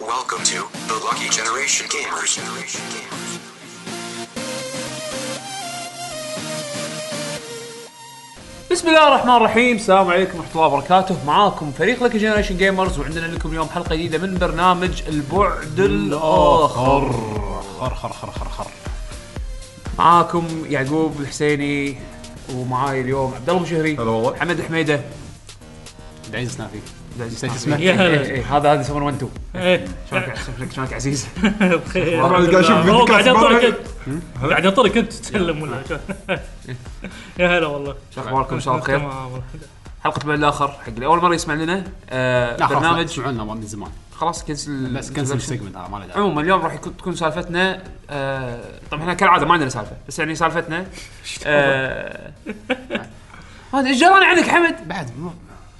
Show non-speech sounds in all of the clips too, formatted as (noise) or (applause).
Welcome to the Lucky Generation Gamers. بسم الله الرحمن الرحيم السلام عليكم ورحمه الله وبركاته معاكم فريق لك جنريشن جيمرز وعندنا لكم اليوم حلقه جديده من برنامج البعد الاخر خر خر خر خر خر معاكم يعقوب الحسيني ومعاي اليوم عبد الله أبو شهري هلا والله. حمد حميده عبد العزيز نافي عبد العزيز نسيت ناصري. اسمه. إيه، يا هلا. إيه، إيه، هذا هذا سمر وانتو ايه شلونك شلونك- شلونك عزيز بخير إيه. قاعد الحمد أشوف لله. فيديو هو قاعد كاست ينطرك بره. انت قاعد ينطرك انت تتكلم ولا (laughs) يا هلا والله شو اخباركم ان شاء الله بخير تمام والله. حلقه بعد الاخر حق اللي اول مره يسمع لنا آه، لا برنامج برنامج سمعونا من زمان خلاص كنسل بس كنسل السيجمنت هذا ما له داعي عموما اليوم راح يكون تكون سالفتنا آه طبعا احنا كالعاده ما عندنا سالفه بس يعني سالفتنا آه ما ادري ايش جراني عنك حمد بعد مو-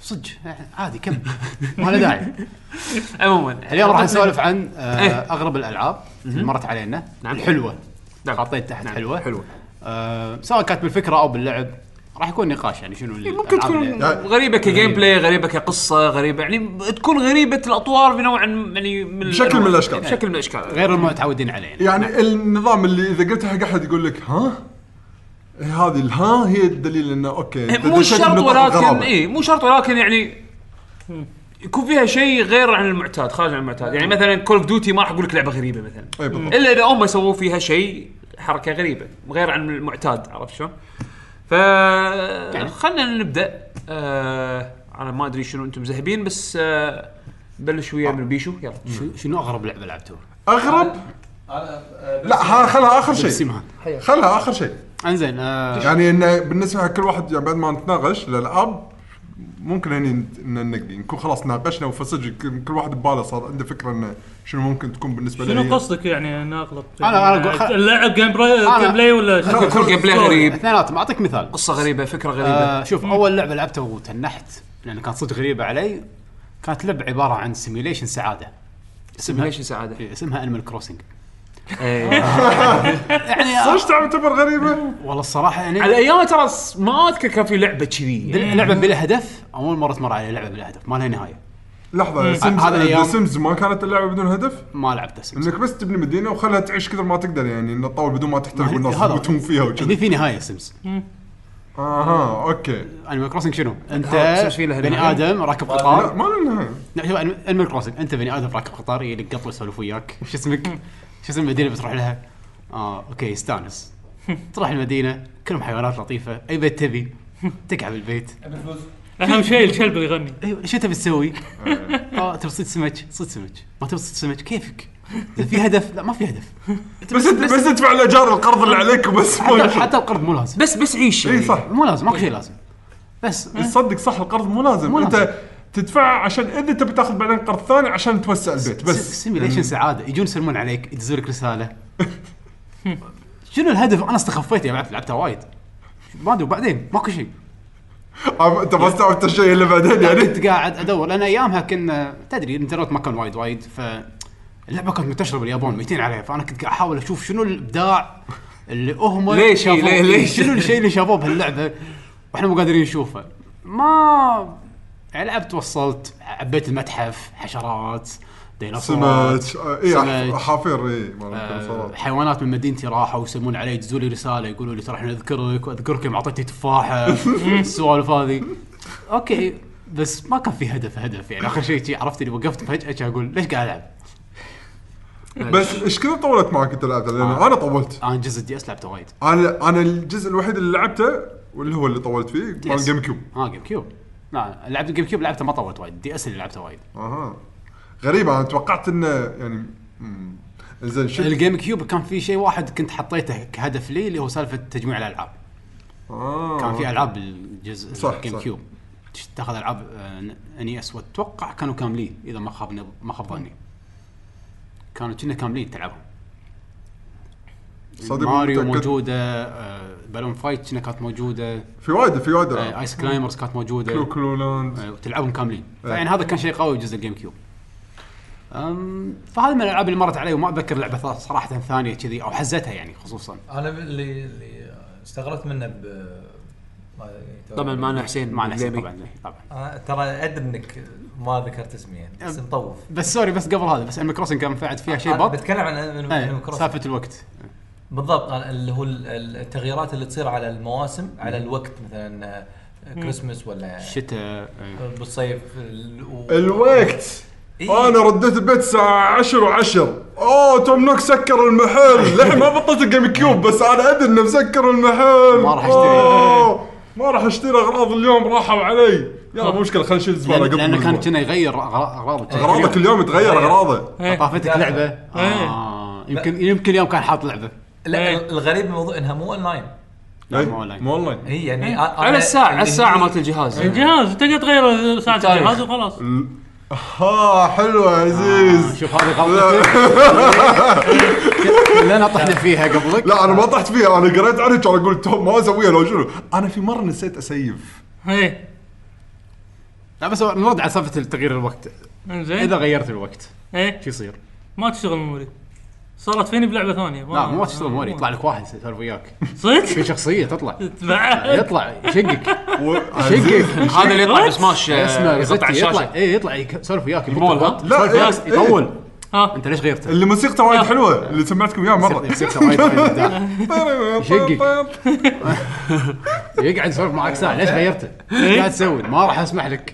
صدق عادي كم (laughs) ما له داعي عموما اليوم راح نسولف عن آه، إيه. اغرب الالعاب اللي مرت علينا نعم. الحلوه نعم. حطيت تحت حلوه حلوه آه، سواء كانت بالفكره او باللعب راح يكون نقاش يعني شنو ممكن تكون غريبه كجيم بلاي غريبه كقصه غريبه يعني تكون غريبه الاطوار بنوع عن- يعني من بشكل الأنواع. من الأشكال. بشكل من الاشكال غير المتعودين علينا يعني النظام اللي اذا قلت حق احد يقول لك ها إيه هذه الها هي الدليل انه اوكي أنت إيه، مو دشيت شرط بنطاق ولكن إيه. الغرابة. اي مو شرط ولكن يعني يكون فيها شيء غير عن المعتاد خارج عن المعتاد يعني مثلا كول اوف ديوتي ما راح اقول لك لعبه غريبه مثلا اي إيه، بالضبط الا اذا هم سووا فيها شيء حركه غريبه غير عن المعتاد عرفت شلون؟ ف يعني. خلينا نبدا آه انا ما ادري شنو انتم مذهبين بس آه بلش ويا من بيشو يلا شو- شنو اغرب لعبه لعبتوها؟ اغرب لا ها- خلها اخر شيء سمها خلها اخر شيء انزين آه، يعني انه بالنسبه حق كل واحد يعني بعد ما نتناقش الالعاب ممكن هني نت- ان نقضي نكون خلاص ناقشنا وفصدق كل واحد بباله صار عنده فكره انه شنو ممكن تكون بالنسبه لي شنو قصدك يعني انا اغلط أنا- أنا أقول- خل- اللاعب جيم بلاي أنا- جيم بلاي ولا شنو؟ خل- كل جيم بلاي غريب اثنيناتهم اعطيك مثال قصه غريبه فكره غريبه آه شوف اول لعبه لعبتها وتنحت لان كانت صدق غريبه علي كانت لعبه عباره عن سيميوليشن سعاده اسمها إيه، ليش سعاده اسمها انيمال كروسنج آه. إيه. يعني صدق تعتبر غريبه والله الصراحه يعني على ايامه ترى س- ما اذكر كان في لعبه كذي يعني. بال- لعبه بلا هدف اول مره تمر علي لعبه بلا هدف ما لها نهايه لحظه هذا الأيام. سيمز سيمز ما كانت اللعبه بدون هدف ما لعبت سيمز انك بس تبني مدينه وخلها تعيش كثر ما تقدر يعني ان الطاول بدون ما ما تحترق هي- والناس هذا- يموتون فيها هني وكذا آه، في نهايه سيمز اها اوكي انيمال كروسنج شنو؟ انت Sims في لها بني نهاية؟ ادم راكب لا قطار ما له نهايه لا، نعم، شوف انيمال كروسنج انت بني ادم راكب قطار يلك قطوه يسولف (laughs) وياك شو اسمك؟ شو اسم المدينه بتروح لها؟ اه اوكي (laughs) يستانس تروح المدينه كلهم حيوانات لطيفه اي بيت (laughs) تبي تقعد بالبيت اهم شيء الكلب يغني ايوه شو تبي (laughs) تسوي؟ اه تبي تصيد سمك صيد سمك ما تبي تصيد سمك كيفك إذا في هدف لا ما في هدف (laughs) بس بس تدفع الايجار القرض اللي عليك وبس ما حتى, يشوف. حتى القرض مو لازم بس بس عيش اي إيه، يعني. صح مو لازم ماكو شيء لازم بس بس صدق صح القرض مو لازم مو لازم. انت تدفع عشان اذا تبي تاخذ بعدين قرض ثاني عشان توسع البيت بس سيميليشن سعاده يجون يسلمون عليك يدزون لك رساله شنو الهدف انا استخفيت يا بعد لعبتها وايد ما ادري وبعدين ماكو (laughs) شيء عم- انت ما استوعبت الشيء اللي بعدين يعني كنت قاعد ادور لان ايامها كنا تدري الانترنت ما كان وايد وايد فاللعبه كانت منتشره باليابان ميتين عليها فانا كنت قاعد احاول اشوف شنو الابداع اللي (laughs) هم ليش؟ شافوه- ليه- ليش؟ شنو الشيء اللي شافوه بهاللعبه واحنا مو قادرين نشوفه ما يعني لعبت وصلت عبيت المتحف حشرات ديناصورات سمك آه، إيه، اه، اي سمك. حافير اي آه، مال حيوانات من مدينتي راحوا يسمون علي يدزوا لي رساله يقولوا لي ترى احنا نذكرك واذكرك يوم اعطيتني تفاحه السوالف هذه اوكي بس ما كان في هدف هدف يعني اخر شيء شي عرفت اللي وقفت فجاه شي اقول ليش قاعد العب؟ بس ايش كثر طولت معك انت لعبتها لان آه. انا طولت انا جزء الدي اس لعبته وايد انا انا الجزء الوحيد اللي لعبته واللي هو اللي طولت فيه مال DS. جيم كيوب اه جيم كيوب لا لعبت جيم كيوب لعبته ما طولت وايد دي اس اللي لعبته وايد اها غريبه انا توقعت انه يعني مم. زين شو الجيم كيوب كان في شيء واحد كنت حطيته كهدف لي اللي هو سالفه تجميع الالعاب آه. كان في العاب بالجزء صح، جيم صح. كيوب تاخذ آه، العاب اني اس واتوقع E كانوا كاملين اذا ما خاب ما خاب ظني كانوا كنا كاملين تلعبهم صدق ماريو متأكد. موجوده آه، بالون فايت كنا كانت موجوده في وايد في وايد آه، العاب ايس كلايمرز كانت موجوده كلو كلو لاند آه، تلعبهم كاملين إيه. فيعني هذا كان شيء قوي بجزء الجيم كيوب أم، فهذه من الالعاب اللي مرت علي وما اتذكر لعبه ثا- صراحه ثانيه كذي او حزتها يعني خصوصا انا اللي اللي استغربت منه ب ما- طبعا معنا حسين مع نفسي الليبي. طبعا طبعا أنا ترى ادري انك ما ذكرت اسمه يعني بس أم. مطوف بس سوري بس قبل هذا بس انيمال كروسنج كان فعد فيها شيء أنا بط بتكلم عن أنيمال إيه، كروسنج. سالفه الوقت بالضبط أنا- اللي هو ال- ال- التغييرات اللي تصير على المواسم على الوقت مثلا آه، كريسمس ولا الشتاء آه، إيه. بالصيف ال- و- الوقت إيه. انا رديت البيت الساعه 10 و10 اوه توم نوك سكر (laughs) المحل للحين ما بطلت الجيم كيوب بس انا ادري انه مسكر المحل ما راح أشتري. أوه، ما راح اشتري اغراض اليوم راحوا علي يلا مو مشكله خلينا نشيل الزباله لأن- قبل إيه، لانه كان الأسبوع. كنا يغير أغرا- اغراضه اغراضك اليوم تغير اغراضه إيه. طافتك إيه. لعبه آه. يمكن يمكن اليوم كان حاط لعبه لا إيه. الغريب الموضوع انها مو اونلاين لا إيه، مو أونلاين. مو اونلاين هي إيه. يعني أ- أنا على الساعه على اللي الساعه هي- مالت الجهاز الجهاز تقدر تغير ساعه طيب. تاريخ. الجهاز وخلاص ها حلو يا آه، عزيز شوف هذه غلطتك لنا طحنا فيها قبلك لا انا ما طحت فيها انا قريت عنها كان اقول توم ما اسويها لو شنو انا في مره نسيت اسيف ايه لا بس نرد على سالفه تغيير الوقت اذا انزين غيرت الوقت ايه شو يصير؟ ما تشتغل ميموري صارت فيني بلعبه ثانيه لا مو تشتغل موري يطلع لك واحد يسولف وياك في (laughs) صدق؟ شخصيه تطلع بعد. يطلع يشقك و- شقك عزيز. هذا اللي يطلع What؟ بسماش آه، اسمه يقطع رزتي يطلع الشاشه اي يطلع يك- يسولف وياك المول، ها؟ يطول. لا، يسولف وياك، إيه. يطول ها انت ليش غيرته؟ اللي موسيقته وايد حلوه اللي سمعتكم اياها مره (laughs) يصير وايد وايد يشقك. يقعد يسولف معك ساعه ليش غيرته؟ ايش قاعد تسوي؟ ما راح اسمح لك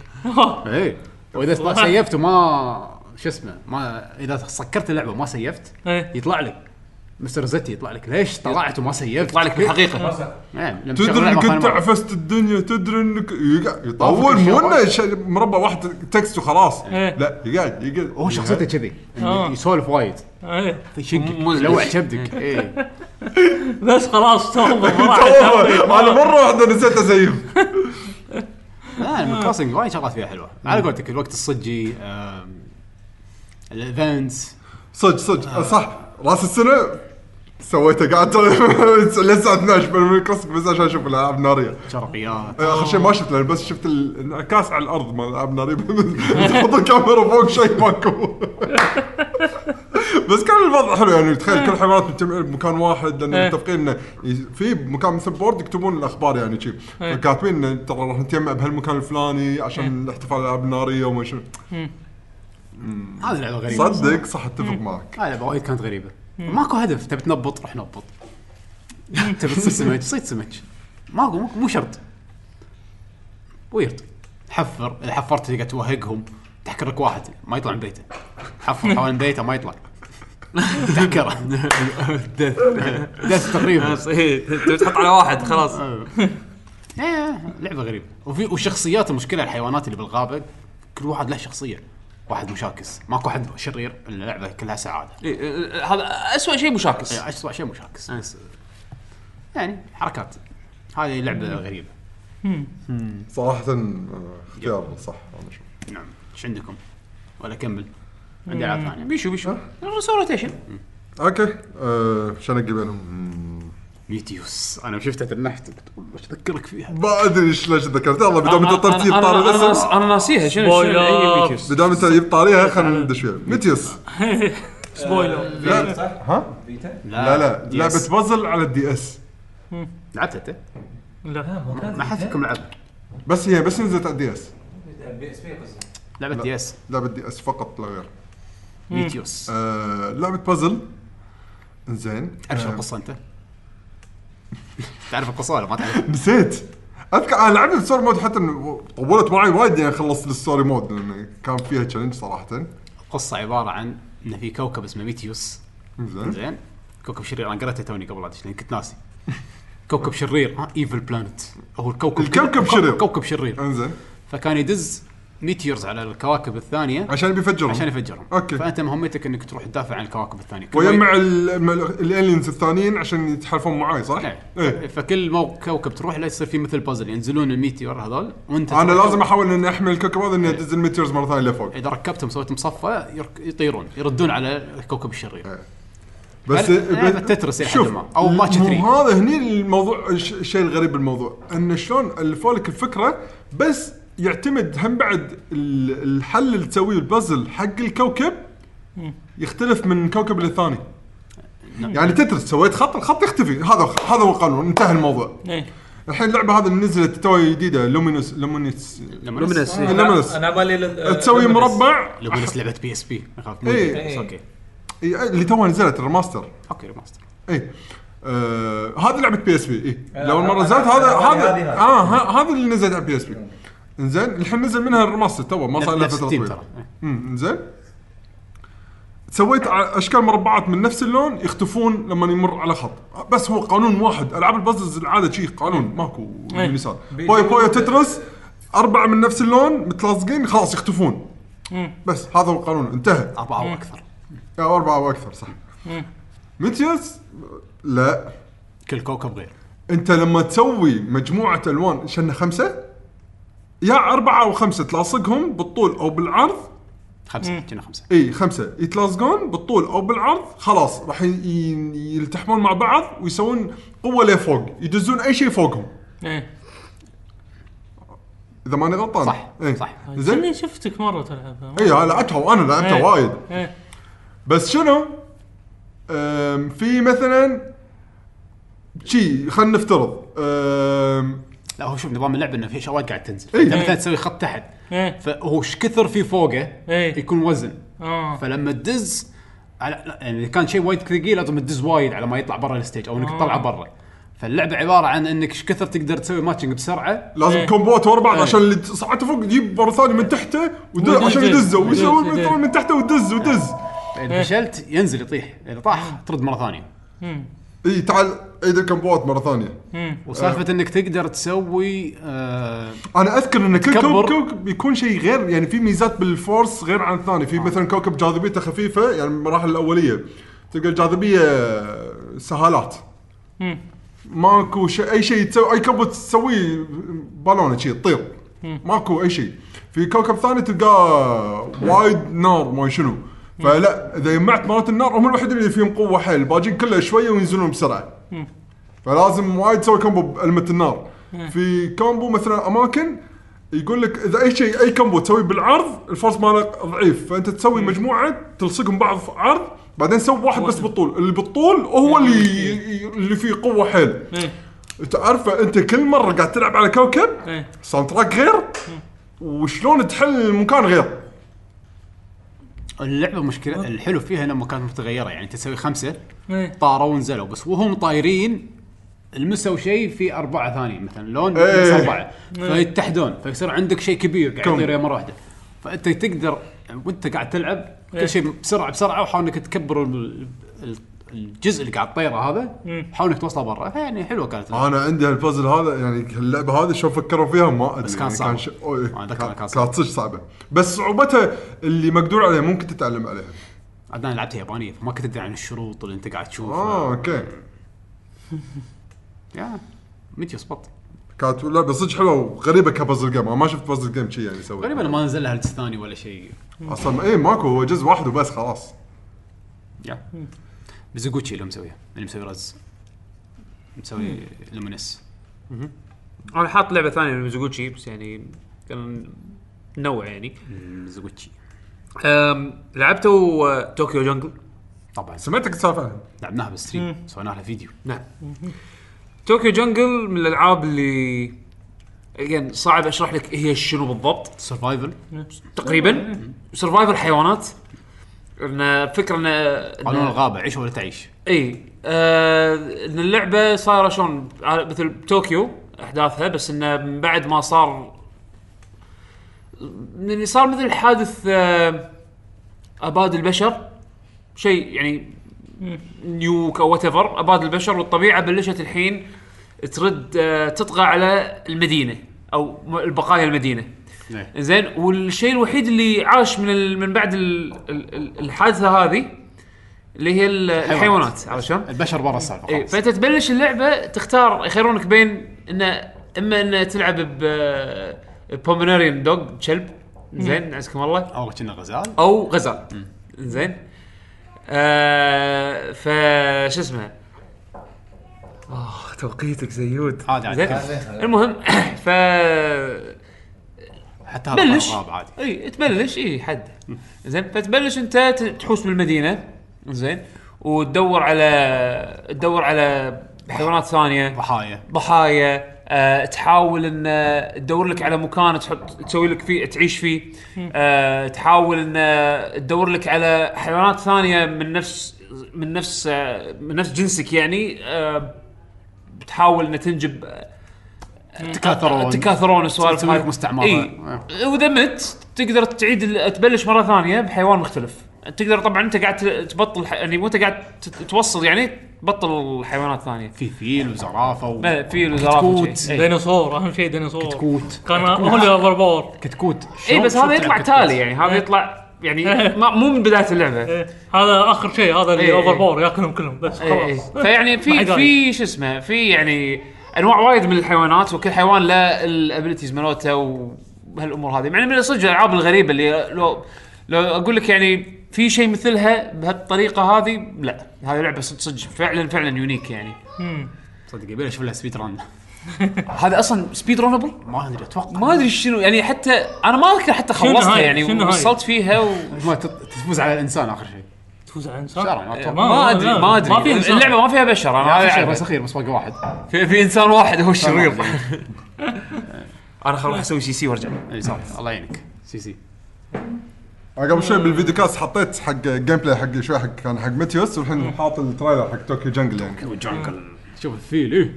اي واذا طلع سيفت وما شو اسمه ما اذا سكرت اللعبه وما سيفت ايه يطلع لك مستر زتي يطلع لك ليش طلعت وما سيفت؟ يطلع لك بالحقيقه نعم لما تشغل تدري اللعبة انك ثاني انت مرة. عفست الدنيا تدري انك يقع- يطول طافت مو الشباب. انه ش- مربع واحد تكست وخلاص إيه. لا يقعد يقعد هو (laughs) شخصيته كذي آه. يسولف وايد ايه يشقك مو- لو إيه. كبدك اي بس خلاص (laughs) توبه ما راح توه، أسوي. انا مره واحده نسيت اسيف لا الكروسنج وايد شغلات فيها حلوه على قولتك الوقت الصجي آم، الايفنتس صدق صدق صح راس السنه سويته قعدت (laughs) لسه 12 من الكلاسيك بس عشان اشوف الالعاب ناريه شرقيات اخر إيه، شيء ما شفت لأن بس شفت الانعكاس على الارض مال العاب ناريه (laughs) تحط الكاميرا فوق شيء ماكو (laughs) بس كان الوضع حلو يعني تخيل كل الحيوانات مجتمعين بمكان واحد لان إيه. متفقين انه ي- في مكان مثل بورد يكتبون الاخبار يعني شي إيه. فكاتبين إنه ترى راح نتجمع بهالمكان الفلاني إيه. عشان الاحتفال بالالعاب الناريه وما شنو هذه لعبه غريبه صدق أيوة، صح اتفق إيه. معك هاي لعبه وايد كانت غريبه ماكو هدف تبي تنبط روح نبط تبي تصيد سمك صيد سمك ماكو ماكو- مو شرط ويرد حفر اذا حفرت تقعد توهقهم تحكرك واحد ما يطلع من بيته حفر حوالين بيته ما يطلع تحكره دث دث تقريبا تبي تحط على واحد خلاص إيه، لعبه غريبه وفي وشخصيات المشكله الحيوانات اللي بالغابه كل واحد له شخصيه واحد مشاكس ماكو حد شرير اللعبه كلها سعاده إيه، إيه، هذا اسوء شيء مشاكس يعني اسوء شيء مشاكس بس يعني حركات هذه لعبه غريبه صراحه آه، اختيار صح انا اشوف نعم ايش عندكم؟ ولا كمل عندي العاب ثانيه بيشو بيشو رسو روتيشن اوكي آه، شنو اجي بينهم ميتيوس انا شفتها تنحت قلت والله ايش اذكرك فيها ما ادري ايش ليش ذكرت يلا بدام أنا- انت طرتي أنا- بطاري أنا- الاسم أنا- انا ناسيها شنو يعني شنو سبويلر. أي بيتيوس؟ بدام انت جبت طاريها خلينا ندش فيها ميتيوس (laughs) سبويلر لا ها لا لا لعبه بازل على الدي اس لعبتها انت؟ لا ما حد فيكم لعبها بس هي بس نزلت على الدي اس لعبه لا. دي اس لعبه دي اس فقط لا غير ميتيوس آه لعبه بازل زين تعرف شو آه، القصه انت؟ تعرف القصه ولا ما تعرف؟ (laughs) نسيت اذكر انا لعبت الستوري مود حتى إنه طولت معي وايد يعني خلصت الستوري مود لان كان فيها تشالنج صراحه القصه عباره عن ان في كوكب اسمه ميتيوس زين زين كوكب شرير انا قريتها توني قبل ادش لان كنت ناسي كوكب شرير ها ايفل بلانت هو الكوكب الكوكب شرير. أه. كوكب شرير انزين فكان يدز ميتيورز على الكواكب الثانيه عشان بيفجرهم عشان يفجرهم أوكي. فانت مهمتك انك تروح تدافع عن الكواكب الثانيه كل ويجمع واحد- الالينز الثانيين عشان يتحالفون معاي صح؟ نعم. إيه. فكل مو كوكب تروح له يصير في مثل بازل ينزلون الميتيور هذول وانت انا تروح- لازم احاول اني احمل الكوكب هذا اني ادز الميتيرز مره ثانيه لفوق اذا ركبتهم سويت مصفى يرك- يطيرون يردون على الكوكب الشرير إيه. بس هل- لعبة تترس إلى حد شوف، ما، أو ماتش مو ثري. هذا هني الموضوع الش- الشيء الغريب بالموضوع انه شلون الفوا لك الفكره بس يعتمد هم بعد ال- الحل اللي تسويه البازل حق الكوكب يختلف من كوكب للثاني يعني تترس سويت خط الخط يختفي هذا هذا هو القانون انتهى الموضوع ايه الحين اللعبه هذه اللي نزلت توي جديده لومينوس لومينوس لومينس آه. لمس. انا بالي لل- تسوي للمس. مربع لو بنس لعبه بي اس بي اخاف إيه. بس اوكي إي، اللي توها نزلت الريماستر اوكي ريماستر اي إيه. آه هذه لعبه بي اس بي اي إيه. لو المره آه، نزلت آه، هذا آه، هذه- هذا هذه. اه ه- هذا اللي نزلت على بي اس بي انزين الحين نزل منها الريماستر تو ما صار له نفس فتره ستيم طويله ترى إيه. امم انزين سويت ع- اشكال مربعات من نفس اللون يختفون لما يمر على خط بس هو قانون واحد العاب البازلز العاده شيء قانون ماكو إيه. يمين يسار بويو بويو تترس اربعه من نفس اللون متلاصقين خلاص يختفون بس هذا هو القانون انتهى اربعه او اكثر او اربعه او اكثر صح ميتيوس لا كل كوكب غير انت لما تسوي مجموعه الوان شنه خمسه يا اربعه او خمسه تلاصقهم بالطول او بالعرض خمسه كنا خمسه اي خمسه يتلاصقون بالطول او بالعرض خلاص راح ي- ي- يلتحمون مع بعض ويسوون قوه لفوق يدزون اي شيء فوقهم ايه اذا ماني غلطان صح، إيه. صح. زين زين شفتك مره تلعبها اي انا لعبتها وانا لعبتها إيه. وايد ايه بس شنو؟ أم، في مثلا شي خلينا نفترض أم، لا هو شوف نظام اللعبه انه في اشياء وايد قاعد تنزل إيه. انت مثلا إيه. تسوي خط تحت ايه فهو ايش كثر في فوقه ايه يكون وزن اه فلما تدز على لا، يعني اذا كان شيء وايد ثقيل لازم تدز وايد على ما يطلع برا الستيج او انك تطلع برا فاللعبه عباره عن انك ايش كثر تقدر تسوي ماتشنج بسرعه لازم إيه. كومبوات ورا بعض إيه. عشان اللي صعدته فوق يجيب مره ثانيه من تحته ودز ويدز- عشان يدز- يدزه يدز- ويسوي يدز. من- من تحته ودز ودز اذا فشلت ينزل يطيح اذا طاح ترد مره ثانيه اي إيه، تعال عيد الكومبوات مره ثانيه وسالفه انك تقدر تسوي آه انا اذكر ان كل تكبر. كوكب يكون شيء غير يعني في ميزات بالفورس غير عن الثاني في مثلا كوكب جاذبيته خفيفه يعني المراحل الاوليه تلقى الجاذبيه سهالات ماكو شيء اي شيء تسوي اي كوكب تسويه بالونه شيء تطير ماكو اي شيء في كوكب ثاني تلقاه آه، وايد نار ما شنو فلا اذا جمعت مرات النار هم الوحيدين اللي فيهم قوه حيل الباقيين كله شويه وينزلون بسرعه فلازم وايد تسوي كومبو بألمة النار في كومبو مثلا اماكن يقول لك اذا اي شيء اي كومبو تسوي بالعرض الفورس مالك ضعيف فانت تسوي مجموعه تلصقهم بعض في عرض بعدين سوي واحد بس بالطول اللي بالطول هو اللي اللي فيه قوه حيل ايه تعرفه انت كل مره قاعد تلعب على كوكب ايه ساوند تراك غير وشلون تحل المكان غير اللعبه مشكله الحلو فيها انها كانت متغيره يعني تسوي خمسه ايه طاروا ونزلوا بس وهم طايرين لمسوا شيء في اربعه ثانيين مثلا لون إيه. لمس اربعه فيتحدون فيصير عندك شيء كبير قاعد كم. يطير يا مره واحده فانت تقدر وانت قاعد تلعب إيه. كل شيء بسرعه بسرعه وحاول انك تكبر ال- ال- الجزء اللي قاعد طيره هذا مم. حاول انك توصله برا يعني حلوه كانت اللعبة. انا عندي هالبازل هذا يعني هاللعبه هذه شلون فكروا فيها ما ادري بس كان يعني صعب. ش... أوه، أنا أتذكر كان- كان صعب. كانت صدق صعبه بس صعوبتها اللي مقدور عليها ممكن تتعلم عليها عاد انا لعبتها يابانيه فما كنت ادري عن الشروط اللي انت قاعد تشوفها اه اوكي يا متى سبوت كانت لعبه صدق حلوه وغريبه كبازل جيم انا ما شفت بازل جيم شي يعني يسوي غريبا ما نزل لها الجزء الثاني ولا شيء اصلا اي إيه، ماكو هو جزء واحد وبس خلاص يا بزوغوتشي اللي مسويها اللي مسوي رز مسوي لومينس انا حاط لعبه ثانيه لميزوغوتشي بس يعني كان نوع يعني بزوغوتشي أم، لعبتوا آه، طوكيو جنجل طبعا سمعتك السالفه عنها لعبناها بالستريم سوينا لها فيديو نعم طوكيو جنجل من الالعاب اللي يعني صعب اشرح لك هي شنو بالضبط سرفايفل تقريبا سرفايفل حيوانات ان فكره ان قانون إن- الغابه عيش ولا تعيش اي آه ان اللعبه صايره شلون على- مثل طوكيو احداثها بس انه من بعد ما صار يعني صار مثل حادث آه اباد البشر شيء يعني نيوك او وات اباد البشر والطبيعه بلشت الحين ترد آه تطغى على المدينه او م- البقايا المدينه إيه. زين والشيء الوحيد اللي عاش من ال... من بعد ال... ال- ال- الحادثه هذه اللي هي ال- الحيوانات عرفت شلون؟ البشر برا السالفه اي خلاص. فانت تبلش اللعبه تختار يخيرونك بين انه اما انه تلعب ب بومناريان دوغ كلب زين عزكم الله اول كنا غزال او غزال زين آه ف شو اسمه اه توقيتك زيود عادي، عادي. زين المهم (clears throat) ف حتى هذا تبلش قانون الغابه عادي اي تبلش اي حد زين فتبلش انت ت- تحوس بالمدينه زين وتدور على تدور على حيوانات ثانيه ضحايا ضحايا آه، تحاول ان آه، تدور لك على مكان تحط تسوي لك فيه تعيش فيه آه، تحاول ان آه، تدور لك على حيوانات ثانيه من نفس من نفس آه، من نفس جنسك يعني آه، بتحاول ان تنجب آه، تكاثرون تكاثرون سوالف تسوي لك مستعمرة. اي واذا مت تقدر تعيد ال- تبلش مره ثانيه بحيوان مختلف تقدر طبعا انت قاعد تبطل ح- يعني وانت قاعد ت- توصل يعني تبطل حيوانات ثانيه في فيل وزرافه و... ما- فيل وزرافه كتكوت. إيه، وشي. إيه. اي ديناصور اهم شيء ديناصور كتكوت كان هو اللي اوفر باور كتكوت اي شلون- إيه، بس شلون هذا يطلع تلعب كتكوت؟ تالي يعني هذا يطلع يعني ما- مو من بدايه اللعبه إيه، هذا اخر شيء هذا اللي إيه، إيه. اوفر باور ياكلهم كلهم بس إيه، إيه. خلاص فيعني ما في حد في شو اسمه في يعني انواع وايد من الحيوانات وكل حيوان له الابيلتيز مالته وهالامور هذه يعني من صدق الالعاب الغريبه اللي لو لو اقول لك يعني في شيء مثلها بهالطريقه هذه لا هذه لعبه صدق صدق فعلا فعلا يونيك يعني صدق يبي اشوف لها سبيد ران هذا اصلا سبيد رونبل ما ادري اتوقع ما ادري شنو يعني حتى انا ما اذكر حتى شنو خلصتها هاي؟ يعني شنو هاي؟ وصلت فيها و... ما تط- تفوز على الانسان اخر شيء تفوز على انسان شرع ما اتوقع ما ادري ما ادري آه، ما في إنسان. اللعبه ما فيها بشر آه، انا هذا اخر شيء يعني. أعرفه. بس اخير بس باقي واحد في, في انسان واحد هو الشرير تمام. انا خلاص اسوي سي سي وارجع اي صح إيه، الله يعينك سي سي أنا قبل شوي آه. بالفيديو كاست حطيت حق جيم بلاي حق شوي حق كان حق متيوس آه. والحين حاط التريلر حق طوكيو جنجل يعني وجانكل شوف الفيل ايه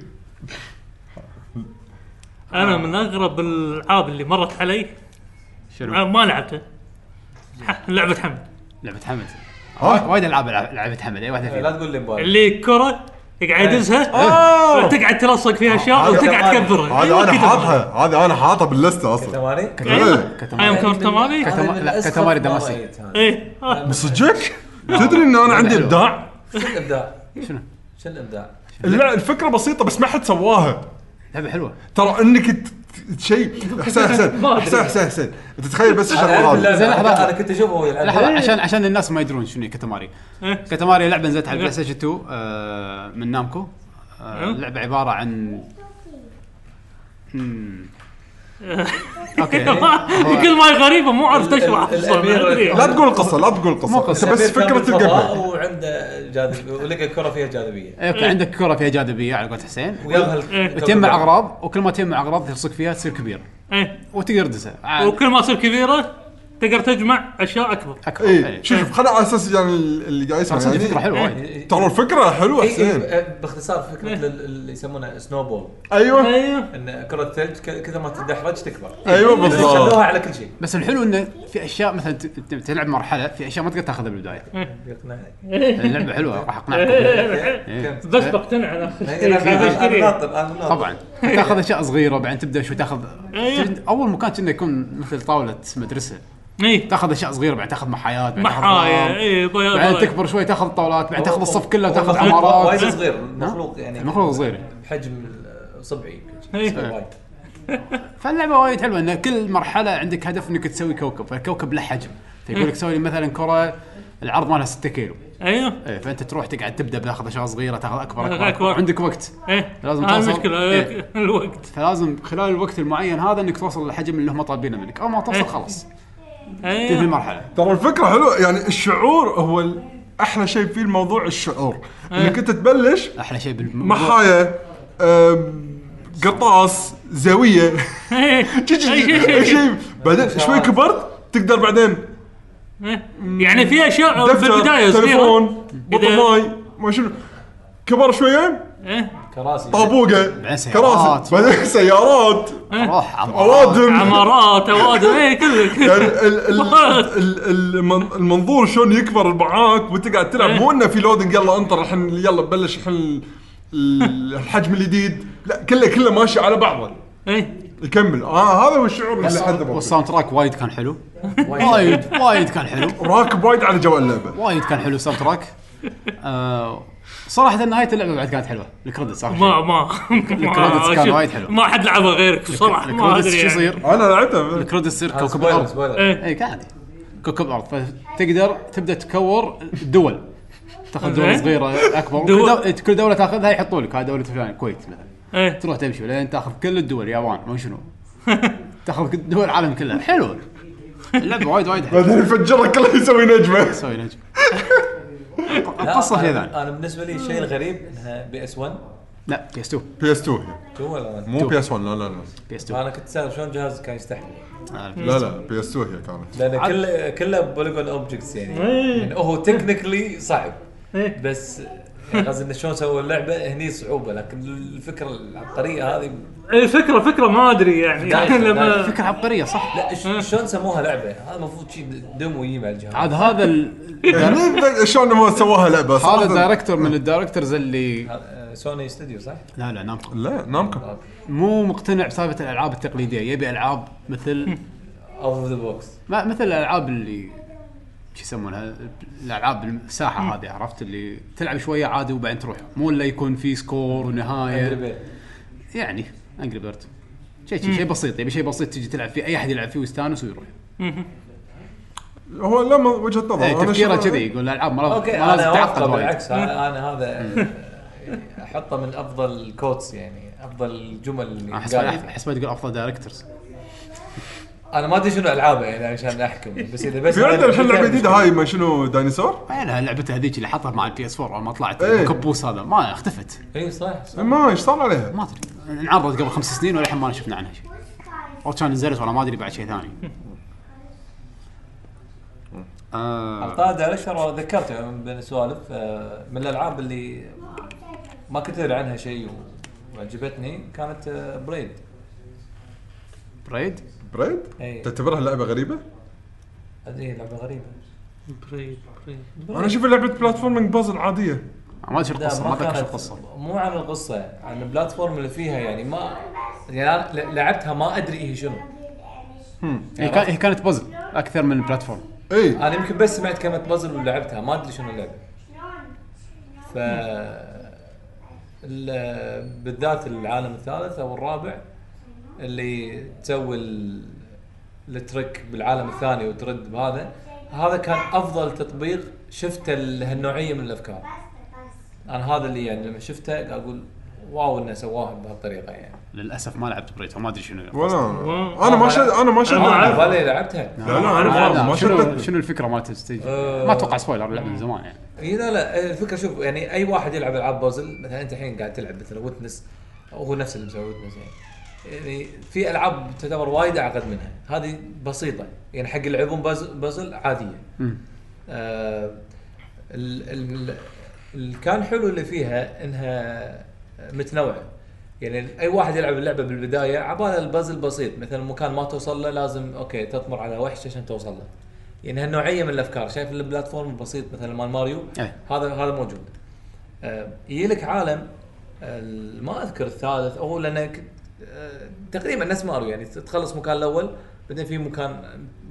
انا من اغرب الالعاب اللي مرت علي آه، شنو ما لعبتها ح- لعبه حمد لعبه حمد ها؟ آه، آه. وايد العاب لعب- لعبه حمد اي واحده لا إيه، فيها تقول لي موبايل اللي كره يقعد إيه. آه. يدزها تقعد تلصق فيها اشياء وتقعد أيوة، تكبرها هذا انا حاطها هذا انا حاطها باللستة اصلا كتماري إيه. ايام كفر تماري كتم- لا، كتماري دماسي. ايه آه. صدقك؟ تدري ان انا عندي حلوة. ابداع؟ شو الابداع؟ شنو؟ شو الابداع؟ لا الفكره بسيطه بس ما حد سواها لعبه حلوه ترى انك ت- ت- شيء حسين حسين ما أدري. حسين حسين حسين تتخيل بس انا الشغله اعرف هذه زين، لحظة. اللعبه انا كنت اشوفه وهو لحظه إيه. يلعب عشان عشان الناس ما يدرون شنو هي كتماري إيه. إيه. كتماري لعبه نزلت على البلاي ستيشن 2 آه، من نامكو آه، اللعبه عباره عن (laughs) مم. إيه، اوكي كل (laughs) ما هي غريبه مو عارف تشرح ال- الأمير- لا تقول القصه لا تقول مو القصه قصة. انت بس كان فكره بالفضاء القبله وعنده جاذبيه ولقى كره فيها جاذبيه (laughs) إيه، اوكي عندك كره فيها جاذبيه على قولة حسين إيه، ويظهر وتجمع اغراض وكل ما تجمع اغراض تلصق فيها تصير كبيره وتقدر تدزها عاد. إيه. وكل ما تصير كبيره تقدر تجمع اشياء اكبر اكبر إيه. اي شوف شوف خلنا على اساس يعني ال- اللي قاعد ترى يسمع صدق فكره يعني حلوه وايد ترى الفكره حلوه إي- حسين إي، إيه، باختصار إيه. فكره لل- اللي يسمونه سنو بول ايوه ايوه ان كره الثلج ك- كذا ما تدحرج تكبر ايوه بالضبط خلوها على كل شيء بس الحلو انه في اشياء مثلا ت- ت- تلعب مرحله في اشياء ما تقدر تاخذها بالبدايه إيه، يقنعني. اللعبه حلوه راح (laughs) اقنعكم بس بقتنع انا أنا- أنا- إيه، إيه. أنا- أنا اشتري ناطر، أنا ناطر. طبعا تاخذ اشياء صغيره بعدين تبدا شو تاخذ إيه. اول مكان كنا يكون مثل طاوله مدرسه اي تاخذ اشياء صغيره بعدين تاخذ محايات بعدين تاخذ محايا أغراض. اي بياض بعدين تكبر شوي تاخذ طاولات بعدين تاخذ الصف كله وتاخذ هو مخلوق وايد عمارات صغير مخلوق يعني المخلوق صغير. إيه. بحجم صبعي إي. صغير وايد. فاللعبه وايد حلوه ان كل مرحله عندك هدف انك تسوي كوكب فالكوكب له حجم فيقول لك سوي لي مثلا كره العرض مالها 6 كيلو ايوه إيه، فانت تروح تقعد تبدا باخذ اشياء صغيره تاخذ اكبر تاخذ اكبر, أكبر. أكبر. عندك وقت ايه لازم هاي توصل. المشكله إيه. (laughs) الوقت فلازم خلال الوقت المعين هذا انك توصل للحجم اللي هم طالبينه منك او ما توصل إيه. خلاص تنهي ايوه المرحله ترى الفكره حلوه يعني الشعور هو ال- احلى شيء في الموضوع الشعور انك انت تبلش احلى شيء بالموضوع محايا آم، قطاس زاويه إيه. (laughs) شي- شي- شي- أي شيء. شي. بعدين شوي كبرت تقدر بعدين إيه. يعني في اشياء بالبدايه دفتر صغيرة. تليفون بطل بداية- ماي ما شنو كبر شويه إيه. كراسي طابوقه سيارات. كراسي بعدين سيارات روح عمار اوادم (laughs) عمارات اوادم اي كله يعني كله ال- (laughs) ال- ال- المن- المنظور شلون يكبر معاك وانت قاعد تلعب إيه. مو انه في لودنج يلا انطر الحين يلا بلش الحين ال- الحجم الجديد لا كله كله ماشي على بعضه ايه يكمل اه هذا هو الشعور اللي حد أبغى فيه. والساوند تراك وايد كان (laughs) حلو وايد وايد كان حلو راكب وايد على جو اللعبه وايد كان حلو الساوند تراك آه، صراحه نهايه اللعبه بعد كانت حلوه الكريدتس صح ما ما الكريدتس كان وايد حلو. ما حد لعبها غيرك بصراحه ما الكريدتس ادري شو يعني. يصير انا لعبتها الكريدتس يصير كوكب سبويلر الارض سبويلر ايه اي كعادي كوكب ارض فتقدر تبدا تكور الدول تاخذ دول زين. صغيره اكبر كل دول. دولة- كل دوله تاخذها يحطوا لك هاي دوله فلان الكويت مثلا ايه تروح تمشي لين تاخذ كل الدول اليابان ما شنو تاخذ كل دول العالم كلها حلو اللعبه وايد وايد حلوه بعدين يفجرها كله يسوي نجمه سوي نجم لا، القصه أنا- هي ذا انا بالنسبه لي الشيء الغريب انها بي اس 1 لا بي اس 2 بي اس 2 هي. شو ولا أنا؟ مو بي اس 1 لا لا لا بي اس 2 انا كنت استغرب شلون جهاز كان يستحمل لا لا بي اس 2 هي كانت لان كله كله بوليجون اوبجكتس يعني إيه. يعني هو تكنيكلي صعب إيه. بس يعني قصدي انه شلون سووا اللعبه هني صعوبه لكن الفكره العبقريه هذه اي فكره فكره إيه، ما ادري يعني لا، الحين لا، (laughs) لما فكره عبقريه صح لا ش- شلون سموها لعبه؟ هذا المفروض شيء دمو يجي مع الجهاز إيه. عاد هذا ال- يعني ب- شلون ما سواها لعبه هذا صراحة. الدايركتور من الدايركتورز اللي آه، سوني استوديو صح؟ لا لا نامكو لا نامكو مو مقتنع بسالفه الالعاب التقليديه يبي العاب مثل اوف ذا بوكس ما مثل الالعاب اللي شو يسمونها الالعاب الساحه هذه عرفت اللي تلعب شويه عادي وبعدين تروح مو الا يكون في سكور ونهايه يعني انجري بيرد شيء شيء شي بسيط يبي شيء بسيط تجي تلعب فيه اي احد يلعب فيه ويستانس ويروح هو لا م- وجهه نظر إيه، أنا تفكيره شلون- كذي يقول الالعاب ما لازم- اوكي ما لازم انا تعقد اوافقه وايد إيه. بالعكس انا أنا هذا يعني احطه من افضل الكوتس يعني افضل الجمل اللي احس قالت. احس ما تقول افضل دايركتورز انا ما ادري شنو العابه يعني عشان احكم بس اذا بس في عندنا الحين لعبه جديده هاي ما شنو ديناصور انا لعبته هذيك اللي حطها مع البي اس 4 ما طلعت إيه. الكبوس هذا ما اختفت اي صح صح ما ايش صار عليها ما ادري انعرضت قبل خمس سنين ولا الحين ما شفنا عنها شيء او كان نزلت ولا ما ادري بعد شيء ثاني آه طاد الاشهر ذكرت يعني من بين السوالف آه، من الالعاب اللي ما كنت ادري عنها شيء و- وعجبتني كانت آه، بريد بريد بريد إيه. تعتبرها لعبه غريبه؟ إيه. هذه لعبه غريبه بريد بريد انا اشوف لعبه بلاتفورمينج بازل عاديه ما ادري شو لا، القصه ما اتذكر شو كانت- القصه مو عن القصه عن البلاتفورم اللي فيها يعني ما يعني أنا ل- لعبتها ما ادري هي شنو هي يعني كان- هي كانت بازل اكثر من بلاتفورم اي انا يمكن بس سمعت كلمه بازل ولعبتها ما ادري شنو اللعبه ف ال- بالذات العالم الثالث او الرابع اللي تسوي ال- التريك بالعالم الثاني وترد بهذا هذا كان افضل تطبيق شفته ال- هالنوعيه من الافكار انا هذا اللي يعني لما شفته قاعد اقول واو انه سواه بهالطريقه يعني للاسف ما لعبت بريد وما ادري شنو ولا والله. انا ما شد انا ما أنا ما شد أعرف. ولا لعبتها لا لا انا لا، لا، ما شنو شدت شنو الفكره مالت الستيج آه. ما اتوقع سبويلر اللعبه من زمان يعني اي إيه، لا لا الفكره شوف يعني اي واحد يلعب العاب بازل مثلا انت الحين قاعد تلعب مثلا ويتنس وهو نفس اللي مسوي ويتنس يعني يعني في العاب تعتبر وايد اعقد منها هذه بسيطه يعني حق اللي يلعبون بازل, بازل عاديه مم. آه ال- ال- اللي كان حلو اللي فيها انها متنوعه يعني اي واحد يلعب اللعبه بالبدايه عباله البازل بسيط مثلا مكان ما توصل له لازم اوكي تطمر على وحش عشان توصل له يعني هالنوعيه من الافكار شايف البلاتفورم البسيط مثلا مال ماريو إيه. هذا هذا موجود آه، يجي لك عالم آه، ما اذكر الثالث او لانك آه، تقريبا نفس ماريو يعني تخلص مكان الاول بعدين في مكان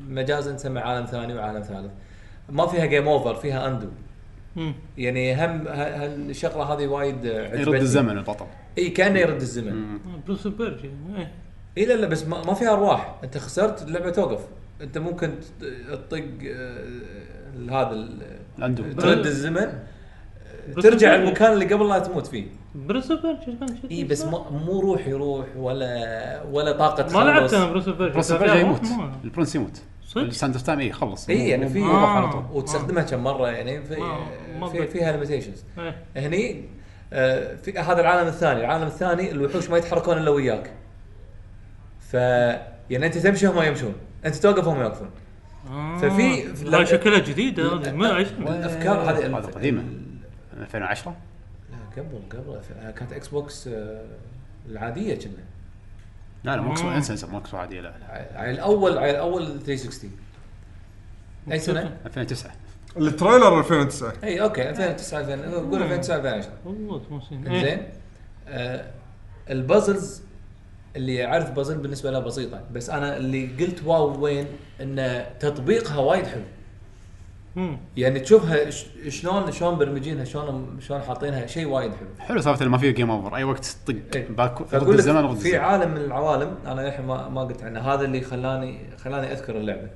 مجازا نسمي عالم ثاني وعالم ثالث ما فيها جيم اوفر فيها اندو مم. يعني هم ه- هالشغله هذه وايد آه، عجبتني يرد الزمن البطل اي كانه يرد الزمن بلوس بيرج يعني، إيه. اي لا لا بس ما, ما فيها ارواح انت خسرت اللعبه توقف انت ممكن ت- تطق آه، هذا ال- الاندو ترد الزمن بس ترجع بس- المكان اللي قبل لا تموت فيه بروس بيرج كان شو اي إيه، بس اسمه؟ ما مو روح يروح ولا ولا طاقه ما تخلص. لعبت انا بروس بيرج البرنس فيها جاي يموت روح ما- البرنس يموت صدق؟ الساند اوف تايم اي خلص اي يعني في مو- مو- راح على طول وتستخدمها كم مره يعني في ما- ما في بدي. فيها ليميتيشنز إيه. هني آه، في هذا العالم الثاني، العالم الثاني الوحوش ما يتحركون الا وياك. ف يعني انت تمشي هم يمشون، انت توقف هم يوقفون. آه. ففي- لا شكلها جديده هذه ما عجبني. الافكار هذه هذا قديمه 2010 لا، قبل قبل كانت اكس بوكس آه، العاديه كنا لا لا مو كسوة- انسى انسى مو كسوة عاديه لا لا على الاول على الاول 360 اي سنه؟ 2009 التريلر 2009 اي اوكي 2009 2000 قول 2009 2010 والله تموسين إيه. زين آه البازلز اللي يعرف بازل بالنسبه له بسيطه بس انا اللي قلت واو وين ان تطبيقها وايد حلو مم. يعني تشوفها ش- شلون شلون برمجينها شلون شلون حاطينها شيء وايد حلو حلو سالفه اللي ما فيه جيم اوفر اي وقت تطق إيه. باك فاقول رد الزمن لك رد في الزمن عالم من العوالم انا للحين ما ما قلت عنه هذا اللي خلاني خلاني اذكر اللعبه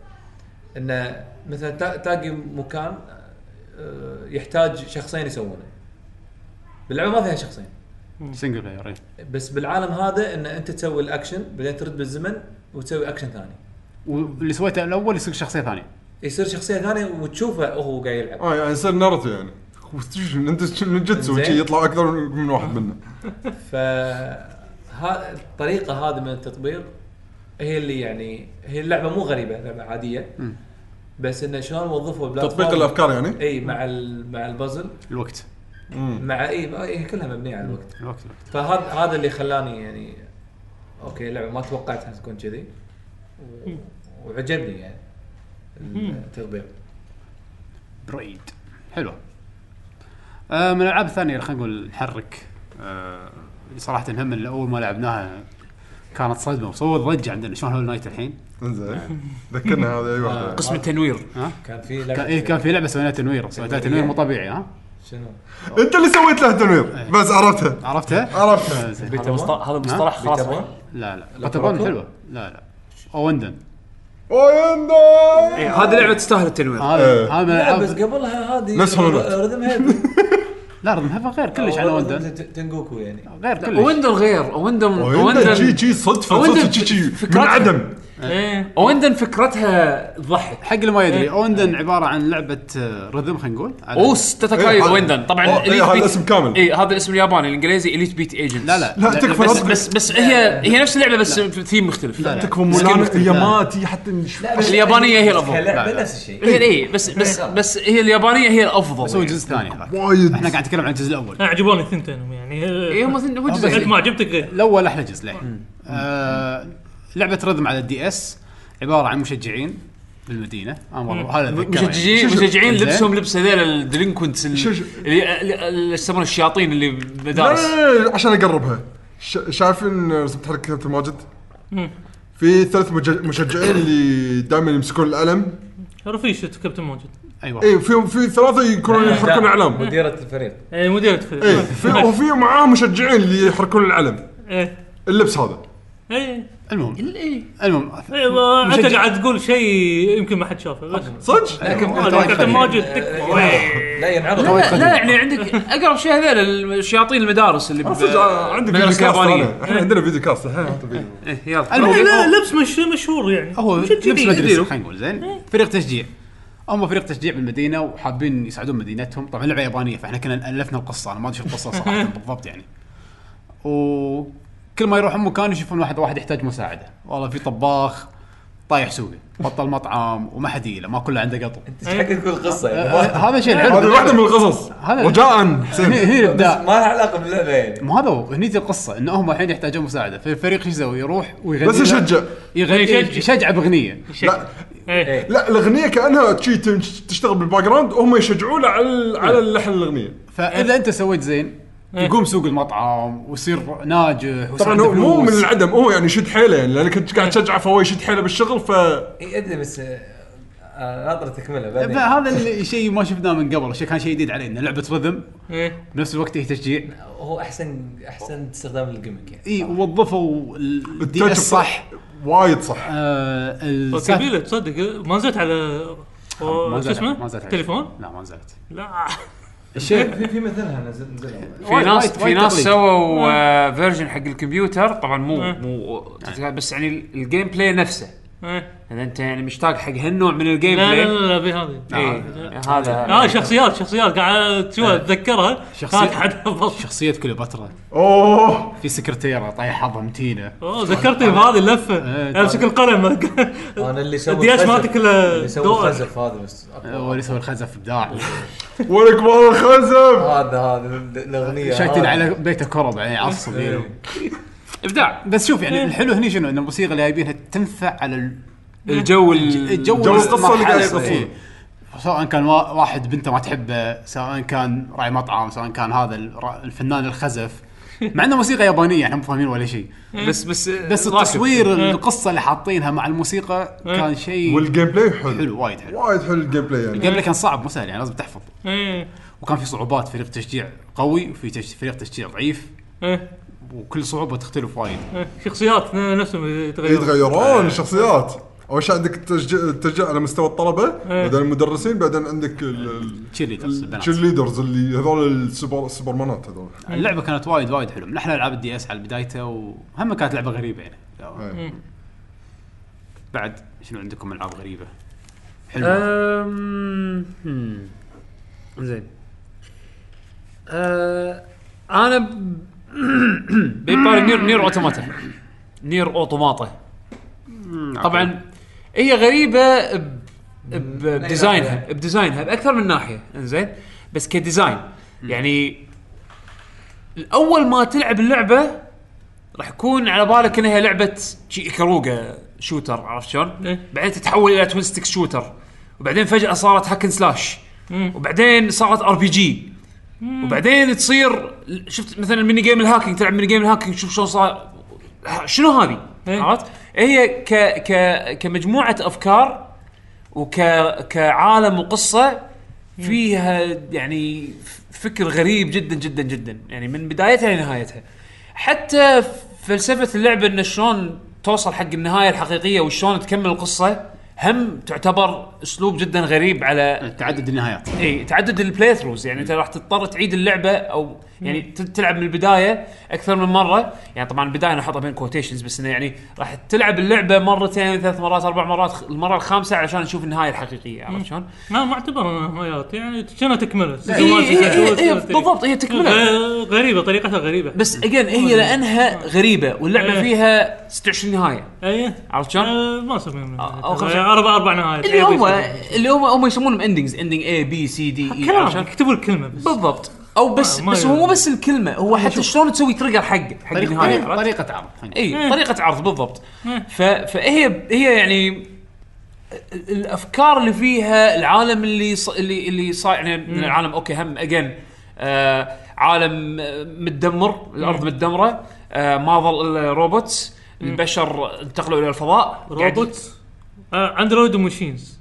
انه مثلا تا- تلاقي مكان آه، يحتاج شخصين يسوونه باللعبه ما فيها شخصين سنجل بلاير إيه. بس بالعالم هذا ان انت تسوي الاكشن بعدين ترد بالزمن وتسوي اكشن ثاني واللي سويته الاول يصير شخصيه ثانيه يصير شخصيه ثانيه وتشوفه وهو قاعد يلعب اه يعني آه، (laughs) يصير نارتو يعني نجتسو زين. يطلع اكثر من واحد منا ف ها الطريقه هذه من التطبيق هي اللي يعني هي اللعبه مو غريبه لعبه عاديه بس انه شلون وظفوا تطبيق الافكار يعني اي مع ال- مع البازل الوقت مع اي إي، كلها مبنيه على الوقت الوقت الوقت فهذا هذا اللي خلاني يعني اوكي لعبه ما توقعتها تكون كذي و- وعجبني يعني التطبيق بريد حلوه آه من الالعاب الثانيه اللي خلينا نقول نحرك آه صراحه هم اللي اول ما لعبناها كانت صدمه وصوت ضجه عندنا شلون هول نايت الحين نعم. انزين ذكرنا هذا أيوة. اي آه. واحد قسم التنوير كان في كان, لعبه إيه كان في لعبه سويناها تنوير سويتها تنوير مو طبيعي ها شنو؟ انت اللي سويت له إيه. تنوير بس عرفتها عرفتها؟ عرفتها آه، زين. هذا مصطلح هذا مصطلح خلاص بيتا إيه، بون؟ لا لا باتابون حلوه لا لا اوندن ويندر إيه. هذه لعبه تستاهل التنوير هذا إيه. هذا من لا بس الألعاب- قبلها هذه نفس هولو نايت. رذم هيد لا رضم هفا غير كلش عن اوندن تنجوكو يعني غير كلش اويندن غير اويندن ويندر جي جي صدفه ويندر صدفه جي جي من فكرتها. عدم ايه اويندن فكرتها تضحك حق اللي ما يدري اوندن عباره عن لعبه آه، رذم خلينا نقول على- اوس تاتاكاي إيه، هذا- اويندن طبعا أوه، إيه، Elite هذا Beat- اسم كامل. اي هذا الاسم الياباني الانجليزي اليت بيت ايجنت لا لا لا تكفى بس لا بس بس هي هي نفس اللعبه بس بثيم مختلف لا. تكفى مو سكيل لا- مختلف. هي ما تي حتى نشوف. اليابانية هي الأفضل. لا، لا. كلعبه نفس الشيء هي اي بس بس بس هي اليابانيه هي يعني. الافضل سوي جزء ثاني هذاك وايد. احنا قاعد نتكلم عن الجزء الاول عجبوني الثنتين يعني اي إيه هم اثنين- هو بس جزئين. ما عجبتك إيه. غير الاول احلى جزء ليه آه لعبه رذم على الدي اس عباره عن مشجعين بالمدينه انا والله هذا أتذكره يعني. مشجعين شوف- مشجعين زين. لبسهم لبس هذول الدلينكونتس شوف- اللي شوف. اللي- اللي- اللي يسمون الشياطين اللي لا، بالمدارس لا، لا، إيه، عشان اقربها ش- شايفين رسمت حركه كابتن ماجد مم. في ثلاث مج- مشجعين اللي دائما يمسكون القلم رفيشة كابتن موجود ايوه إيه. اي في في ثلاثه يكونون إيه، يحركون اعلام مديره الفريق اي مديرة فريق اي في وفي معاهم مشجعين اللي يحركون العلم ايه اللبس هذا ايه المهم المهم إيه، ما- انت مشجع. قاعد تقول شيء يمكن ما حد شافه بس صدق؟ إيه. لكن آه، كابتن طيب، ماجد تكفى. لا لا، (laughs) ينعرض لا لا، يعني عندك اقرب شيء هذول الشياطين المدارس اللي أنا صدق آه، عندي فيديو مدارس كاست يابانيه أنا. احنا عندنا فيديو كاست الحين نحط فيديو. إيه، يلا لا، لا المهم لبس مش مشهور يعني هو مش إيه. لبس جديد. مدرسه خلينا نقول زين فريق تشجيع هم فريق تشجيع بالمدينه وحابين يساعدون مدينتهم طبعا لعبه يابانيه فاحنا كنا الفنا القصه انا ما ادري شو القصه (laughs) صراحه بالضبط يعني وكل ما يروحون مكان يشوفون واحد واحد يحتاج مساعده والله في طباخ طايح سوقه بطل مطعم وما حد يله ما كله عنده قطو انت حق تقول قصه آه، يعني ما- آه، هذا شيء حلو هذه واحده من القصص هذا- رجاء هي حسين هي بس الابداع ما لها علاقه باللعبه يعني ما هذا هو هني دي القصه ان هم الحين يحتاجون مساعده فالفريق شو يسوي يروح ويغني بس له- يشجع يغني يشجع. يشجع باغنيه لا ايه إيه. لا الاغنيه كانها شي تم- تشتغل بالباك جراوند وهم يشجعونه على على لحن الاغنيه فاذا انت سويت زين إيه. يقوم سوق المطعم ويصير ناجح ويصير طبعا عنده هو مو من فلوس. العدم هو يعني يشد حيله يعني لانك كنت قاعد تشجعه فهو يشد حيله بالشغل ف اي ادري بس آه، آه، ناطر تكمله بعدين فهذا الشيء ما شفناه من قبل شيء كان شيء جديد علينا لعبه رذم ايه بنفس الوقت هي تشجيع هو احسن احسن استخدام الجيمك يعني اي وظفوا الدي اس صح وايد صح آه السات- كبيرة تصدق ما نزلت على آه، ما شو نزلت- ما اسمه؟ نزلت عليه. تليفون؟ لا ما نزلت لا الشيء في في مثلها نزل نزلها في ناس في ناس سووا نعم. سووا آه، فيرجن حق الكمبيوتر طبعا مو آه. مو بس يعني الجيم بلاي نفسه إيه. اذا انت يعني مشتاق حق هالنوع من الجيم لا لا بلاي لا لا في هذه نعم. إيه، اه هذا شخصيات شخصيات قاعد شو اتذكرها إيه. شخصيات. كانت حد شخصيه كليوباترا اوه في سكرتيره طايحه ضمتينه اوه ذكرتني بهذه اللفه إيه، امسك القلم (laughs) انا اللي سوى الدياش الخزف- مالتك إلا اللي سوى دور. الخزف هذا بس أقوى. هو اللي يسوي الخزف ابداع ولك مال الخزف هذا هذا الاغنيه شايتين آه. هذا. على بيته كرب يعني يعصب إيه. ابداع بس شوف إيه. يعني الحلو هنا شنو ان الموسيقى اللي جايبينها تنفع على ال- الجو الجو جو القصة اللي قاعد المرحلة. يقصون. إيه. سواء كان وا- واحد بنته ما تحبه سواء كان راعي مطعم سواء كان هذا الر- الفنان الخزف مع انه موسيقى يابانيه احنا مو فاهمين ولا شيء نعم. بس بس بس راكب. التصوير إيه. القصه اللي حاطينها مع الموسيقى كان شيء والجيم بلاي حلو حلو وايد حلو وايد حلو الجيم بلاي يعني قبل كان صعب مو سهل يعني لازم تحفظ ايه وكان في صعوبات فريق تشجيع قوي وفي تش- فريق تشجيع ضعيف ايه وكل صعوبه تختلف وايد إيه. شخصيات نفسهم يتغيرون يتغيرون الشخصيات اول شيء عندك التشجيع التشجيع على مستوى الطلبه بعدين المدرسين بعدين عندك إيه. cheerleaders، البنات. الليدرز اللي هذول السوبر سوبرمانات هذول اللعبه كانت وايد وايد حلوه من احلى العاب الدي اس على بدايته وهم كانت لعبه غريبه يعني إيه. بعد شنو عندكم العاب غريبه؟ حلوه أم، هم. زين آه انا ب- (clears throat) بيبال نير نير اوتوماتا نير اوتوماتا نعم. طبعا هي غريبه ب- ب- بديزاينها بديزاينها باكثر من ناحيه انزين بس كديزاين يعني الاول ما تلعب اللعبه راح يكون على بالك انها لعبه شي كروجا شوتر عرفت شلون؟ إيه. بعدين تتحول الى توين ستيك شوتر وبعدين فجاه صارت هاكن سلاش مم. وبعدين صارت ار بي جي وبعدين تصير شفت مثلا الميني جيم الهاكينج تلعب ميني جيم الهاكينج شوف شلون صار شنو هذه؟ إيه. عرفت؟ هي ك ك كمجموعه افكار وك كعالم وقصه فيها يعني فكر غريب جدا جدا جدا يعني من بدايتها لنهايتها حتى فلسفه اللعبه ان شلون توصل حق النهايه الحقيقيه وشلون تكمل القصه هم تعتبر اسلوب جدا غريب على تعدد النهايات اي إيه، تعدد البلاي ثروز يعني انت راح تضطر تعيد اللعبه او يعني ت- تلعب من البدايه اكثر من مره يعني طبعا البدايه انا احطها بين كوتيشنز بس انه يعني راح تلعب اللعبه مرتين ثلاث مرات اربع مرات خ- المره الخامسه علشان نشوف النهايه الحقيقيه عرفت شلون؟ ما ما اعتبرها نهايات يعني كانها تكمله إي- إيه، إي- إي- إي، بالضبط هي تكمله غ- غريبه طريقتها غريبه بس اجين هي لانها غريبه واللعبه إيه. فيها 26 نهايه اي عرفت شلون؟ إيه. ما اسميهم أو- نهايات. أو خمسة. اربع اربع نهايات إيه، اللي أي هم إيه، بيسمونهم. اللي هم هم يسمونهم اندنجز اندنج اي بي سي دي اي E، عرفت كلام شلون؟ يكتبوا الكلمه بس بالضبط او بس ما- ما بس هو يعني. مو بس الكلمه هو حتى شلون تسوي تريجر حق حق طريقة- النهايه طريقة عرفت؟ طريقة عرض خلينا اي إيه. طريقه عرض بالضبط إيه. ف... فهي هي يعني ال- الافكار اللي فيها العالم اللي ص... اللي اللي صا... يعني من العالم اوكي هم اجين آه عالم آه، متدمر الارض متدمره آه ما ظل الا روبوتس البشر انتقلوا الى الفضاء روبوت آه، اندرويد وماشينز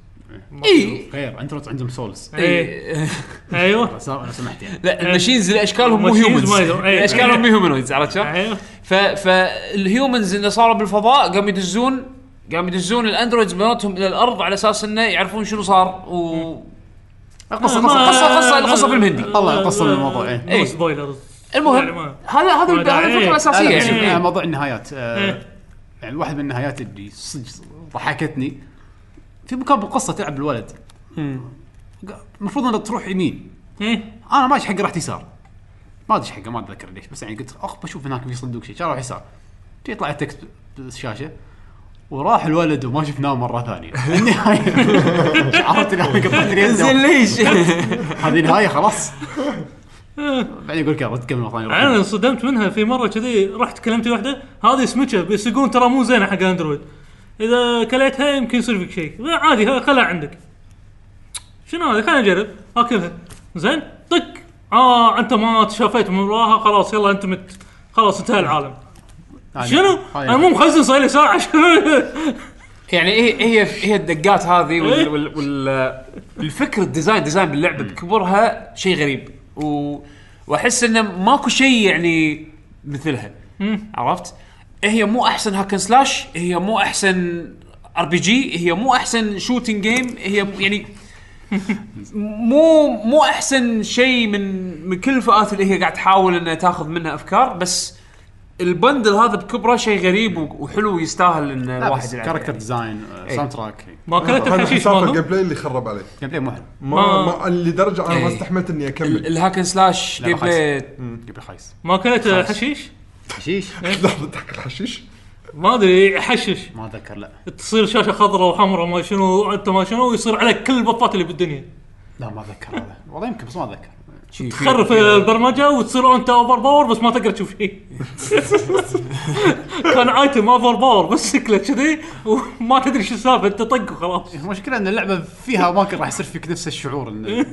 اي غير انتروت عندهم سولز إيه. اي ايوه لو سمحت يعني (laughs) لا الماشينز اللي اشكالهم مو الماشينز هيومنز ما يدرون. إيه. اشكالهم مو هيومنويدز عرفت شلون؟ ايوه ف فالهيومنز اللي صاروا بالفضاء قاموا يدزون قاموا يدزون الاندرويدز مالتهم الى الارض على اساس انه يعرفون شنو صار و قصة ما- قصة قصة- قصة- قصة فيلم هندي. طلع قصة من الموضوع إيه. إيه. مو سبويلرز يعني المهم ما- هذا هذا ما هذا الفكره إيه. الاساسيه أنا بس- يعني آه، موضوع النهايات آه، إيه. يعني واحد من النهايات اللي صدق ضحكتني في مكان بالقصه تلعب الولد قا- المفروض انك تروح يمين إيه. ايه انا ماشي حق رحت يسار ما ادري إيش حقه ما اتذكر ليش بس يعني قلت اخ بشوف هناك في صندوق شيء اروح يسار جي يطلع التكست بالشاشه وراح الولد وما شفناه مره (laughs) (laughs) ثانيه النهايه شعرت اني انا قطعت لي زين يده. ليش؟ هذه نهايه خلاص بعدين يقول لك يلا تكمل مرة ثانيه انا انصدمت منها في مره كذي رحت كلمت واحده هذه سمكه بس يقولون ترى مو زينه حق اندرويد اذا كليتها يمكن يصير فيك شيء لا، عادي ها- خلها عندك شنو هذا خلينا نجرب اكلها زين طق اه انت ما تشافيت من وراها خلاص يلا انت مت خلاص انتهى العالم هذه- شنو؟ هاي- انا مو مخزن صار لي (laughs) ساعه شنو؟ يعني هي هي هي الدقات هذه وال وال, وال الفكر الديزاين ديزاين باللعبه بكبرها شيء غريب و واحس انه ماكو شيء يعني مثلها عرفت؟ هي مو احسن هاكن سلاش هي مو احسن ار بي جي هي مو احسن شوتنج جيم هي م- يعني مو مو احسن شيء من من كل الفئات اللي هي قاعد تحاول انها تاخذ منها افكار بس البندل هذا بكبره شيء غريب و- وحلو يستاهل ان لا الواحد بس يلعب كاركتر يعني. ديزاين آه، إيه. ساوند تراك ما اكلت (laughs) هذا الحشيش حساب مالهم الجيم بلاي اللي خرب عليه جيم بلاي مو حلو ما, ما- ما لدرجه انا ما إيه. استحملت اني ال- اكمل الهاكن سلاش لا، جيم بلاي خايس. جيم بلاي خايس ما اكلت حشيش حشيش (laughs) لحظه تاكل حشيش ما ادري يحشش ما اتذكر لا تصير شاشه خضراء وحمراء ما شنو انت ما شنو ويصير عليك كل البطات اللي بالدنيا لا ما اتذكر هذا والله يمكن بس ما اتذكر شي في- تخرف البرمجه وتصير انت اوفر باور بس ما تقدر تشوف شيء كان ايتم اوفر باور بس شكله كذي وما تدري شو السالفه انت طق وخلاص المشكله ان اللعبه فيها اماكن راح يصير فيك نفس الشعور إن-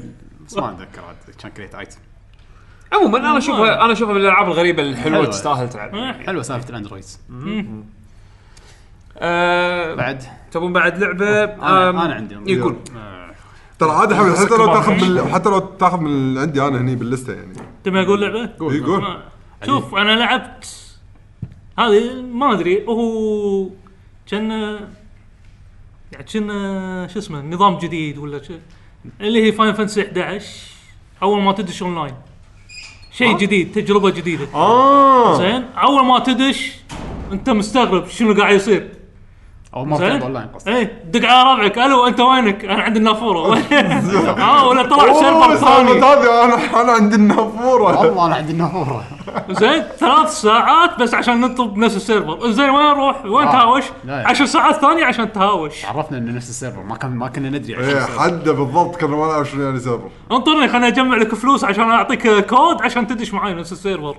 بس ما اتذكر هذا كان كريت ايتم عموما انا اشوفها انا اشوفها من الالعاب الغريبه الحلوه حلوة. تستاهل تلعب حلوه سالفه الاندرويدز آه، بعد تبون بعد لعبه انا, آم، أنا عندي يقول آه، ترى عادي حبيبي حتى لو تاخذ من حتى لو تاخذ من اللي عندي انا هني باللسته يعني إيه، تبي اقول لعبه؟ (laughs) يقول شوف انا لعبت هذه ما ادري هو كان يعني كان شو اسمه نظام جديد ولا شو اللي هي فاين فانسي 11 اول ما تدش اونلاين شيء جديد تجربه جديده اه زين اول ما تدش انت مستغرب شنو قاعد يصير او ما في زين؟ لعبه اونلاين قصدي ايه دق على ربعك الو انت وينك؟ انا عندي النافوره (laughs) اه ولا طلع شربه أوه، سالفة ثاني هذه انا انا عندي النافوره والله انا عندي النافوره زين ثلاث ساعات بس عشان نطلب نفس السيرفر زين وين نروح؟ وين آه. تهاوش؟ لا يعني. عشر ساعات ثانية عشان تهاوش عرفنا انه نفس السيرفر ما كان ما كنا ندري عن ايه السيرفر. حده بالضبط كنا ما نعرف شنو يعني سيرفر انطرني خليني اجمع لك فلوس عشان اعطيك كود عشان تدش معي نفس السيرفر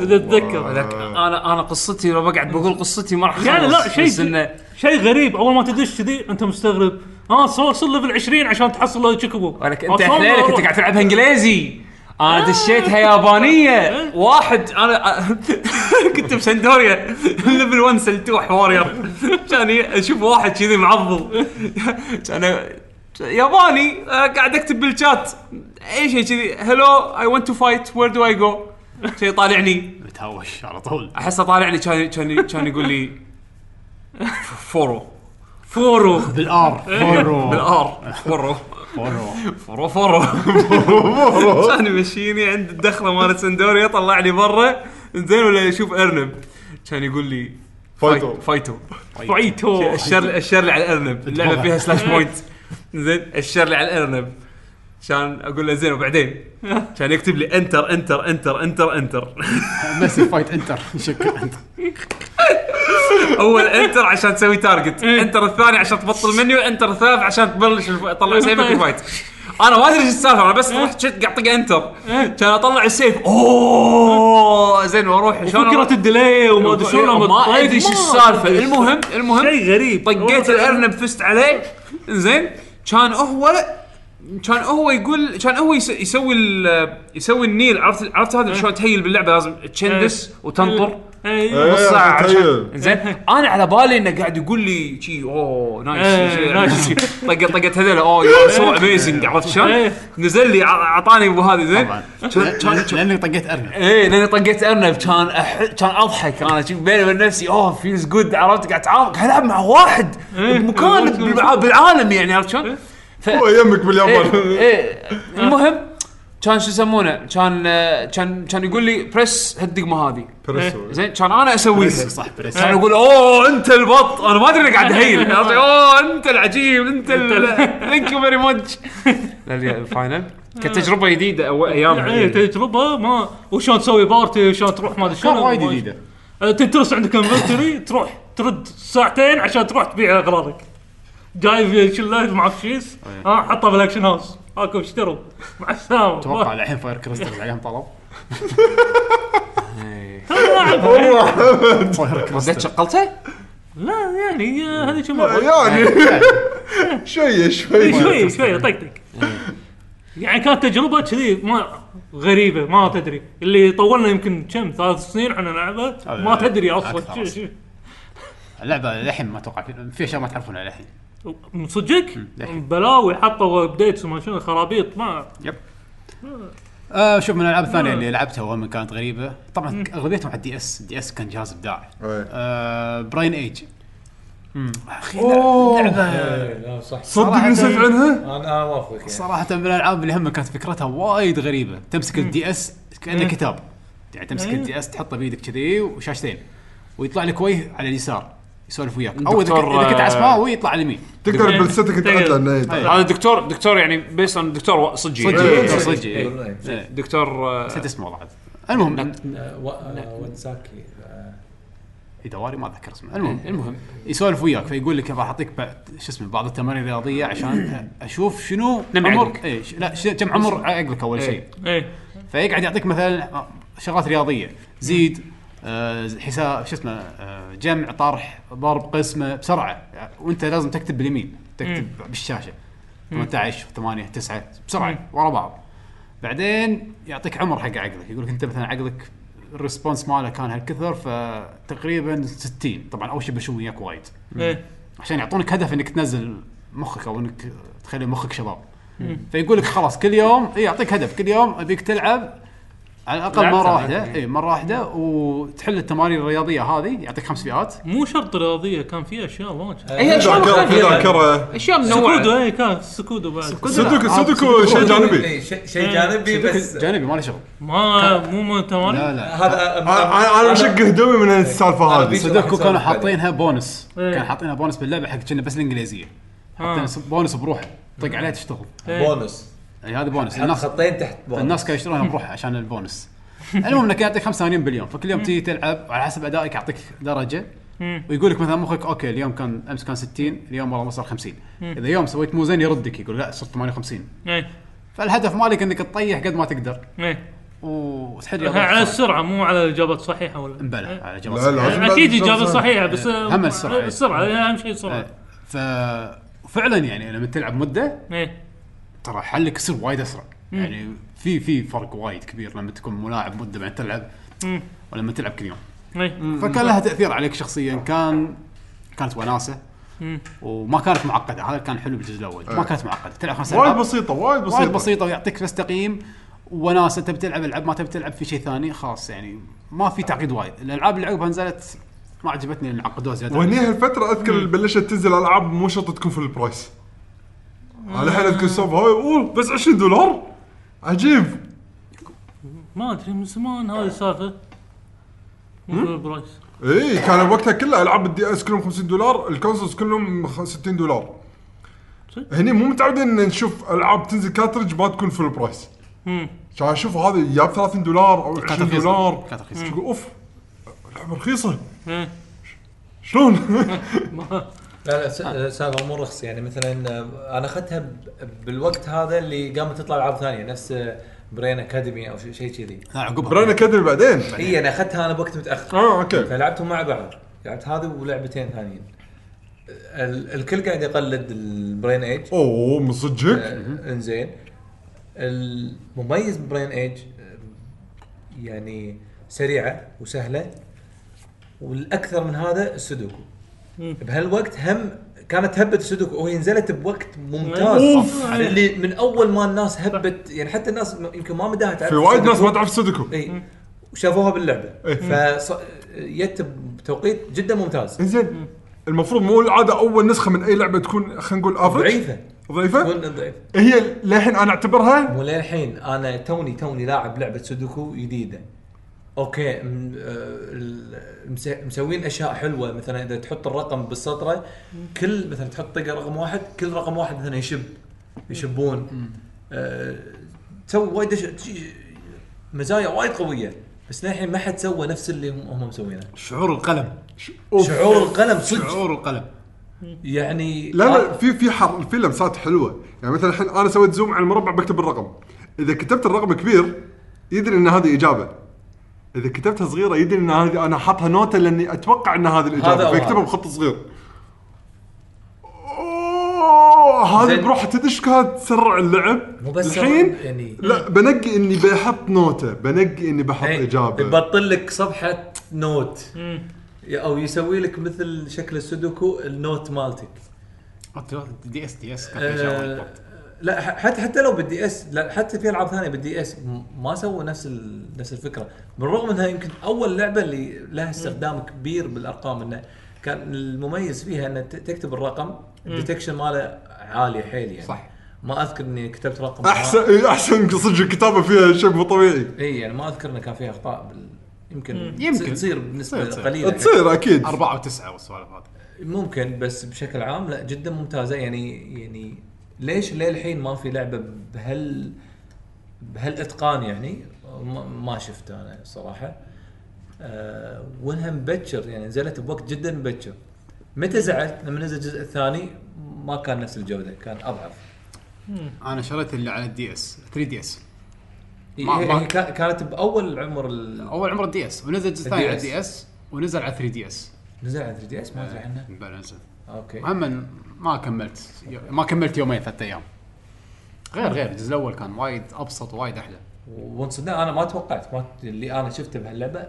تتذكر لك انا انا قصتي لو بقعد بقول قصتي ما راح يعني لا أخلص، شيء بس انه شيء غريب اول ما تدش كذي انت مستغرب اه صار وصل ليفل 20 عشان تحصل له تشيكوبو ولك انت حليلك انت قاعد تلعبها انجليزي انا دشيتها يابانيه واحد انا (laughs) كنت بسندوريا ليفل 1 سلتوح وارير كان ي- اشوف واحد كذي معضل كان ياباني أنا قاعد اكتب بالشات اي شيء كذي هلو اي ونت تو فايت وير دو اي جو شي طالعني متهوش على طول احسه طالعني كان كان كان يقول لي oh." فورو (laughs) فورو بالار فورو بالار فورو فرو فورو فرو كان يمشيني عند الدخله مالت سندوريا يطلعني برا زين ولا يشوف ارنب كان يقول لي فايتو. فايت- فايتو فايتو اشر لي اشر لي على الارنب اللعبه فيها سلاش بوينت زين اشر لي على الارنب كان اقول له زين وبعدين كان يكتب لي انتر انتر انتر انتر انتر ميسي فايت انتر (laughs) شكرا انت اول انتر عشان تسوي تارجت انتر الثاني عشان تبطل منيو انتر الثالث عشان تبلش الف- تطلع سيفك الفايت انا ما ادري ايش السالفه انا بس رحت شت قاعد طق انتر كان اطلع السيف اوه زين واروح شلون فكرة الديلي وما ادري شو لما ما تطيق. ادري ايش ما السالفه أدري. المهم المهم شيء غريب طقيت الارنب فزت عليه زين كان هو كان هو يقول كان هو يس- يسوي ال- يسوي النيل عرفت عرفت هذا شلون تهيل باللعبه لازم تشندس وتنطر إيه. نص إيه، ساعة متخيل. عشان زين انا على بالي انه قاعد يقول لي شي اوه إيه، نايس (laughs) طقت طقت هذول اوه يو ار سو اميزنج عرفت شلون؟ إيه. نزل لي ع- اعطاني ابو هذه زين طبعا كان- كان- لأن- لاني طقيت ارنب ايه لاني طقيت ارنب كان أح... كان اضحك انا شي بيني وبين نفسي اوه فيلز جود عرفت قاعد اتعامل قاعد العب مع واحد إيه. بمكان بالع- بالعالم يعني عرفت شلون؟ ف... هو يمك باليابان ايه إيه. المهم كان شو يسمونه كان آه، كان كان يقول لي بريس هالدقمه هذه بريسو. زين كان انا اسويها صح بريس كان يعني يقول اوه انت البط انا ما ادري انا قاعد (laughs) اهيل قصدي، اوه انت العجيب انت (laughs) ثانك يو فيري ماتش الفاينل كانت تجربه جديده او ايامها اي آه. إيه. تجربه ما وشلون تسوي بارتي شلون تروح ما ادري كان شنو وايد جديده آه، تنترس عندك انفنتوري تروح ترد ساعتين عشان تروح تبيع اغراضك جايب شلات معك شيس إيه. ها حطها بالاكشن هاوس هاكم اشتروا مع السلامه اتوقع (laughs) الحين فاير كريستال عليهم طلب (laughs) فاير زين كريستال شغلته؟ لا يعني آه، هذه شو يعني شويه شويه شوي شوي طقطق يعني كانت تجربه كذي ما غريبه ما تدري اللي طولنا يمكن كم ثلاث سنين احنا نلعبها ما هذا تدري اصلا أكثر شو- شو- اللعبه للحين ما اتوقع في- في اشياء ما تعرفونها للحين من صدقك للحين. بلاوي حطوا ابديتس وما شنو خرابيط ما آه شوف من الالعاب الثانيه اللي لعبتها وهم كانت غريبه طبعا اغلبيتهم على الدي اس الدي اس كان جهاز ابداع إيه. آه براين ايج اخي آه. لعبه لا صح صدق نسيت عنها انا انا اوافقك يعني. صراحة من الالعاب اللي هم كانت فكرتها وايد غريبة، تمسك الدي اس كانه إيه. كتاب. يعني تمسك الدي اس تحطه بايدك كذي وشاشتين ويطلع لك وجه على اليسار يسولف وياك او اذا دكتور، كنت- إذا كنت آه، عسماء وهو يطلع على اليمين. تقدر بلستك تعدل عنها هذا الدكتور دكتور يعني بيس اون دكتور صجي صجي يعني. إيه. دكتور صجي إيه. يقولون إيه. إيه. دكتور آه، نسيت اسمه والله عاد. المهم آه، و- آه، واتساكي آه، ادواري ما اتذكر اسمه، المهم المهم يسولف وياك فيقول لك راح اعطيك بعد- شو اسمه بعض التمارين الرياضيه عشان اشوف شنو نم عمر عقلك. اي ش- لا ش- كم عمر عقلك اول شيء ايه فيقعد يعطيك مثلا شغلات رياضيه زيد آه حساب شو اسمه آه جمع طرح ضرب قسمه بسرعه وانت لازم تكتب باليمين تكتب بالشاشه 18 8 9 مم. بسرعه ورا بعض بعدين يعطيك عمر حق عقلك يقول لك انت مثلا عقلك الريسبونس ماله كان هالكثر فتقريبا 60 طبعا اول شيء بشوي وياك وايد ايه عشان يعطونك هدف انك تنزل مخك او انك تخلي مخك شباب فيقول لك خلاص كل يوم إي، يعطيك هدف كل يوم ابيك تلعب على الاقل لعبتها مره لعبتها. واحده اي مره واحده وتحل التمارين الرياضيه هذه يعطيك خمس فئات مو شرط رياضيه كان في اشياء واجد اي اشياء ذاكره في مختلفة. ذاكره اشياء سكودو منوعه اي كان سكودو بعد سودوكو آه، سودوكو شيء جانبي إي، ش- شيء جانبي بس جانبي ما له شغل ما مو مو لا تمارين لا هذا أنا- انا أنا مشق هدومي من السالفه بيش- هذه صدقكم كانوا حاطينها بونس إيه. كان حاطينها بونس باللعبه حق كنا بس الانجليزيه حاطين بونس بروحه طق عليه تشتغل بونس يعني هذا بونس حط الناس خطين تحت بونس الناس كانوا يشترونها (laughs) بروحها عشان البونس المهم انك يعطيك خمس ثواني باليوم فكل يوم تيجي تلعب وعلى حسب ادائك يعطيك درجه مم. ويقول لك مثلا مخك اوكي اليوم كان امس كان 60 اليوم والله صار 50 اذا يوم سويت مو زين يردك يقول لا صرت 58 اي فالهدف مالك انك تطيح قد ما تقدر اي وتحل رياضة إيه. على أخرى. السرعه مو على الاجابات الصحيحه ولا مبلى على جواز لا، لا. يعني اكيد اجابه صحيحه بس إيه. هم السرعة. السرعه إيه، اهم شيء إيه. السرعه ف فعلا يعني لما تلعب مده ايه ترى حلك يصير وايد اسرع يعني في في فرق وايد كبير لما تكون ملاعب مده بعد تلعب مم. ولما تلعب كل يوم ايه فكان لها تاثير عليك شخصيا كان كانت وناسه مم. وما كانت معقده هذا كان حلو بالجزء الاول ما كانت معقده تلعب خمس وايد ألعاب، بسيطه وايد بسيطه وايد بسيطه ويعطيك بس تقييم وناسه تبي تلعب العب ما تبي تلعب في شيء ثاني خلاص يعني ما في تعقيد وايد الالعاب اللي عقبها نزلت ما عجبتني لان عقدوها زياده وهني هالفتره اذكر بلشت تنزل العاب مو شرط تكون في البرايس على حين اذكر سوف هاي اوه بس 20 دولار عجيب ما ادري من زمان هذه السالفه مو البرايس اي إيه، كان وقتها كلها العاب الدي اس كلهم 50 دولار الكونسولز كلهم خ- 60 دولار صدق؟ هني مو متعودين ان نشوف العاب تنزل كاترج ما تكون في البرايس مم. عشان اشوف هذا جاب 30 دولار او 20 رخيصة. دولار كانت رخيصة. شو- اوف لعبه رخيصه إيه. شلون؟ (laughs) ما- لا لا س- سالفه مو رخص يعني مثلا آه، انا اخذتها ب- بالوقت هذا اللي قامت تطلع العاب ثانيه نفس آه، برين اكاديمي او شيء شيء كذي لا عقبها برانا كدري بعدين اي انا اخذتها انا بوقت متاخر اه اوكي فلعبتهم مع بعض لعبت هذه ولعبتين ثانيين ال- الكل قاعد يقلد البرين ايج اوه من صدقك؟ آه، انزين المميز ببرين ايج آه، يعني سريعه وسهله والاكثر من هذا السودوكو بهالوقت هم كانت هبه السودوكو وهي نزلت بوقت ممتاز أوف. اللي من اول ما الناس هبت يعني حتى الناس م- يمكن ما مداها تعرف في وايد السودوكو. ناس ما تعرف سودوكو اي وشافوها باللعبه إيه. فجت بتوقيت جدا ممتاز انزين المفروض مو العاده اول نسخه من اي لعبه تكون خلينا نقول افرج ضعيفه ضعيفه تكون ضعيفه هي للحين انا اعتبرها وللحين انا توني توني لاعب لعبه سودوكو جديده اوكي م- آه، ال- مس- مسوين اشياء حلوه مثلا اذا تحط الرقم بالسطره كل مثلا تحط طقه رقم واحد كل رقم واحد مثلا يشب يشبون آه، تسوي وايد أشياء- تجي- مزايا وايد قويه بس للحين ما حد سوى نفس اللي هم هم مسوينه شعور القلم أوف. شعور القلم صدق شعور القلم يعني لا لا آه، في في حر في لمسات حلوه يعني مثلا الحين انا سويت زوم على المربع بكتب الرقم اذا كتبت الرقم كبير يدري ان هذه اجابه اذا كتبتها صغيره يدري ان هذه انا حاطها نوته لاني اتوقع ان هذه هذا الاجابه أو فيكتبها هذا. بخط صغير أوه، هذه زين. بروحها تدش كانت تسرع اللعب مو بس الحين يعني- لا بنقي اني بحط نوته بنقي اني بحط إيه، اجابه يبطل لك صفحه نوت مم. او يسوي لك مثل شكل السودوكو النوت مالتك دي اس دي اس كان في شعور آه القلم. لا ح- حتى حتى لو بالدي اس لا حتى في العاب ثانيه بالدي اس م- ما سووا نفس ال- نفس الفكره بالرغم انها يمكن اول لعبه اللي لها استخدام كبير بالارقام انه كان المميز فيها ان ت- تكتب الرقم الديتكشن ماله عالي حيل يعني صح. ما اذكر اني كتبت رقم احسن إيه، احسن صدق الكتابه فيها شيء مو طبيعي اي يعني ما اذكر انه كان فيها اخطاء بال... يمكن يمكن. تصير بنسبه تصير- تصير. قليله تصير اكيد أربعة وتسعة والسوالف هذه ممكن بس بشكل عام لا جدا ممتازه يعني يعني ليش للحين ما في لعبه بهال بهالاتقان يعني ما- ما شفت انا صراحه أه وانها مبكر يعني نزلت بوقت جدا مبكر متى زعلت لما نزل الجزء الثاني ما كان نفس الجوده كان اضعف أنا شريت اللي على الدي اس 3 دي اس ما- هي ما- هي يعني كا- كانت باول عمر ال- أول عمر الدي اس ونزل الجزء الثاني على DS. الدي اس ونزل على 3 دي اس نزل على 3 دي اس ما ادري عنه بلا نزل اوكي هم ما كملت ما كملت يومين ثلاث أيام غير غير الجزء الأول كان وايد أبسط ووايد أحلى وانصدام انا ما توقعت ما اللي انا شفته بهاللعبه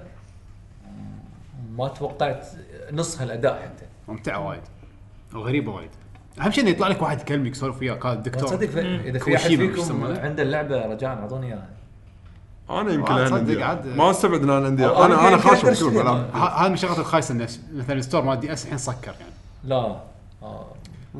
ما توقعت نص هالاداء حتى ممتعة وايد وغريبة وايد أهم شيء إنه يطلع لك واحد يكلمك يسولف وياك هذا الدكتور تصدق ف- اذا في احد كوشيما شو فيكم يسمونه؟ عنده اللعبه رجاء اعطوني اياها انا يمكن عاد صدق لها الانديه عاد- يعني ما استبعد ان لها الانديه أو- أو انا انا يمكن- خاش يمكن بكل أندرسون. ملعب ه- هذا من الشغلات الخايسه انه س- مثلا ستور مال دي اس الحين سكر يعني لا آه.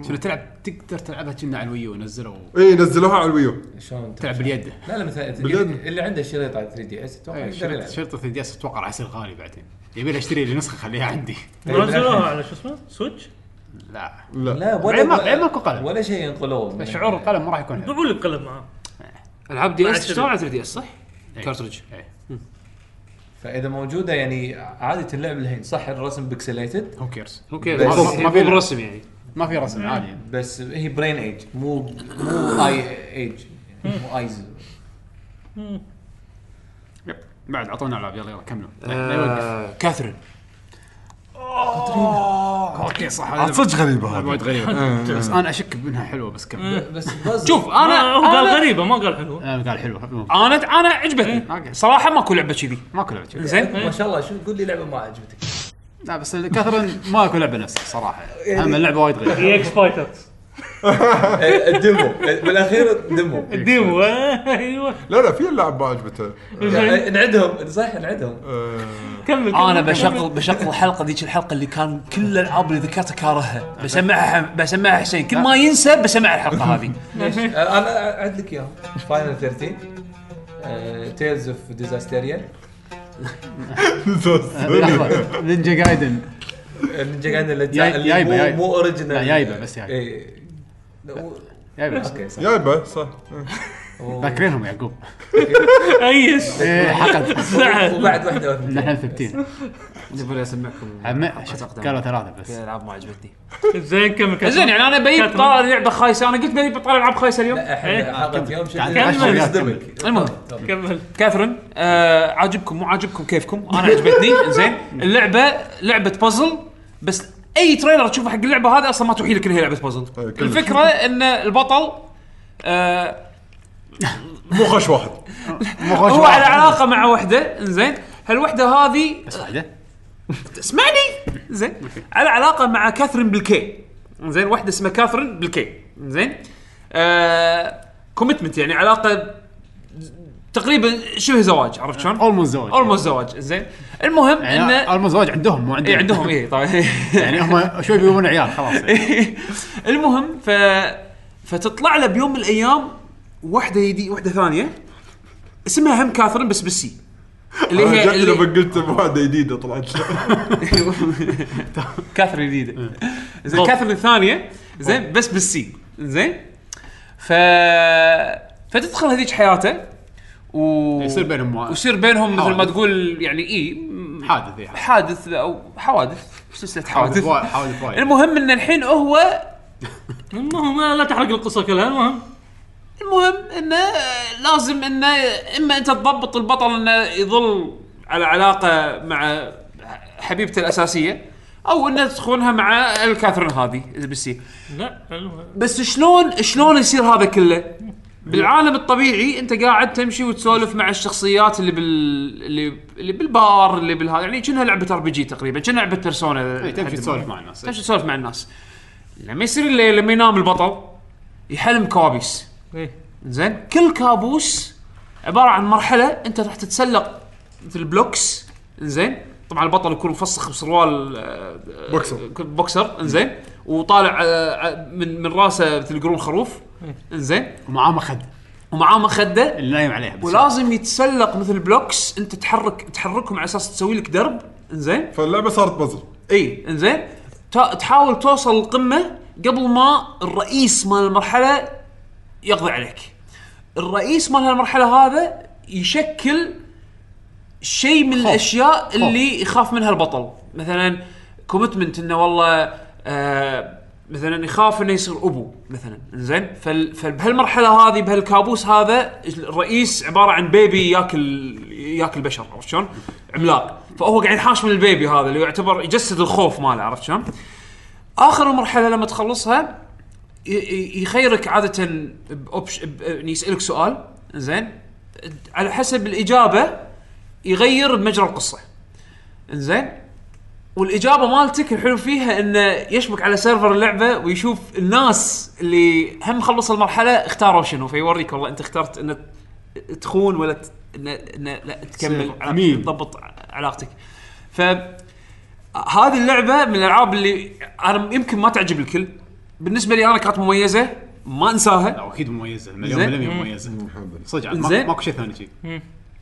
شنو تلعب تقدر تلعبها كنا على الويو نزلوا اي نزلوها إيه، على الويو شلون تلعب باليد لا لا مثلا باليد. اللي عنده شريط على 3 دي اس اتوقع إيه، يقدر شريط- يلعب شريط 3 دي اس اتوقع راح يصير غالي بعدين يبي لي اشتري لي نسخه خليها عندي نزلوها على شو اسمه سويتش لا لا لا بعدين ما- بعدين ماكو قلم. ولا شيء ينقلوه من- شعور القلم ما راح يكون حلو بيعوا لي القلم معاه العاب دي بعد اس شنو؟ تشتغل على 3 دي اس صح؟ إيه. كارترج إيه. فاذا موجوده يعني عاده اللعب الحين صح الرسم بيكسليتد هو كيرز اوكي بس- ما في برسم يعني ما في رسم عادي يعني. بس هي برين ايج مو مو اي ايج يعني مو ايز يب. بعد اعطونا العاب يلا يلا كملوا لا يوقف. آه، كاثرين اوكي صح عاد هذا صدق غريبه هذا وايد هذه غريب بس انا اشك منها حلوه بس كمل بس بس شوف آه، انا هو قال انا غريبه ما قال حلوه انا آه، قال حلو انا انا عجبتني أوكي. صراحه ماكو لعبه كذي ماكو لعبه كذي. زين ما شاء الله شو تقول لي لعبه ما عجبتك لا بس كاثرين ماكو لعبه نفسها صراحه اما اللعبه وايد (laughs) غريبه اي اكس فايترز إيه، الديمو بالاخير الديمو الديمو (laughs) ايوه لا لا في لعب ما عجبته يعني نعدهم إيه. صح نعدهم آه، كمل انا كمل. بشغل بشغل الحلقه ذيك الحلقه اللي كان كل الالعاب اللي ذكرتها كارهها بسمعها بسمعها حسين كل ما ينسى بسمع الحلقه هذه آه، انا اعد لك اياهم فاينل 13 تيلز اوف ديزاستيريا لحظه نينجا جايدن النينجا قاعدة الاجزاء جاي- اللي جايبة- مو جايبة. مو إيه. اوريجنال لا، جايبة بس جايبة. اي يا بس. اوكي صح جايبه صح ذاكرينهم يعقوب ايس إيه، حقا وبعد واحده واحده نحن ثابتين نبغى اسمعكم عم- شوف، قالوا ثلاثه بس العاب ما عجبتني زين كمل كمل إيه. زين يعني انا بيت كاتب. طالع لعبه خايسه انا قلت بيت بطلع العاب خايسه اليوم احنا حلقه يوم شيء تعال كمل. يصدمك المهم. كمل كاثرين آه عاجبكم مو عاجبكم كيفكم انا عجبتني زين اللعبه لعبه بازل بس اي تريلر تشوفه حق اللعبه هذا اصلا ما توحي لك انها لعبه بازل إيه، كلش. الفكره ان البطل آه مو خش واحد هو على علاقه مع وحده زين هالوحده هذه بس واحده اسمعني زين على علاقه مع كاثرين بالكي زين واحده اسمها كاثرين بالكي زين آه كوميتمنت يعني علاقه تقريبا شبه زواج عرفت شلون؟ اولموست زواج اولموست زواج زين المهم يعني انه اولموست زواج عندهم مو عندنا إيه عندهم اي طبعا يعني هم شوي بيبون عيال خلاص يعني. (laughs) المهم ف فتطلع له بيوم من الايام واحده يدي واحده ثانيه اسمها هم كاثرين بس بالسي اللي انا هي جت اللي- لما قلت واحده جديده طلعت كاثرين إيه. جديده زين كاثرين الثانيه زين بس بالسي زين ف فتدخل هذيك حياته و يعني يصير بينهم مو- ويصير بينهم مثل ما حوادث. تقول يعني اي م- حادث إيه، حادث. حادث او حوادث سلسله حوادث وايد- حوادث وايد. المهم ان الحين هو المهم لا تحرق القصه كلها المهم المهم انه لازم انه اما انت تضبط البطل انه يظل على علاقه مع حبيبته الاساسيه او انه تخونها مع الكاثرين هذه اللي بالسي لا المهم. بس شلون شلون يصير هذا كله؟ بالعالم الطبيعي انت قاعد تمشي وتسولف مع الشخصيات اللي بال اللي, اللي بالبار اللي بالهذا يعني كأنها لعبه ار بي جي تقريبا كأنها لعبه بيرسونا إيه، لحد تمشي ما. تسولف مع الناس تمشي تسولف مع الناس لما يصير الليل لما ينام البطل يحلم كوابيس إيه. زين كل كابوس عباره عن مرحله انت راح تتسلق مثل بلوكس زين طبعا البطل يكون مفسخ بسروال آه، بوكسر. آه، بوكسر انزين وطالع آه، آه، من من راسه مثل قرون خروف انزين ومعاه مخد ومعاه مخده اللي نايم عليها بس ولازم يتسلق مثل بلوكس انت تحرك تحركهم على اساس تسوي لك درب انزين فاللعبه صارت بازل اي انزين تا- تحاول توصل القمه قبل ما الرئيس مال المرحله يقضي عليك الرئيس مال هالمرحله هذا يشكل شيء من الاشياء اللي يخاف منها البطل مثلا كوميتمنت انه والله آه مثلا يخاف انه يصير ابو مثلا زين فال- فبهالمرحله هذه بهالكابوس هذا الرئيس عباره عن بيبي ياكل ياكل بشر عرفت شلون؟ عملاق فهو قاعد يحاش من البيبي هذا اللي يعتبر يجسد الخوف ماله عرفت شلون؟ اخر المرحله لما تخلصها ي- ي- يخيرك عاده بأوبش ب- إن يسالك سؤال زين على حسب الاجابه يغير بمجرى القصه زين والاجابه مالتك الحلو فيها انه يشبك على سيرفر اللعبه ويشوف الناس اللي هم خلصوا المرحله اختاروا شنو فيوريك والله انت اخترت ان تخون ولا ت... إن... إن... لا تكمل تصير عميل. عميل تضبط علاقتك ف هذه اللعبه من الالعاب اللي انا يمكن ما تعجب الكل بالنسبه لي انا كانت مميزه ما انساها لا اكيد مميزه مليون زين. بالمية مميزه صدق ما- زين. ماكو شيء ثاني شيء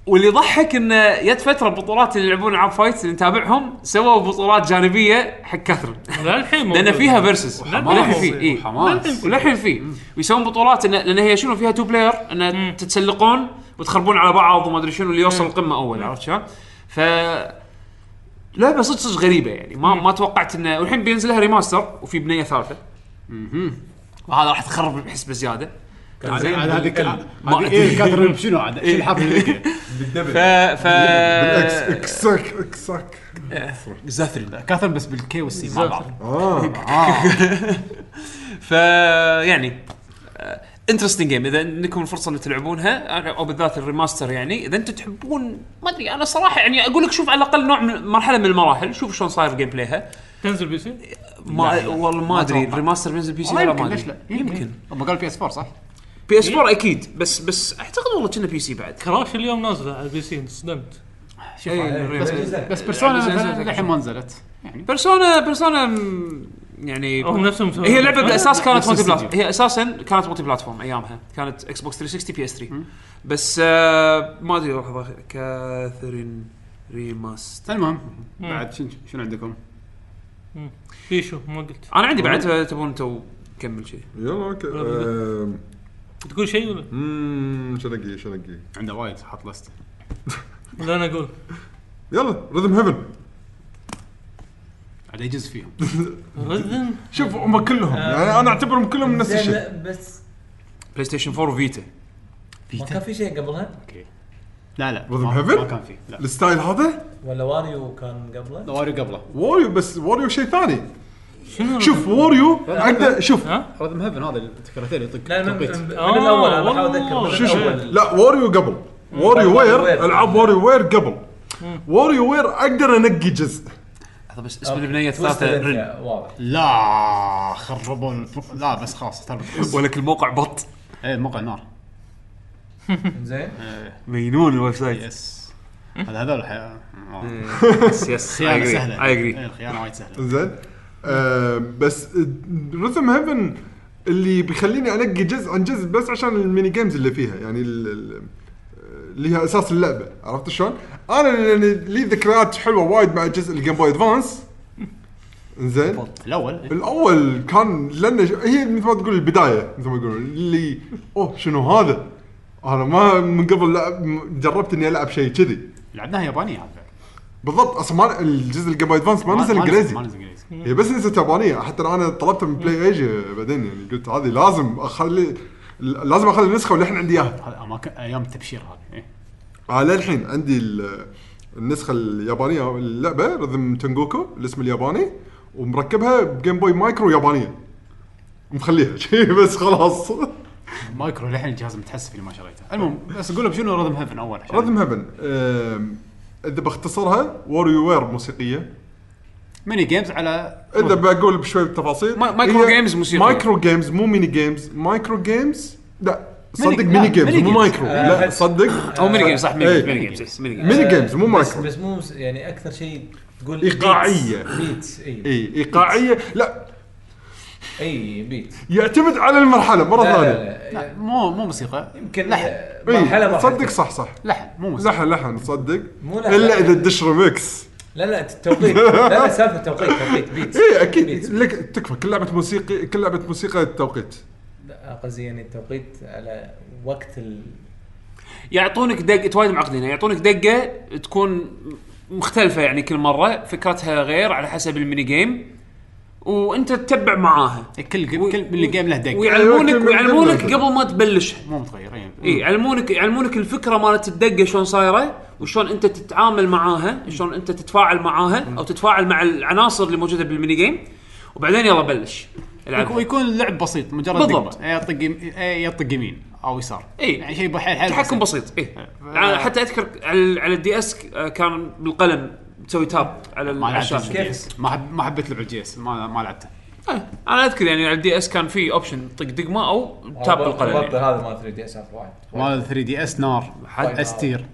واللي ضحك انه جت فتره البطولات اللي يلعبون العاب فايت اللي نتابعهم سووا بطولات جانبيه حق كاثرين للحين لان فيها فيرسز وحماس. للحين في اي حماس وللحين في ويسوون بطولات إن لان هي شنو فيها تو بلاير ان تتسلقون وتخربون على بعض وما ادري شنو اللي يوصل القمه اول عرفت شلون؟ ف لعبه صدق صدق غريبه يعني ما ما توقعت انه والحين بينزل لها ريماستر وفي بنيه ثالثه وهذا راح تخرب الحسبه زياده عاد- عاد هذيك ما- هذه إيه كاترين شنو عاد شو الحرف اللي ذيك؟ ف ف بالاكس اكسك اكسك كاترين بس بالكي والسي مع بعض اه آه. ف يعني انترستنج جيم اذا انكم الفرصه ان تلعبونها أنا- او بالذات الريماستر يعني اذا انتم تحبون ما ادري انا صراحه يعني اقول لك شوف على الاقل نوع من مرحله من المراحل شوف شلون صاير جيم بلايها تنزل بي سي ما والله ما ادري أتوقع. الريماستر بينزل بي سي والله ولا ما يمكن ليش ادري لا؟ يمكن هم قالوا بي اس 4 صح؟ بي اس 4 اكيد بس بس اعتقد والله كنا بي سي بعد كراش اليوم نازله على البي سي انصدمت شوف إيه، بس- جزء. آه، بس بيرسونا زين، زين، مثلاً زين. للحين ما نزلت يعني بيرسونا بيرسونا م، يعني هم نفسهم مسوين هي لعبه بالاساس كانت نفس مالتي الاستديو. بلاتفورم هي اساسا كانت مالتي بلاتفورم ايامها كانت اكس بوكس 360 بي اس 3 بس آه ما ادري لحظه كاثرين ريماست المهم بعد شنو شنو عندكم؟ في شو ما قلت انا عندي بعد آه، تبون انتم كمل شيء يلا اوكي آم، تقول شيء ولا اممم شو انقي شو انقي عنده وايد حاط لست ولا انا اقول يلا ريذم هيفن عاد يجز فيهم رذن شوف هم كلهم آه. يعني انا اعتبرهم كلهم نفس زين، الشيء لا، بس بلاي ستيشن 4 وفيتا ما كان في شيء قبلها لا لا Rhythm ما- Heaven؟ ما كان فيه لا الستايل هذا ولا واريو كان قبله واريو قبله واريو بس واريو شيء ثاني شنو شوف واريو عنده شوف ها رذم هيفن هذا الفكرتين يطق لا من, من, توقيت من آه، الاول انا بحاول اذكر والله. من شو شو الاول لا واريو قبل واريو وير وير. العاب واريو وير قبل واريو وير اقدر انقي جزء لحظه بس اسم البنيه توست الثالثه رن ذكر، واضح لا خربوا الف- لا بس خلاص (laughs) ترى ولك الموقع بط ايه موقع نار زين مجنون الويب سايت يس هذا هذول الحياة آه. يس يس خيانة سهلة اي اجري إيه، الخيانة وايد سهلة زين آه بس ريثم هيفن اللي بيخليني انقي جزء عن جزء بس عشان الميني جيمز اللي فيها يعني ال- ال- اللي هي اساس اللعبه عرفت شلون؟ انا لأني لي ذكريات حلوه وايد مع جزء الجيم بوي ادفانس زين الأول الاول كان لان هي مثل ما تقول البدايه مثل ما يقولون اللي اوه شنو هذا؟ انا ما من قبل لعب جربت اني العب شيء كذي لعبناها يابانية عاد بعد. بالضبط اصلا ما الجزء الجيم بوي ادفانس ما نزل انجليزي ما نزل انجليزي هي بس نسيت يابانيه حتى انا طلبتها من بلاي ايجيا بعدين يعني قلت هذه لازم اخلي لازم اخلي النسخه والحين عندي اياها هذا اماكن ايام التبشير هذه إيه. على الحين آه، عندي ال- النسخه اليابانيه اللعبه رذم تنجوكو الاسم الياباني ومركبها بجيم بوي مايكرو يابانيه مخليها (laughs) شي بس خلاص مايكرو للحين الجهاز متحسف اللي ما شريته المهم بس قول لهم شنو رذم هيفن اول عشان- رذم هيفن أم، اذا بختصرها واريو وير موسيقيه ميني جيمز على اذا بقول بشوي بالتفاصيل ما- مايكرو هي جيمز موسيقية. مايكرو جيمز مو ميني جيمز مايكرو جيمز لا ميني- صدق لا، ميني جيمز ميني مو جيمز. مايكرو لا صدق او ميني جيم صح ميني إيه. جيم، ميني جيم يس، ميني جيم ميني جيمز مو آه، بس مايكرو بس مو مس- يعني اكثر شيء تقول إيقاعية. بيتس اي اي ايقاعيه لا اي بيت يعتمد على المرحله مره لا، لا، ثانيه لا. لا مو مو موسيقى يمكن لحن مرحله اي مرحله صدق إيه، صح صح لحن مو موسيقى لحن لحن صدق مو لحن. الا اذا تدش ريمكس لا لا التوقيت لا (laughs) لا سالفه توقيت توقيت بيت اي اكيد بيت. إيه، لك تكفى كل لعبه موسيقى كل لعبه موسيقى التوقيت لا، قصدي يعني التوقيت على وقت ال يعطونك دق توايد معقدين يعني يعطونك دقه تكون مختلفه يعني كل مره فكرتها غير على حسب الميني جيم وانت تتبع معاها إيه، كل كل ميني جيم له دق أيوة، ويعلمونك كل- ويعلمونك كل- قبل ما تبلشها مو متغير إيه. اي يعلمونك يعلمونك الفكره مالت الدقه شلون صايره وشلون انت تتعامل معاها شلون انت تتفاعل معاها او تتفاعل مع العناصر اللي موجوده بالميني جيم وبعدين يلا بلش العبها. ويكون اللعب بسيط مجرد بالضبط. دق. إيه، يطق يم- إيه، يطق يمين او يسار إيه. يعني شيء حيل حيل تحكم بسيط اي آه. حتى اذكر على على الدي اس كان بالقلم تسوي تاب على ما لعبت الشاشه الجيس ما حب ما حبيت لعب الجيس ما ما لعبته انا اذكر يعني على الدي اس كان في اوبشن طق دقمه او تاب بالقلم المطبع يعني. هذا مال 3 دي اس عفوا واحد مال 3 دي اس نار حد- استير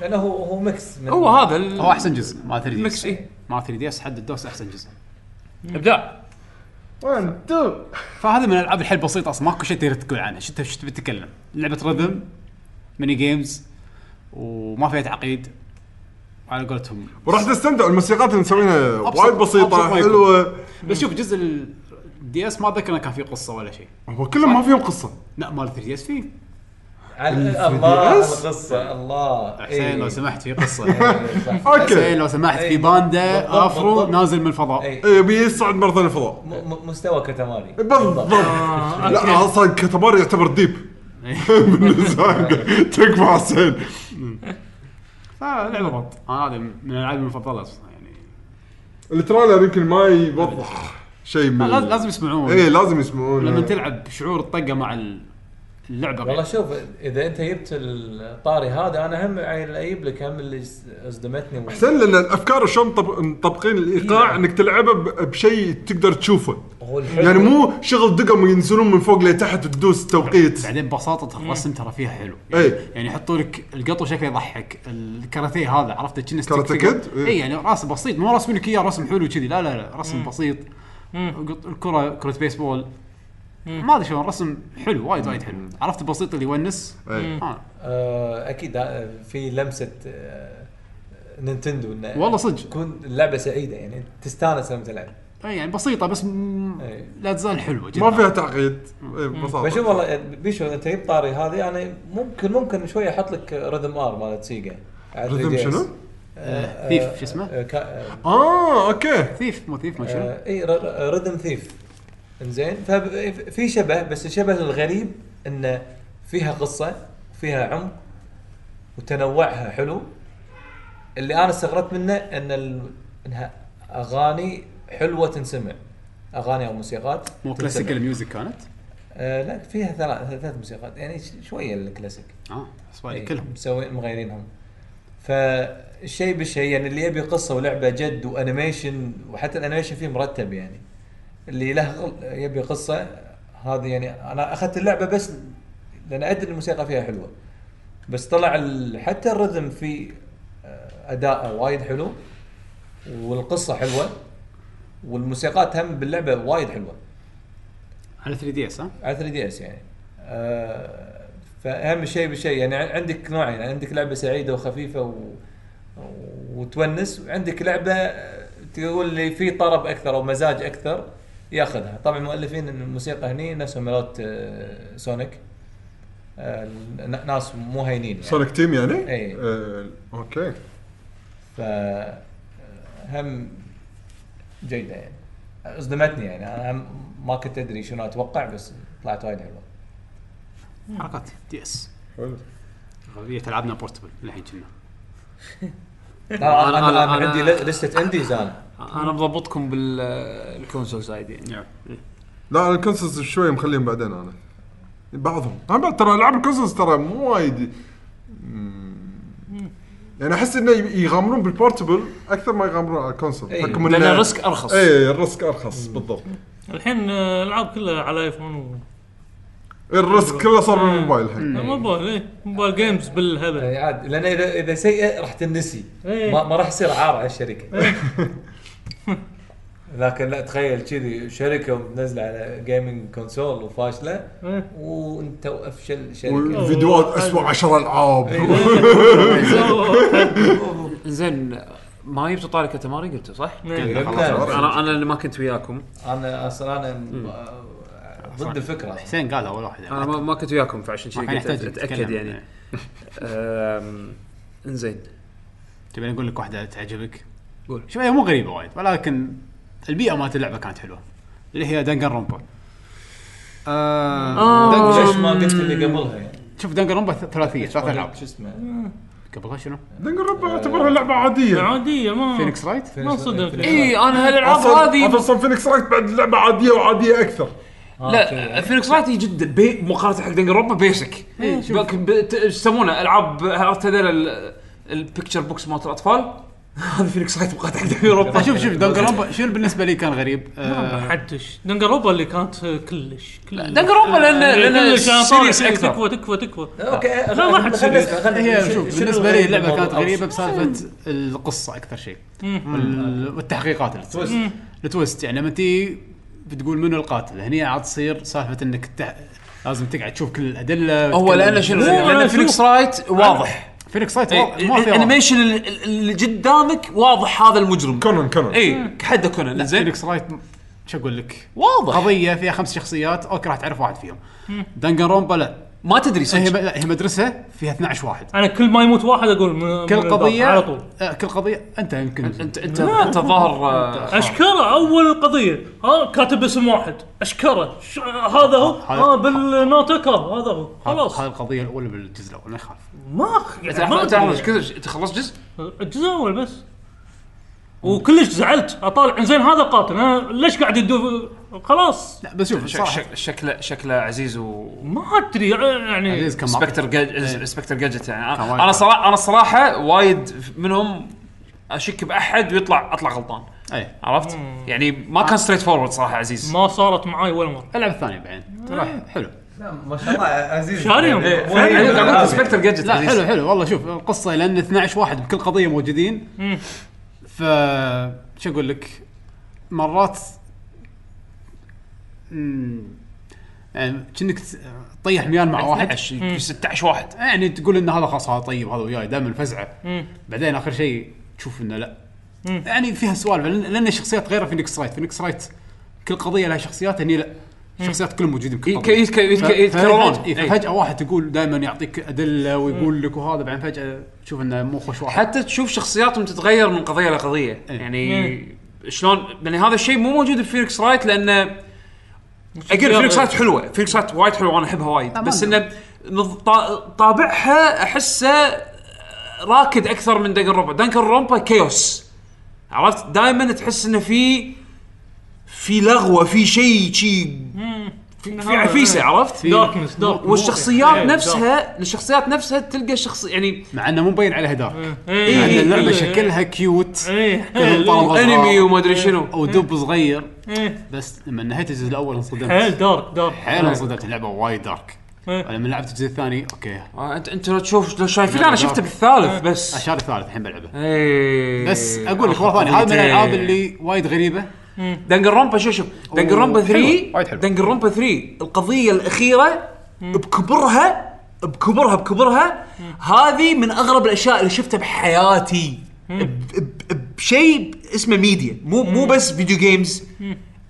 لانه هو هو ميكس من هو هذا ال- هو احسن جزء مال 3 دي الميكس إيه. اس إيه. اي مال 3 دي اس حد الدوس احسن جزء ابداع 1 2 فهذا من الالعاب الحيل بسيطه اصلا ماكو شيء تقدر تقول عنها شو شو تبي تتكلم لعبه رذم ميني جيمز وما فيها تعقيد على قولتهم وراح تستمتع الموسيقات اللي مسوينها أبسط- وايد أبسط بسيطه ما يكون. حلوه بس شوف جزء الدي اس ما اتذكر إنه كان فيه قصه ولا شيء هو كلهم ما فيهم قصه لا مال 3 دي اس فيه على ال الله على 3DS القصه الله حسين لو سمحت في قصه سمحت حسين اوكي لو سمحت في إيه. باندا بالضبط، افرو بالضبط. نازل من الفضاء اي إيه، بيصعد مره ثانيه الفضاء (laughs) م- م- مستوى كتماري بالضبط آه، لا اصلا كتبار يعتبر (laughs) ديب بالنسبه لي. تكفى حسين فلعبه بط انا هذا من الالعاب المفضله اصلا يعني التريلر يمكن ما يوضح شيء من لاز- لازم يسمعون إيه، ايه لازم يسمعون لما تلعب شعور الطقه مع ال- اللعبه والله غير شوف اذا انت جبت الطاري هذا انا هم عيل اجيب لك هم اللي اس- اصدمتني و- احسن لان الافكار شلون مطب- مطبقين الايقاع إيه. انك تلعبه ب- بشيء تقدر تشوفه هو الحلو يعني مو شغل دقم ينزلون من فوق لتحت وتدوس توقيت يعني بعدين بساطه الرسم ترى فيها حلو اي يعني يحطوا لك القطو شكله يضحك الكاراتيه هذا عرفت كنا كاراتيه كيد؟ إيه. اي يعني راس بسيط مو راسم لك اياه رسم حلو كذي لا لا لا رسم بسيط مم. قط- الكره كره بيسبول ما ادري شلون رسم حلو وايد وايد حلو عرفت البسيط اللي يونس إي. آه. آه، اكيد آه، في لمسه آه، نينتندو انه والله صدق. تكون اللعبه سعيده يعني تستانس لما تلعب اي يعني بسيطه بس م... إي. لا تزال حلوه جدا ما فيها تعقيد إيه، ببساطه بشوف والله بيشو انت جبت طاري هذه انا ممكن ممكن شويه احط لك رذم ار مالت سيجا على رذم 3DS. شنو؟ آه، ثيف، آه، شو اسمه؟ آه، كا- آه، اه اوكي ثيف مو ثيف ما شنو آه، اي ر- رذم ثيف انزين ففي شبه بس الشبه الغريب انه فيها قصه فيها عمق وتنوعها حلو اللي انا استغربت منه ان ال... انها اغاني حلوه تنسمع اغاني او موسيقات مو تنسمع. كلاسيكال ميوزك كانت آه لا فيها ثلاث ثلاث موسيقات يعني ش- شويه الكلاسيك اه اسوالي إيه، كلهم مسوي مغيرينهم فالشيء بالشيء يعني اللي يبي قصه ولعبه جد وانيميشن وحتى الانيميشن فيه مرتب يعني اللي له غل- يبي قصه هذه يعني انا اخذت اللعبه بس لان ادري إن الموسيقى فيها حلوه بس طلع ال- حتى الرذم في اداءه وايد حلو والقصه حلوه والموسيقات هم باللعبه وايد حلوه على 3 دي اس ها على 3 دي اس يعني آه فاهم شيء بشيء يعني ع- عندك نوعين يعني عندك لعبه سعيده وخفيفه و... وتونس وعندك لعبه آه، تقول لي في طرب اكثر او مزاج اكثر ياخذها طبعا مؤلفين الموسيقى هني نفسهم مالت آه، سونيك آه ن- ناس مو هينين يعني. سونيك تيم يعني؟ إيه. آه، اوكي ف آه، هم جيده يعني اصدمتني يعني انا هم ما كنت ادري شنو اتوقع بس طلعت وايد حلوه حركات دي اس حلو اغلبيه العابنا بورتبل الحين كنا لا انا انا, أنا- أنا عندي ل- لسته انديز انا انا مضبطكم بالكونسول سايد يعني نعم. لا انا الكونسلز شوي مخليهم بعدين انا بعضهم انا بعد ترى العاب الكونسلز ترى مو وايد مم. يعني احس انه يغامرون بالبورتبل اكثر ما يغامرون على الكونسل إيه. بحكم لان إنه- الريسك ارخص اي إيه، الريسك ارخص بالضبط الحين آه، العاب كلها على ايفون و... الريسك كله صار من الموبايل إيه. الحين موبايل ايه موبايل جيمز بالهبل يعني عاد لان اذا اذا سيئه راح تنسي إيه. ما, ما راح يصير عار على الشركه (laughs) لكن لا تخيل كذي شركه منزله على جيمنج كونسول وفاشله إيه. وانت افشل شركه والفيديوهات اسوء 10 العاب زين ما جبت طاري كتماري قلته صح؟ إيه. لا، انا انا اللي ما كنت وياكم انا اصلا انا ضد الفكره أصلاً. حسين قالها اول واحده انا ما, ما كنت وياكم فعشان كذي ما كان قلت يحتاج اتاكد يتكلم. (laughs) يعني أم، انزين تبي اقول لك واحده تعجبك قول. شوف هي مو غريبه وايد ولكن البيئه مالت اللعبه كانت حلوه اللي هي دنجن رومبا آه دنج- ليش ما قلت اللي قبلها يعني شوف دنجن رومبا ثلاثيه ثلاث ما العاب قلت شو اسمه قبلها شنو؟ (laughs) دنجر ربع اعتبرها لعبه عاديه عاديه ما فينيكس رايت ما صدق اي إيه، انا هالالعاب اصلا هذه اصلا فينيكس رايت بعد لعبه عاديه وعاديه اكثر آه، لا فينيكس رايت هي جدا بي مقارنه حق دنجر روبا بيسك لكن ب- ت- ايش يسمونه العاب عرفت هذول البكتشر بوكس مالت الاطفال (laughs) هذا فينيكس رايت مقاطع حق اوروبا شوف شوف (laughs) دونجرومبا شنو بالنسبه لي كان غريب؟ آه، حدش دنقروبا اللي كانت آه، كلش كلش دنقروبا لأن- لأن كلش أنا طالع سيريس فيك، أكثر. تكفى تكفى تكفى اوكي إيه. لا، ما حد خلنا- سيريس. خلنا- هي شنو- شوف شنو بالنسبه لي الغريب اللعبه بالموضوع؟ كانت أو غريبه بسالفه القصه اكثر شيء وال- والتحقيقات اللي تصير. تويست. التويست يعني لما تي بتقول منو القاتل هني عاد تصير سالفه انك التح... لازم تقعد تشوف كل الادله هو وتكل- لانه شنو؟ مو أنا لأن أشوف. فينيكس رايت واضح فينيكس رايت إيه، ما ما في واضح. الانيميشن ال- ال- اللي قدامك واضح هذا المجرم كونان كونان اي حده إيه، كونان زين فينيكس رايت شو اقول لك؟ واضح قضيه فيها خمس شخصيات اوكي راح تعرف واحد فيهم دانجان رومبا لا ما تدري هي صدق لا، هي مدرسه فيها 12 واحد انا كل ما يموت واحد اقول م- من كل الباب، قضيه على طول آه، كل قضيه انت يمكن انت انت انت ظهر آه، اشكره اول القضيه ها كاتب اسم واحد اشكره ش... هذا هو هذا- ها بالنوتكا هذا هو خلاص هذه القضيه الاولى بالجزء الاول ما يخالف ما أخ- يعني ما لحظة- لحظة، إيش أدري. كثر- انت خلصت جزء؟ الجزء الاول بس وكلش زعلت اطالع زين هذا قاتل انا ليش قاعد يدوب خلاص لا بس شوف شك- صراحه شك- شكله شكله عزيز و ما ادري يعني عزيز كان معروف. سبكتر جاج سبكتر جاجت يعني كان أنا- وايد انا حلو. صراحه انا صراحه وايد منهم اشك باحد ويطلع اطلع غلطان اي عرفت؟ يعني ما كان ستريت فورورد صراحه عزيز ما صارت معاي ولا مره العب الثاني بعدين إيه. راح حلو لا، ما شاء الله عزيز شاريهم. يعني إيه، فعلاً. مو- يعني سبكتر جاجت لا حلو عزيز حلو والله شوف القصه لان 12 واحد بكل قضيه موجودين مم. ف شو اقول لك مرات مم، يعني كأنك تس- تطيح ميان مع واحد 12 16 واحد يعني تقول ان هذا خلاص هذا طيب هذا وياي دائما فزعه مم. بعدين اخر شيء تشوف انه لا مم. يعني فيها سوالف لان لأن شخصيات غير فينيكس رايت فينيكس رايت كل قضيه لها شخصيات هني لا شخصيات كلهم موجودين بكل يتك- قضية. يتك- يتك- ف- يتكررون ففجأة- إيه، فجاه واحد تقول دائما يعطيك ادله ويقول لك وهذا بعدين فجاه تشوف انه مو خوش واحد حتى تشوف شخصياتهم تتغير من قضيه لقضيه إيه. يعني شلون يعني هذا الشيء مو موجود بفينيكس رايت لانه اقول فينيكس رايت حلوه فينيكس رايت وايد حلوه وانا احبها وايد تمام. بس انه نظ- طا- طابعها احسه راكد اكثر من دنكن رومبا دنكن رومبا كيوس عرفت دائما تحس انه في في لغوه في شيء شيء في آه. في عفيسه عرفت داركنس دارك إيه، والشخصيات نفسها الشخصيات نفسها تلقى شخص يعني مع انه مو مبين عليها دارك مع ان ايه اللعبه إيه، يعني شكلها كيوت إيه. كلهم طالع غزران، انمي وما ادري شنو او دب صغير ايه بس لما نهيت الجزء الاول انصدمت حيل دارك دارك حيل انصدمت اللعبه وايد دارك إيه. لما لعبت الجزء الثاني اوكي آه، انت انت لو تشوف لو شايفين يعني انا شفته بالثالث بس الشهر الثالث الحين بلعبه إيه. آه. بس اقول لك مره ثانيه هذه من الالعاب اللي وايد غريبه دنجن رومبا شوف شوف دنجن رومبا حلوة، 3 وايد حلوة. دنجن رومبا 3 القضيه الاخيره بكبرها بكبرها بكبرها هذه من اغرب الاشياء اللي شفتها بحياتي ب- ب- ب- بشيء اسمه ميديا مو مو بس فيديو جيمز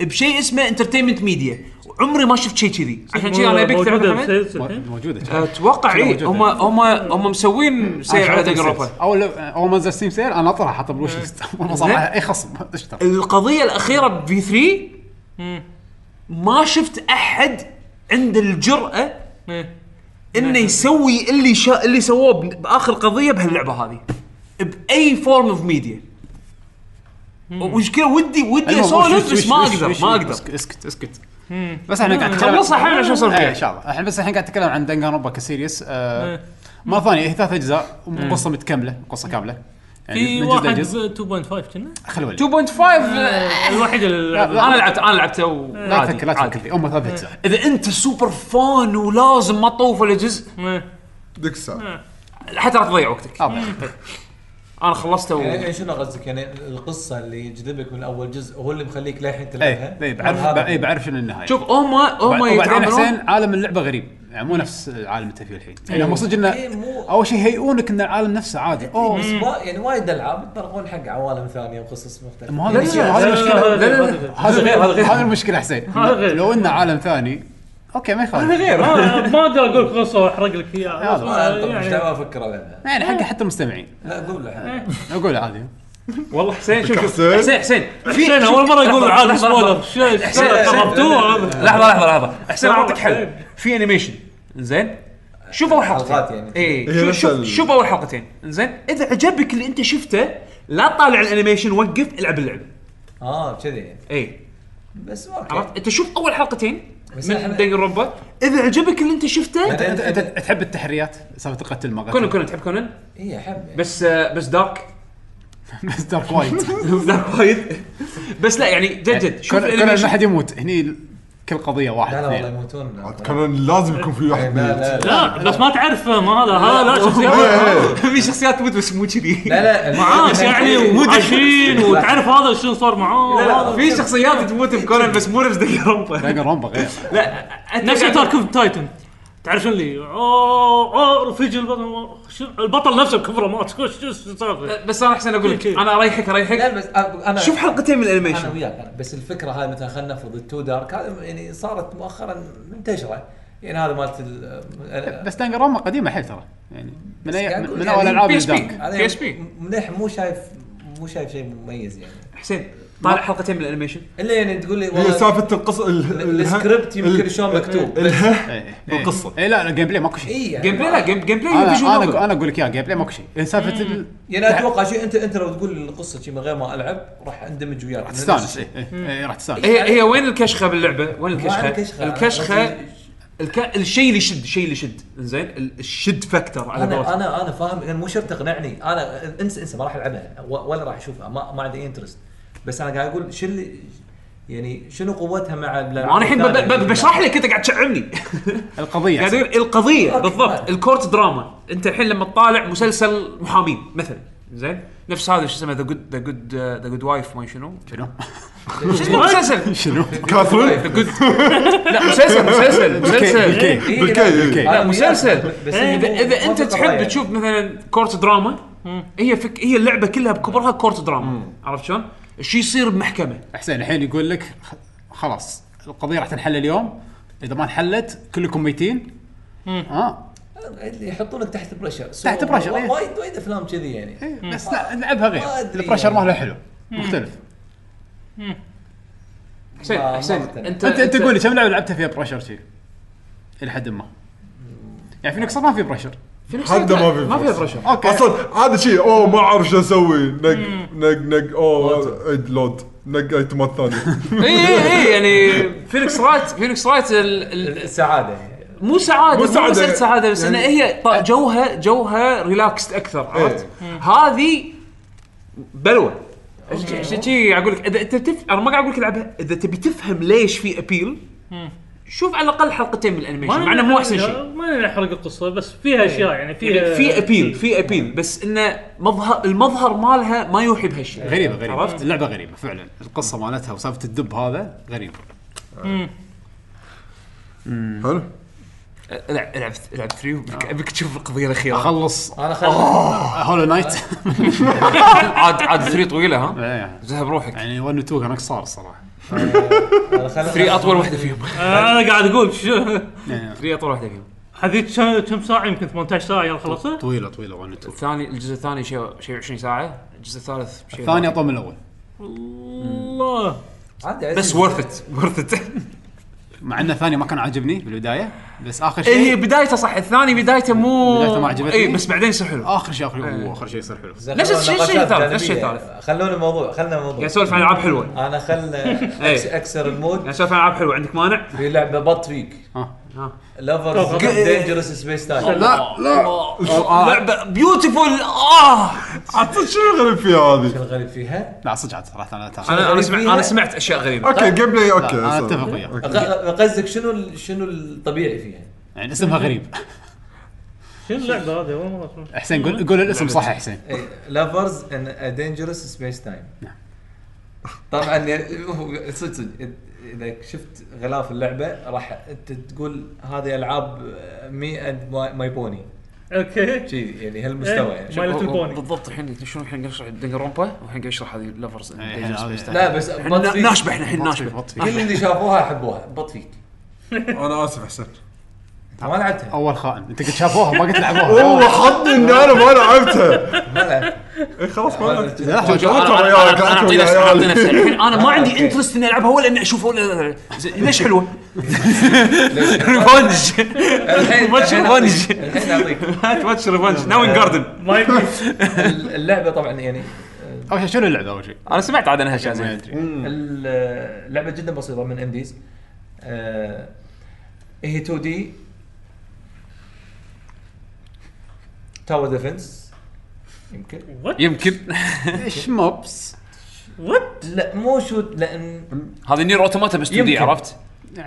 بشيء اسمه انترتينمنت ميديا عمري ما شفت شيء كذي عشان كذي انا ابيك تعرف موجودة محمد؟ بسلسلة. موجوده اتوقع اي موجودة. هم هم هم مسوين سيل على دنجن رومبا اول اول ما نزل ستيم سيل انا اطلع حاطه بالوش ليست (laughs) والله صار زين. معي اي خصم اشترى القضيه الاخيره بفي 3 ما شفت احد عنده الجراه إيه. انه يسوي اللي شا... اللي سووه ب- باخر قضيه بهاللعبه هذه باي فورم اوف ميديا ومشكلة ودي أيوة، ودي اسولف إيه، بس ما اقدر ما اقدر اسكت اسكت بس احنا قاعد نتكلم خلصها الحين عشان اسولف ايه ان فيها شاء الله الحين بس الحين قاعد نتكلم عن دنجان روبا كسيريس إيه. آه، مره ثانيه هي ثلاث اجزاء قصه متكمله قصه كامله يعني في من جزء واحد لجزء 2.5 كنا آه، خلوا 2.5 الوحيد اللي لا، لا. انا لعبت انا لعبته وعادي لا تفكر لا عادي. إيه. تفكر فيه هم ثلاث اجزاء اذا انت سوبر فان ولازم ما تطوف ولا جزء إيه. ديك الساعه حتى لا تضيع وقتك طبعا انا خلصته و... يعني شنو قصدك يعني القصه اللي يجذبك من اول جزء هو اللي مخليك للحين تلعبها اي إيه، بعرف هذا اي بعرف شنو النهايه إيه. شوف هم هم وبعدين يتعاملون حسين عالم اللعبه غريب يعني مو نفس العالم اللي انت فيه الحين يعني هم صدق انه إيه، مو- اول شيء هيئونك ان العالم نفسه عادي إيه. اوه بس ما- يعني وايد العاب يتطرقون حق عوالم ثانيه وقصص يعني مختلفه ما هذا المشكلة- هذا المشكله لا، لا، لا، لا، لا. هذا غير هذا غير هذا المشكله حسين هذا غير. لو انه عالم ثاني اوكي ما يخالف هذا غير ما ما اقدر اقول لك قصه واحرق لك اياها هذا. ما إيه، أنت مش يعني دعوه افكر ألعبها. يعني حق حتى المستمعين لا قول إيه. له اقول عادي والله حسين شوف شوف حسين. حسين حسين حسين اول مره يقول عادي سبويلر حسين شفتوه هذا لحظه لحظه لحظه حسين لا، اعطيك حل حسين. في انيميشن زين شوف اول حلقات حلقتين يعني. اي هي شوف نفس شوف, ال- شوف اول حلقتين زين اذا عجبك اللي انت شفته لا تطالع الانيميشن وقف العب اللعبه اه كذي اي بس اوكي عرفت انت شوف اول حلقتين بس من إحنا- دنجن روبا اذا عجبك اللي انت شفته بعدين انت انت في- (laughs) تحب التحريات سالفه القتل ما قتل إيه، كونن كونن تحب كونن اي احب يعني. (laughs) بس آه، بس دارك بس دارك وايد دارك وايد بس لا يعني جد جد (laughs) شوف كون ما الانيميشن حد يموت هني كل قضيه واحد لا لا والله اثنين يموتون عاد كان لازم يكون في واحد لا أيوة، لا ميت لا لا بس ما تعرفه ما هذا هذا آه، لا شخصيات إيه، إيه. (laughs) في شخصيات تموت بس مو كذي لا لا معاس يعني وعايشين وتعرف هذا شنو صار معاه لا لا طيب. وهذا. في شخصيات تموت بكونان بس مو نفس دق رمبا دراجون رومبا غير لا أتوقع- نفس اتاك اوف تايتن تعرف شنو اللي اوه اوه رفيج البطل شو- البطل نفسه بكفره مات شو شو السالفه بس انا احسن اقول لك انا اريحك لا اريحك بس انا شوف حلقتين من انا الانيميشن وياك أنا. بس الفكره هاي مثلا خلينا نفرض التو دارك هذا يعني صارت مؤخرا منتشره يعني هذا مالت ال بس دراجون رومبا قديمه حيل ترى يعني من أي قاعد أقول من يعني اول العاب بي اس بي. الدارك هذا PSP. يعني مليح مو شايف مو شايف شيء مميز يعني حسين طالع حلقتين من الانيميشن الا يعني تقول لي هي والله سالفه القصه ال- ال- السكريبت يمكن إيه، ال- شلون مكتوب. اله القصه اي إيه، لا الجيم بلاي ماكو شيء اي يعني جيم بلاي لا جيم جيم بلاي انا visual novel. انا انا اقول لك يا جيم بلاي ماكو شيء سالفه ال- يعني اتوقع شيء انت انت لو تقول لي القصه شيء من غير ما العب راح اندمج وياك راح تستانس إيه، إيه، إيه، راح تستانس هي هي وين الكشخه باللعبه؟ وين الكشخه؟ الكشخة. الكشخه الك... الشيء اللي يشد الشيء اللي يشد زين ال- الشد فاكتور على انا قولتهم انا انا فاهم يعني مو شرط تقنعني انا انسى انسى ما راح العبها و- ولا راح اشوفها ما, ما عندي اي انترست بس انا قاعد اقول شو اللي يعني شنو قوتها مع يعني؟ انا الحين ب- ب- ب- بشرح لك انت قاعد تشعبني القضيه قاعد يقول القضيه أوكي، بالضبط طيب. الكورت دراما انت الحين لما تطالع مسلسل محامين مثلا زين نفس هذا شو اسمه ذا جود ذا جود ذا جود وايف ما شنو شنو؟ شو اسمه مسلسل شنو؟ كاثرين (laughs) لا مسلسل مسلسل مسلسل بالكي إيه، بالكي. يعني بالكي. لا، مسلسل اذا اذا انت تحب تشوف مثلا كورت دراما هي فك هي اللعبه كلها بكبرها كورت دراما عرفت شلون؟ شو يصير بمحكمه حسين الحين يقول لك خ- خلاص القضيه راح تنحل اليوم اذا ما انحلت كلكم ميتين آه. ها اللي يحطونك تحت بريشر تحت بريشر، إيه. وايد وايد افلام كذي يعني إيه، بس لا نلعبها ما غير أدري البريشر يعني. ماله حلو مختلف حسين ما- ما حسين اقتنع. انت انت انت قول لي كم لعبه لعبتها فيها بريشر شي الى حد ما يعني في نكسر ما في بريشر في نفس حد ما الوقت في ما فيها فرصة. برشر اوكي اصلا هذا شيء اوه ما اعرف شو اسوي نق نق نق اوه عيد لود نق ايتمات ثانيه اي اي اي إيه، يعني فينيكس رايت فينيكس رايت ال- ال- السعاده (laughs) يعني مو سعاده مو مو سعادة. مسألة سعاده بس يعني- انها هي ط- جوها جوها ريلاكست اكثر عرفت؟ هذه بلوه شي- شي اقول لك اذا انت تف... انا ما قاعد اقول لك العبها اذا تبي تفهم ليش في ابيل شوف على الاقل حلقتين من الانيميشن مع انه مو احسن شيء ما نحرق القصه بس فيها اشياء يعني فيها في ابيل في ابيل بس انه مظهر المظهر مالها ما يوحي بهالشيء غريبه غريبه عرفت؟ اللعبه غريبه فعلا القصه مالتها وسالفه الدب هذا غريبه حلو العب العب العب 3 وبك- ابيك تشوف القضيه آه. الاخيره اخلص انا خليت هولو نايت عاد عاد 3 طويله ها إيه. ذهب روحك (laughs) يعني 1 و 2 كانوا قصار الصراحه 3 إيه. اطول واحده فيهم آه، انا قاعد اقول شو 3 اطول واحده فيهم هذيك شا- كم ساعه يمكن 18 ساعه يلا خلصها طويله طويله 1 و (laughs) 2 الثاني الجزء الثاني شيء شيء 20 ساعه الجزء الثالث شيء الثاني اطول من الاول الله عادي بس ورث ات ورث ات مع ان الثاني ما كان عاجبني بالبدايه بس اخر إيه، إيه، هي شيء بدايته صح الثاني بدايته مو بدايته ما عجبتني. اي بس بعدين يصير حلو اخر شيء اخر إيه. أوه، اخر شيء يصير حلو نفس الشيء- الشيء الثالث، نفس الشيء الثالث. خلونا الموضوع خلنا الموضوع قاعد اسولف يعني عن العاب حلوه قاعد انا خلنا (laughs) إيه. أكس- اكسر المود اسولف عن العاب حلوه عندك مانع؟ في لعبه بط فيك آه. ها لافر دينجرس سبيس تايم لا لا آه. لعبه بيوتيفول اه (laughs) عاد شنو الغريب فيها هذه؟ الغريب فيها لا صدق عاد صراحه انا ترى- انا انا سمعت فيها- انا سمعت اشياء غريبه اوكي طيب. جيم بلاي لا، اوكي انا أصلاً. اتفق وياك غ- قصدك شنو ال- شنو الطبيعي فيها؟ يعني اسمها غريب شنو اللعبه هذه اول مره أسمعها. حسين قول قول الاسم صح يا حسين إيه، لافرز ان دينجرس سبيس تايم نعم. طبعا يعني هو صدق صدق إذ- اذا شفت غلاف اللعبه راح انت تقول هذه العاب مي اند ماي بوني اوكي شي يعني هالمستوى يعني مالت البوني بالضبط الحين شنو الحين نشرح دنجرومبا والحين قاعد نشرح هذه لفرز إيه، لا بس بط فيك. ناشبه احنا الحين ناشبه بط فيك. كل اللي شافوها حبوها بط فيك انا اسف حسين أنا ما لعبتها اول خائن انت قلت شافوها ما قلت لعبوها (laughs) والله حظي اني انا ما (laughs) لعبتها ما لعبتها إي خلاص ما لعبتها لا، أنا- جاوبت أنا- وياك، أنا- انا جاوبت اعطي نفسي أنا وياك. اعطي نفسي الحين انا ما آه، عندي أوكي. انترست اني العبها ولا اني اشوفها ولا زين، ليش (laughs) حلوه؟ ريفنج (laughs) الحين ماتش الحين أعطيك- ريفنج الحين اعطيك ماتش ريفنج ناوين جاردن ما يدري اللعبه طبعا يعني اول شيء شنو اللعبه (laughs) اول شيء؟ انا سمعت عاد انا هالشيء ما زين ادري اللعبه جدا بسيطه من انديز آه، هي 2 دي تاور ديفنس يمكن وات يمكن شموبس وات لا مو شوت لان هذه نير اوتوماتا بس 2 دي يمكن. عرفت؟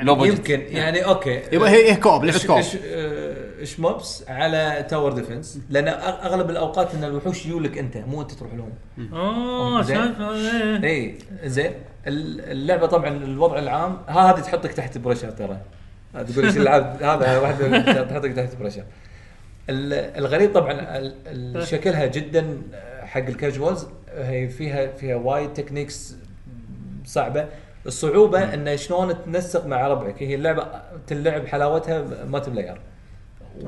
لو بجت. يمكن يعني اوكي يبا هي هي كوب لعبه إش- كوب إش- آه، ايش مابس على تاور ديفنس لان أغ- اغلب الاوقات ان الوحوش يجولك انت مو انت تروح لهم اه زين. شايف هذا، إيه. اي زين ال- اللعبه طبعا الوضع العام ها هذه تحطك تحت بريشر ترى ها تقول ايش العب (laughs) هذا واحد من- تحطك تحت بريشر ال- الغريب طبعا ال- ال- شكلها جدا حق الكاجوالز هي فيها فيها وايد تكنيكس صعبه الصعوبه انه شلون تنسق مع ربعك هي اللعبه تلعب حلاوتها مالتي بلاير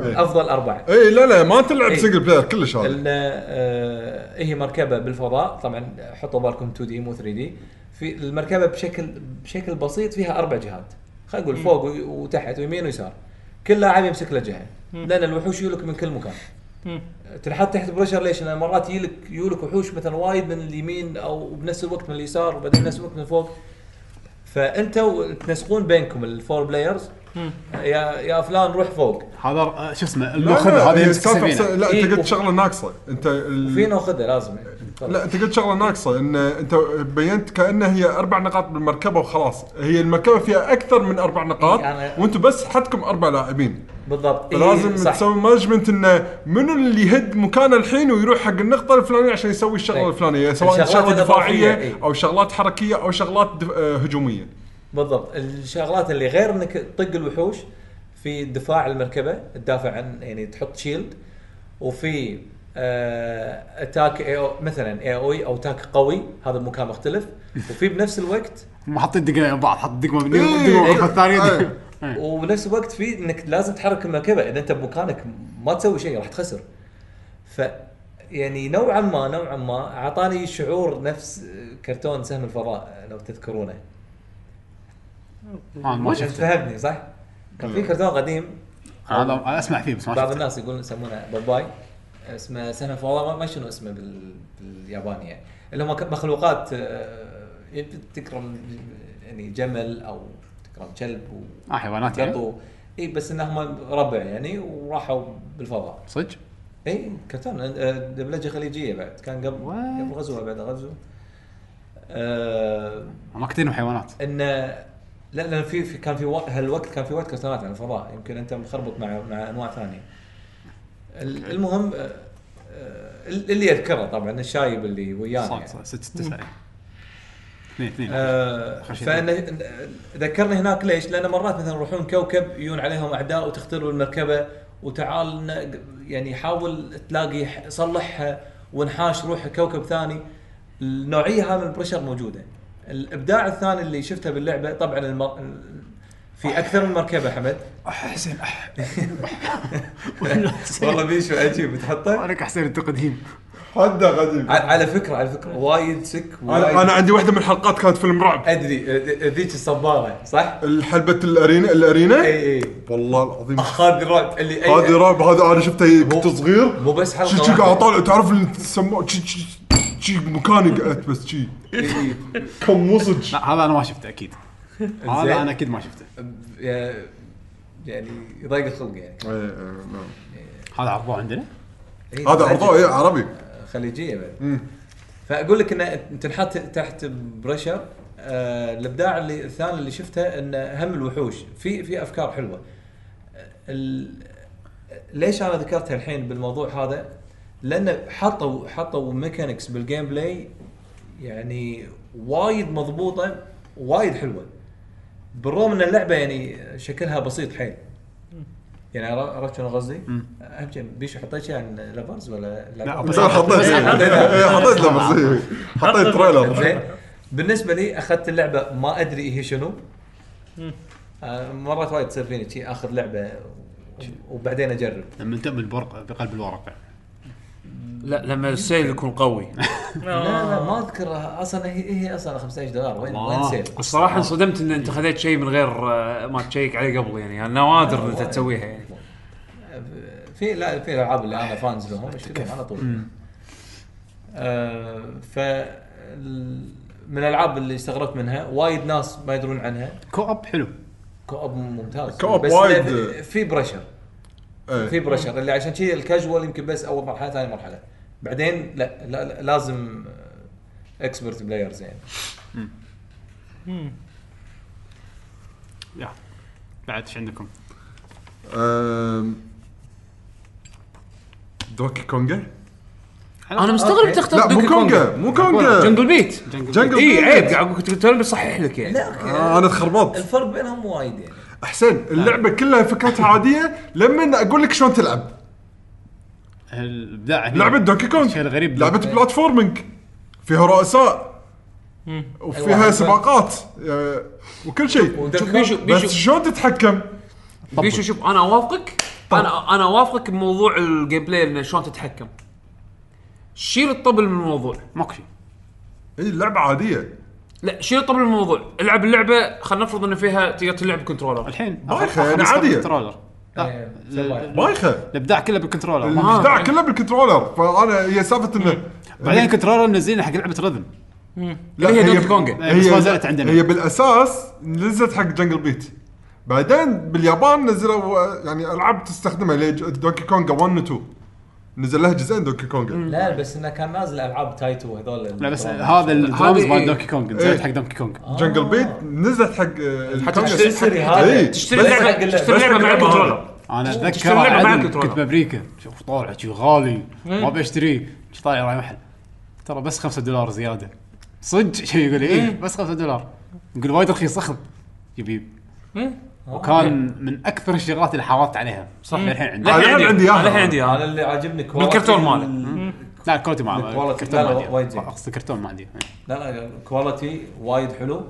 إيه. افضل اربعه اي لا لا ما تلعب إيه. سنجل بلاير كلش هذا ال- آه، هي مركبه بالفضاء طبعا حطوا بالكم 2 دي مو 3 دي في المركبه بشكل بشكل بسيط فيها اربع جهات خلينا نقول فوق و- وتحت ويمين ويسار كل لاعب يمسك له جهه لان الوحوش يجولك من كل مكان مم. تنحط تحت بريشر ليش؟ لان مرات يجيلك يجولك وحوش مثلا وايد من اليمين او بنفس الوقت من اليسار وبعدين بنفس الوقت من فوق فانتوا تنسقون بينكم الفور بلايرز مم. يا يا يا فلان روح فوق هذا آه، شو اسمه لا، المخذ لا، هذا هي يمسك السالفة سفينه بس- لا إيه، انت و- قلت شغله ناقصه انت ال- فينا وخذه لازم لا انت قلت شغله ناقصه ان انت بينت كانها هي اربع نقاط بالمركبه وخلاص هي المركبه فيها اكثر من اربع نقاط يعني- وانتم بس حدكم اربع لاعبين بالضبط إيه، فلازم صح. تسوي مانجمنت انه منو اللي يهد مكانه الحين ويروح حق النقطه الفلانيه عشان يسوي الشغله طيب. الفلانيه سواء الشغلات شغله الإضافية، دفاعيه إيه. او شغلات حركيه او شغلات دف- آه، هجوميه بالضبط الشغلات اللي غير انك تطق الوحوش في دفاع المركبه تدافع عن يعني تحط شيلد وفي آه اتاك اي او مثلا اي او او تاك E قوي هذا مكان مختلف (laughs) وفي بنفس الوقت هم حاطين دقمه مع بعض حط دقمه من إيه، يمين دقمه من إيه. الثانيه إيه. إيه. وبنفس الوقت في انك لازم تحرك المركبه اذا انت بمكانك ما تسوي شيء راح تخسر ف يعني نوعا ما نوعا ما اعطاني شعور نفس آه، كرتون سهم الفضاء لو تذكرونه آه، ما شفته فهمتني صح؟ كان في كرتون قديم أيوه. هذا أنا اسمع فيه بس ما بعض شفته الناس يقولون يسمونه باباي اسمه سنف والله ما- ما شنو اسمه بال... بالياباني يعني اللي هم ك- مخلوقات آه، يب- تكرم يعني جمل او تكرم كلب اه حيوانات يعني وقطو اي بس انهم ربع يعني وراحوا بالفضاء صدق اي كرتون آه، دبلجه خليجيه بعد كان قبل What? قبل غزوه بعد غزوه آه ما كنت انهم حيوانات ان لا لان في في- كان في وق- هالوقت كان في وايد كرتونات عن الفضاء يمكن انت مخربط مع مع انواع ثانيه. ال- المهم آه، آه، اللي يذكره طبعا الشايب اللي ويانا صح يعني. صح ست تسعه إيه. اثنين اثنين آه، خشيت. فأنا ذكرني هناك ليش؟ لان مرات مثلا يروحون كوكب يجون عليهم اعداء وتخترب المركبه وتعال ن- يعني حاول تلاقي ح- صلحها وانحاش روح كوكب ثاني النوعيه هذه من البريشر موجوده الابداع الثاني اللي شفته باللعبه طبعا المر... في اكثر من مركبه حمد حسين أح. (laughs) والله بيشو عجيب بتحطه عليك حسين انت قديم هذا غريب ع- على فكره على فكره وايد سك وايد انا انا عندي واحده من الحلقات كانت فيلم رعب ادري ذ- ذيك الصباره صح؟ حلبه الارينا الارينا اي اي والله العظيم هذه الرعب إيه. اللي أي- هذه رعب هذا انا شفته كنت صغير مو بس حلقه شي شي واحدة. قاعد اطالع تعرف اللي تسموه شي شي شي مكاني قعدت بس شي إيه، كم وصج لا هذا انا ما شفته اكيد زين. هذا انا اكيد ما شفته يا- يعني يضيق الخلق يعني إيه، إيه، نعم. هذا عرضوه عندنا إيه، هذا تعجب. عرضه إيه، عربي خليجيه بعد فاقول لك انه تنحط تحت بريشر آه الابداع اللي الثاني اللي شفته انه هم الوحوش في في افكار حلوه ال... ليش انا ذكرتها الحين بالموضوع هذا؟ لان حطوا حطوا ميكانكس بالجيم بلاي يعني وايد مضبوطه وايد حلوه بالرغم ان اللعبه يعني شكلها بسيط حيل يعني عر- عرفت شنو قصدي؟ اهم شيء بيشو حطيت شيء عن لافرز ولا لا، بس بس أنا حطيت بس إيه، حطيت له بس إيه. حطيت تريلر زين بالنسبه لي اخذت اللعبه ما ادري هي شنو آه، مرات وايد تصير فيني شي اخذ لعبه وبعدين اجرب لما تم البرق بقلب الورقه لا لما السيل يكون قوي لا لا ما اذكر اصلا هي هي اصلا 15 دولار وين وين الله. سيل الصراحه انصدمت ان انت خذيت شيء من غير آه، ما تشيك عليه قبل يعني يعني نوادر ان انت تسويها يعني في لا في العاب اللي انا فانز لهم اشتريهم على طول آه، ف ال- من الالعاب اللي استغربت منها وايد ناس ما يدرون عنها كوب حلو كوب ممتاز كوب بس وايد. في بريشر إيه. في بريشر اللي عشان كذي الكاجوال يمكن بس اول مرحله ثاني مرحله بعدين لا, لا, لا لازم اكسبرت بلايرز يعني يا. بعد ايش عندكم؟ دوكي كونجا انا مستغرب تختار لا مو دوكي كونغ. كونجا مو كونجا جنجل بيت جنجل اي بيت. إيه، عيب قاعد اقول كنت توني بصحح لك يعني آه، انا تخربطت الفرق بينهم وايد يعني حسين اللعبه كلها فكرتها عاديه لما اقول لك شلون تلعب الابداع هنا. لعبه دوكي كونج طيب. شيء غريب لعبه بلاتفورمينج فيها رؤساء وفيها أيوة. سباقات آه، وكل شيء ودك- شوف بيشو بس بيشو شلون تتحكم بيشو شوف انا اوافقك انا انا اوافقك بموضوع الجيم بلاي انه شلون تتحكم شيل الطبل من الموضوع ماكو شيء هي اللعبه عاديه لا شيل الطبل من الموضوع العب اللعبه خلينا نفرض ان فيها تقدر تلعب كنترولر الحين بايخة، آخر- آخر يعني نسخة عادية. بالكنترولر. لا، إيه، ال- سبايخ. بايخه الابداع كله بالكنترولر ما- الابداع كله بالكنترولر فانا هي سالفه انه بعدين الكنترولر منزلين حق لعبه رذم لا اللي هي دوكي كونج. بس ما زالت عندنا. هي بالاساس نزلت حق جنجل بيت بعدين باليابان نزلوا آه، يعني العاب تستخدمها اللي هي ج- دونكي كونج 1 و 2 نزل لها جزئين دونكي كونج لا بس انه كان نازل العاب تايتو هذول لا بس هذا الدرامز هذه مال إيه. دونكي كونج نزلت إيه. حق دونكي كونج جنجل بيت نزلت حق آه، حتى الكونج. تشتري- تشتري إيه. هذا تشتري بس حق لعبه اللعبة. تشتري بس لعبه حق مع اللعبة الكنترولر انا اتذكر تشتري لعبة مع عدل الكنترولر. كنت بامريكا شوف طالع شي غالي ما إيه. ابي اشتريه شي طالع راي محل ترى بس 5 دولار زياده صدق (laughs) شي يقول ايه بس 5 دولار يقول وايد رخيص اخذ يبي وكان من اكثر الشغلات اللي حافظت عليها صح للحين عندي أنا للحين عندي عندي إياها. يعني أنا للحين عندي انا إياها. اللي عاجبني كواليتي بالكرتون ماله. ال- لا الكوتي ما الكواليتي الكرتون ما لا، عندي وايد زين. اقصد الكرتون ما عندي لا لا كواليتي وايد حلو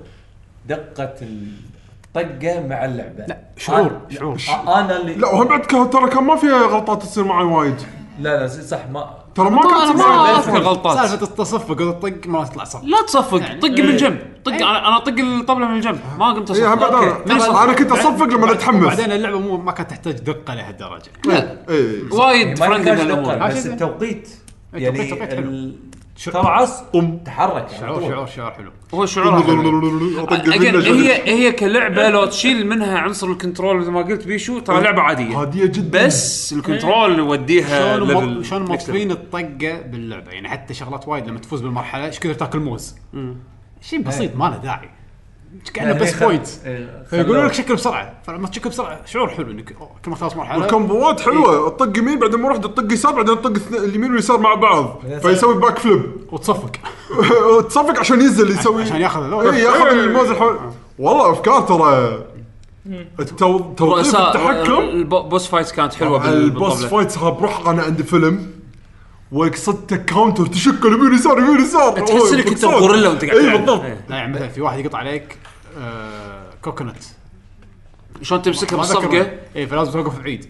دقه الطقه مع اللعبه لا، شعور، أنا- شعور. انا اللي لا وهم بعد ك- ترى كان ما فيها غلطات تصير معي وايد لا لا صح ما ترى ما كانت تصير ما معي. اذكر غلطات سالفه التصفق والطق ما تطلع صح لا تصفق طق من الجنب طق انا انا طق الطبله من الجنب ما قمت إيه، هم اصفق بعد اوكي من انا انا كنت اصفق لما اتحمس بعدين اللعبه مو ما كانت تحتاج دقه لهالدرجه إيه. يعني ما وايد فرندلي تحتاج للامور دقة، عشان بس كذا. التوقيت التوقيت- يعني التوقيت حلو. ال- ترعس طم. تحرك على شعور طول. شعور شعور حلو هو (laughs) شعورها حلو. أطق Again، منه شغل. هي هي كلعبه لو تشيل منها عنصر الكنترول مثل ما قلت بيشو طيب. ترى لعبه عاديه عاديه جدا بس الكنترول يوديها شلون مط- آه، level شلون next level. موصلين الطقه باللعبه يعني حتى شغلات وايد لما تفوز بالمرحله ايش كثر تاكل موز شيء بسيط ما له داعي كانه يعني بس خل- بوينت إيه، فيقولون خلوه. لك شكل بسرعه فلما تشكل بسرعه شعور حلو انك أوه، كل ما تخلص مرحله الكومبوات إيه. حلوه الطق يمين بعدين ما رحت الطق يسار بعدين الطق اثنين- اليمين واليسار مع بعض فيسوي باك فليب وتصفق (laughs) تصفق عشان ينزل يسوي عشان ياخذ هذول. اي إيه. ياخذ الموز الحول والله افكار ترى التو... توظيف رؤساء التحكم البوس فايتس كانت حلوه بال- البوس بالطبلة. فايتس ها بروحه انا عندي فيلم وقصدته كاونتر تشك يمين يسار يمين يسار تحس انك انت غوريلا وانت قاعد اي تلعب. بالضبط إيه. لا يعني مثلا في واحد يقط عليك آه كوكونات شلون تمسكها بالصفقه اي إيه، فلازم توقف بعيد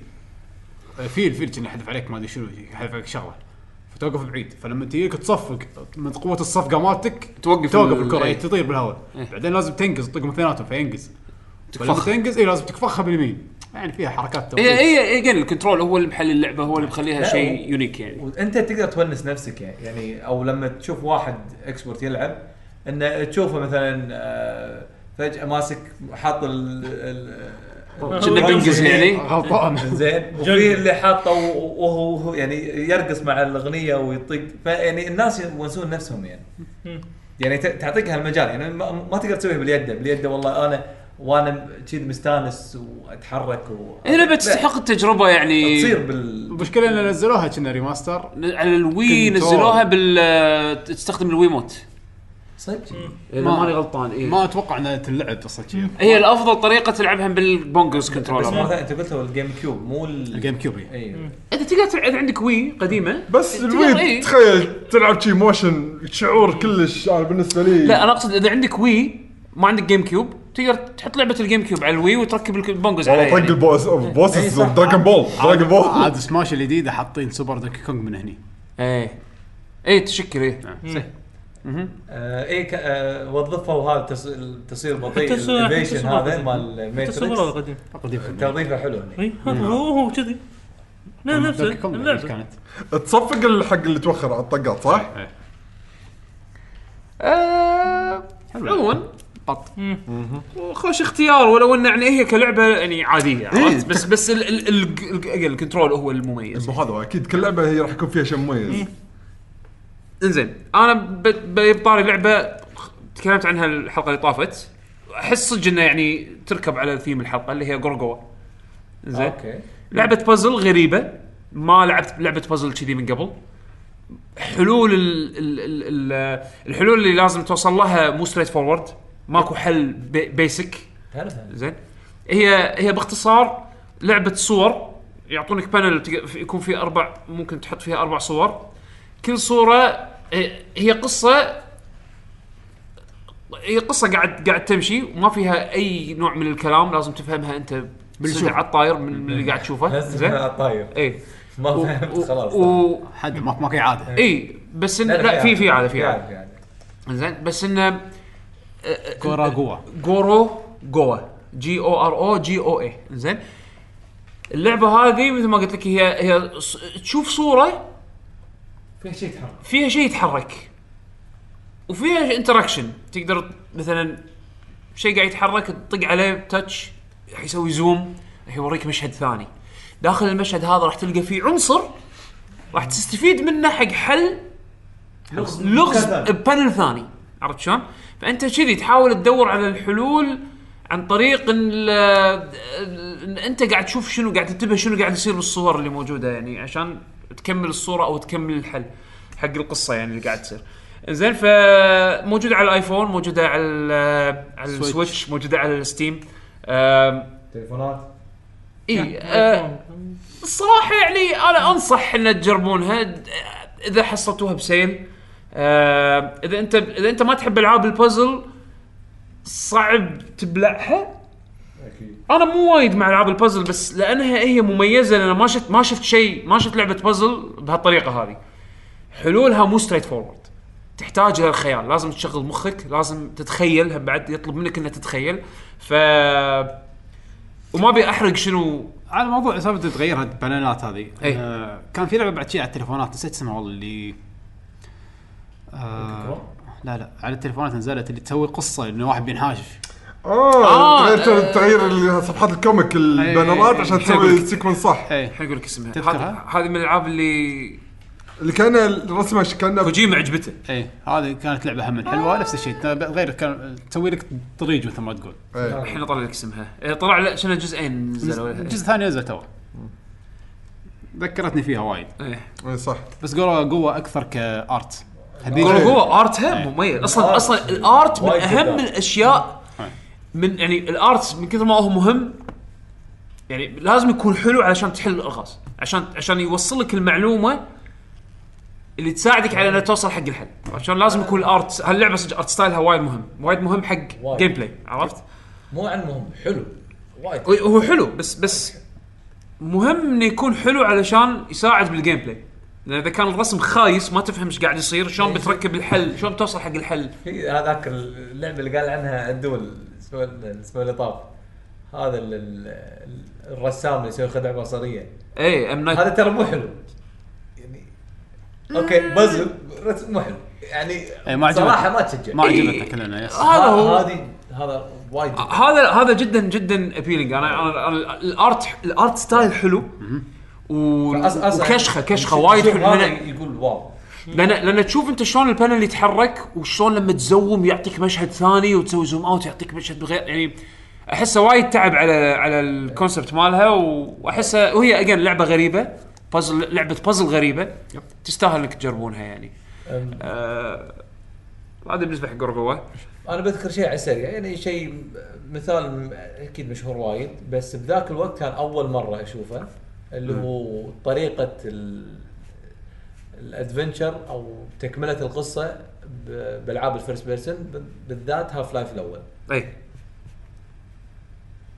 آه، فيل فيل كنا يحذف عليك ما ادري شنو يحذف عليك شغله فتوقف بعيد فلما تجيك تصفق من قوه الصفقه مالتك توقف توقف ال- الكره إيه. إيه. تطير بالهواء إيه. بعدين لازم تنقز تطقهم اثنيناتهم فينقز فلما تكفخ. إيه، تنقز اي لازم تكفخها باليمين يعني فيها حركات توقيت هي هي هي again، الكنترول هو اللي محل اللعبه هو اللي مخليها لا، شيء و- يونيك يعني وانت تقدر تونس نفسك يعني, يعني او لما تشوف واحد اكسبورت يلعب انه تشوفه مثلا آه، فجاه ماسك حاط ال ال- كنا الرمز بينقز هنا. يعني غلطان زين وفي اللي حاطه و- وهو وهو يعني يرقص مع الاغنيه ويطق فيعني الناس يونسون نفسهم يعني يعني ت- تعطيك هالمجال يعني ما, ما تقدر تسويه باليد باليد والله انا وانا كذي مستانس واتحرك و هي لعبه لا، تستحق التجربه يعني تصير بال المشكله ان نزلوها كنا ريماستر على الوي كنترول. نزلوها بال تستخدم الويموت صدق ما- ماني إيه. غلطان اي ما اتوقع انها تنلعب اصلا شي. هي الافضل طريقه تلعبها بالبونجوز بس مره كنترولر ثانيه انت قلتها الجيم كيوب مو ال- إيه. الجيم كيوب يعني. هي. اي اذا تقدر تلعب عندك وي قديمه بس تقدر الويد إيه. تخيل تلعب شي موشن شعور كلش انا بالنسبه لي لا انا اقصد اذا عندك وي ما عندك جيم كيوب تقدر تحط لعبه الجيم كيوب على الوي وتركب البونجوز عليه والله طق يعني. البوس بوسس دراجون بول دراجون بول عاد سماش الجديده حاطين سوبر دوكي كونج من هني ايه ايه تشكل ايه آه اي آه وظفوا هذا التص- التصوير بطيء حتى السو- حتى الانفيشن السوبر هذا قديم. مال الماتريكس تصور قديم توظيفه حلو يعني. هني اي إيه، هذا هو هو كذي لا نفسه دوكي كونج إيش اللعبه كانت تصفق حق اللي توخر على الطقات صح؟ آه، عموما بط خوش اختيار ولو ان يعني هي كلعبه يعني عاديه عرفت بس بس ال- ال- ال- ال- الكنترول هو المميز مو هذا هو، اكيد كل لعبه هي راح يكون فيها شيء مميز انزين انا ب- ب- بطاري لعبه تكلمت عنها الحلقه اللي طافت احس صدق انه يعني تركب على ثيم الحلقه اللي هي جورجوا زين اوكي لعبه بازل غريبه ما لعبت لعبه بازل كذي من قبل حلول ال ال ال ال الحلول اللي لازم توصل لها مو ستريت فورورد ماكو حل بي بيسك تعرف أنا. زين هي هي باختصار لعبه صور يعطونك بانل تق- يكون فيه اربع ممكن تحط فيها اربع صور كل صوره آه، هي قصه هي قصه قاعد قاعد تمشي وما فيها اي نوع من الكلام لازم تفهمها انت بالشوف على الطاير من من اللي قاعد تشوفه نزل زين (laughs) على الطاير (laughs) اي طيب. ما و- فهمت و- خلاص و... حد ما ما في عاده اي بس إن... لا في في عاده في عاده يعني زين بس انه كورا قوة جورو جوا جي او ار او جي او اي زين اللعبه هذه مثل ما قلت لك هي هي ص- تشوف صوره في شيء يتحرك فيها شيء يتحرك وفيها انتراكشن تقدر مثلا شيء قاعد يتحرك تطق عليه تاتش راح يسوي زوم راح يوريك مشهد ثاني داخل المشهد هذا راح تلقى فيه عنصر راح تستفيد منه حق حل لغز لغز كذا. ببانل ثاني عرفت شلون؟ فانت كذي تحاول تدور على الحلول عن طريق ان, ال- إن انت قاعد تشوف شنو قاعد تنتبه شنو قاعد يصير بالصور اللي موجوده يعني عشان تكمل الصوره او تكمل الحل حق القصه يعني اللي قاعد تصير. زين فموجوده على الايفون، موجوده على ال- على السويتش، موجوده على الستيم. أم، تليفونات اي أه، الصراحه يعني انا انصح ان تجربونها د- اذا حصلتوها بسيل آه، اذا انت اذا انت ما تحب العاب البازل صعب تبلعها اكيد انا مو وايد مع العاب البازل بس لانها هي مميزه لان ما شفت ما شفت شيء ما شفت لعبه بازل بهالطريقه هذه حلولها مو ستريت فورورد تحتاج الى الخيال لازم تشغل مخك لازم تتخيل هم بعد يطلب منك انك تتخيل ف وما ابي احرق شنو على موضوع سالفه تتغير هالبلانات هذه أي. آه كان في لعبه بعد شيء على التليفونات نسيت اسمها والله اللي آه لا لا على التليفونات نزلت اللي تسوي قصه انه واحد بينحاشف اه آه، إيه، تغير تغير صفحات الكوميك البانرات أي- عشان أي- تسوي أي- السيكونس صح اي الحين اقول لك اسمها تذكرها؟ هذه- هذه من الالعاب اللي اللي كان الرسمه ش- كان كوجيما عجبته اي هذه كانت لعبه هم حلوه نفس الشيء تغير كان تسوي لك طريق مثل ما تقول إيه. الحين اطلع لك اسمها إيه، طلع لا شنو جزئين نزلوا إيه. لها. الجزء الثاني نزل تو ذكرتني فيها وايد إيه. اي صح بس قوة قوة اكثر كارت جورو هذيك جوا ارتها مميز اصلا الآرت. اصلا الارت من وايد اهم جدا. الاشياء أي. من يعني الارت من كثر ما هو مهم يعني لازم يكون حلو علشان تحل الالغاز عشان عشان يوصل لك المعلومه اللي تساعدك على انك توصل حق الحل عشان لازم يكون الارت هاللعبه صدق ارت ستايلها وايد مهم وايد مهم حق وايد. جيم بلاي عرفت؟ مو عنهم حلو وايد هو- هو حلو بس بس مهم انه يكون حلو علشان يساعد بالجيم بلاي لان اذا كان الرسم خايس ما تفهم ايش قاعد يصير شلون إيه. بتركب الحل شلون بتوصل حق الحل في هذاك اللعبه اللي قال عنها الدول اسمه اسمه لطاف هذا ال- ال- الرسام اللي يسوي خدع بصريه اي ام إيه، نايت هذا ترى مو حلو يعني اوكي بزل رسم مو حلو يعني إيه، إي، ما عجبتك. صراحه ما تشجع ما إي. عجبتنا كلنا يس هذا هو. آه، هذه هذا وايد هذا هذا جدا جدا ابيلينج انا انا أنا الارت الارت ستايل حلو و... أص- أصلاً- وكشخه كشخه شوف- وايد شوف حلو هذا لأن- يقول واو لان لان تشوف انت شلون البانل يتحرك وشلون لما تزوم يعطيك مشهد ثاني وتسوي زوم اوت يعطيك مشهد غير يعني احسه وايد تعب على على الكونسبت مالها واحسها وهي اجين لعبه غريبه بازل لعبه بازل غريبه تستاهل انك تجربونها يعني أم. آه، هذا بالنسبه حق جورجوا انا بذكر شيء على السريع يعني شيء مثال م- اكيد مشهور وايد بس بذاك الوقت كان اول مره اشوفه اللي هو طريقه ال- الادفنشر او تكمله القصه ب- بالعاب الفيرست بيرسون بالذات هاف لايف الاول اي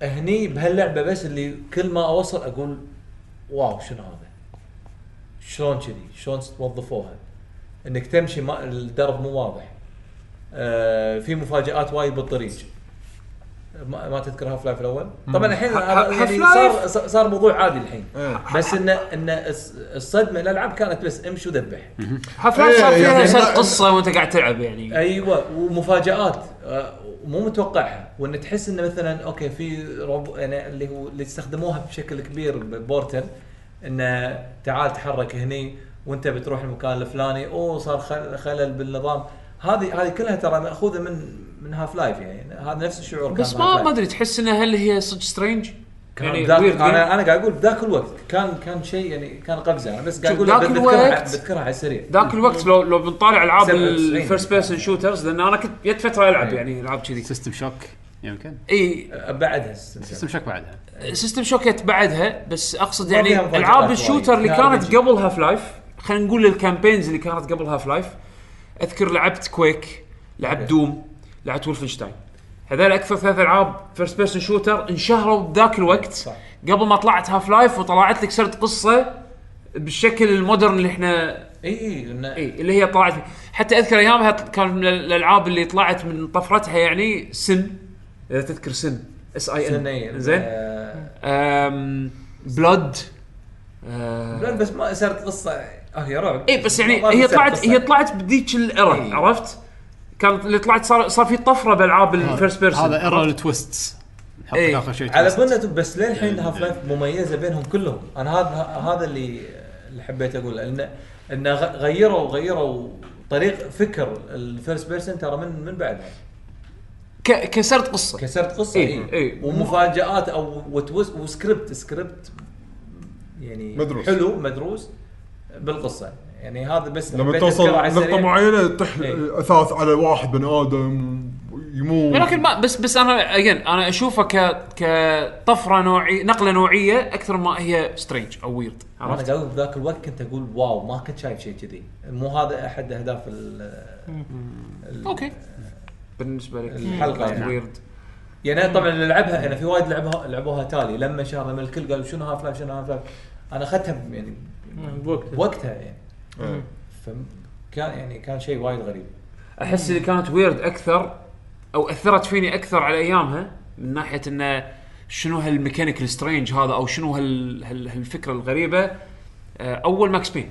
هني بهاللعبه بس اللي كل ما اوصل اقول واو شنو هذا؟ شلون كذي؟ شلون وظفوها؟ انك تمشي ما الدرب مو واضح. آه في مفاجات وايد بالطريق. ما, ما تذكر هاف لايف الاول؟ طبعا الحين ه- ه- هذا يعني هاف صار صار- صار موضوع عادي الحين بس ان ان الس- الصدمه الالعاب كانت بس امشي وذبح هاف لايف صار إيه، فيها يعني صار لا- قصه وانت قاعد تلعب يعني ايوه ومفاجات آه، مو متوقعها وان تحس انه مثلا اوكي في روب يعني اللي هو اللي استخدموها بشكل كبير ببورتل انه تعال تحرك هني وانت بتروح المكان الفلاني اوه صار خل- خلل بالنظام هذه هذه كلها ترى ماخوذه من من هاف لايف يعني هذا نفس الشعور كان بس ب ما Half-Life. ما ادري تحس انها هل هي صدق سترينج؟ كان يعني ذاك- weird انا انا قاعد اقول بذاك الوقت كان كان شيء يعني كان قفزه انا بس قاعد شوف، اقول ذاك بذكرها الوقت- بذكرها على السريع ذاك الوقت لو لو بنطالع العاب 97 الفيرست بيرسون شوترز لان انا كنت جت فتره العب إيه. يعني العاب كذي سيستم شوك يمكن اي بعدها السلسلة. سيستم شوك بعدها سيستم شوكت بعدها بس اقصد ما فيها يعني مفاجآت العاب وايد. الشوتر اللي فيها كانت RPG. قبل هاف لايف خلينا نقول الكامبينز اللي كانت قبل هاف لايف اذكر لعبت كويك لعبت إيه. دوم لعبت ولفنشتاين هذول اكثر ثلاث العاب فيرست بيرسون شوتر انشهروا بذاك الوقت صح. قبل ما طلعت هاف لايف وطلعت لك صرت قصه بالشكل المودرن اللي احنا اي اي إيه، إنه- اي إيه، اللي هي طلعت حتى اذكر ايامها كان من الالعاب اللي طلعت من طفرتها يعني سن اذا تذكر سن اس اي إنه- إيه. ان زين آه، بلاد لا، بس ما صارت قصه اه هي رعب اي بس يعني ما- ما هي صارت طلعت قصة. هي طلعت بذيك الايرا إي. عرفت؟ كانت اللي طلعت صار صار في طفره بالعاب الفيرست بيرسون هذا ايرور تويست نحط إيه. اخر شيء على twist. بنا بس يعني للحين هاف لايف مميزه بينهم كلهم انا هذا هذا اللي اللي حبيت اقوله انه انه غ- غيروا غيروا طريق فكر الفيرست بيرسون ترى من من بعدها ك- كسرت قصه كسرت قصه إي، اي إي. ومفاجات او وتوس وسكريبت سكريبت يعني مدروس. حلو مدروس بالقصه يعني هذا بس لما حبيت توصل أذكره على نقطه السريع. معينه تح إيه. اثاث على واحد بني ادم يموت ولكن ما بس بس انا اجين انا اشوفها ك كطفره نوعيه نقله نوعيه اكثر ما هي سترينج او ويرد انا عرفت؟ قاعد أقول بذاك الوقت كنت اقول واو ما كنت شايف شيء كذي مو هذا احد اهداف ال- ال- اوكي بالنسبه لك الحلقة يعني. ويرد يعني أنا طبعا اللي لعبها انا في وايد لعبها لعبوها تالي لما شهر لما الكل قالوا شنو هاف لايف شنو هاف لايف انا اخذتها ب- يعني بوقت وقتها يعني إيه. فكان يعني كان شيء وايد غريب احس اللي كانت ويرد اكثر او اثرت فيني اكثر على ايامها من ناحيه انه شنو هالميكانيك السترينج هذا او شنو هال هال هالفكره الغريبه آه، اول ماكس بين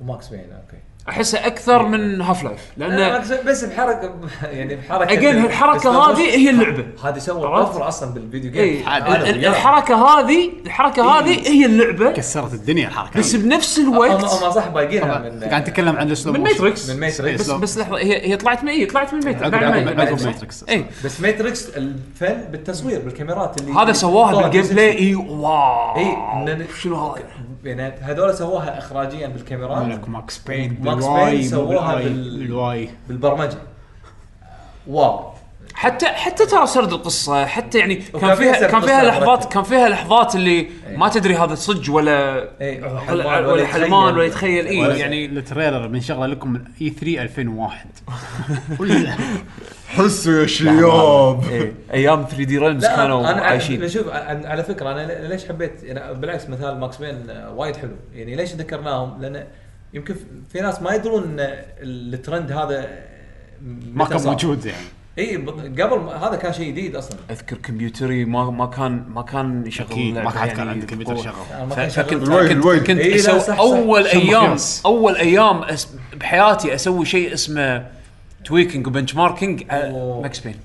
وماكس بين اوكي احسها اكثر من هاف لايف أنا لان ماكس بين بس بحركه (laughs) يعني بحركه Again، هالحركة بس لو هذه بص- هي اللعبة. هذه سوى عرفت؟ طفره اصلا بالفيديو إيه، جيم ال- ال- الحركه هذه الحركه هذه هي اللعبه كسرت الدنيا الحركه بس هذه. بنفس هم الوقت هم صح بايقينها من قاعد نتكلم عن السلو من موشن. إيه، ماتريكس من بس ماتريكس لو- بس لحظه هي هي طلعت من اي طلعت من الميت عقب بعد عقب ما- إيه. عقب صح؟ ماتريكس اي بس ماتريكس الفن بالتصوير بالكاميرات اللي هذا سواها طلعت بالجيم بلاي اي 360. واو اي إيه، إن- شنو هذا يعني هذول سووها اخراجيا بالكاميرات لك ماكس بين ماكس بالواي، بين سووها بالواي، بال- بالواي بالبرمجه واو حتى حتى ترى سرد القصه حتى يعني كان وكان فيها فيها سرد كان فيها قصة لحظات مرتب. كان فيها لحظات اللي ما تدري هذا صج ولا اي أو حلمان ولا ولا حلمان ولا يتخيل اي يعني يعني التريلر من شغله لكم E من اي 3 2001 حسوا يا شياب إيه، ايام 3 دي ريمز لا كانوا انا أنا- عايشين شوف أنا- على فكره انا ل- ليش حبيت أنا بالعكس مثال ماكس بين آه، وايد حلو يعني ليش ذكرناهم لان يمكن في- في ناس ما يدرون ان الترند هذا آه، ما كان موجود يعني اي قبل ما- هذا كان شيء جديد اصلا اذكر كمبيوتري ما ما كان ما كان يشغل اكيد ما لعبة كان يعني كان عندك كمبيوتر بقوة. شغال أنا ما كان ف- شغال. فكنت الويل- كنت, الويل. كنت إي لا، أسوي صح، صح. اول شم ايام خياس. اول ايام أس... بحياتي اسوي شيء اسمه تويكينج وبنش ماركينج على أوه. ماكس بين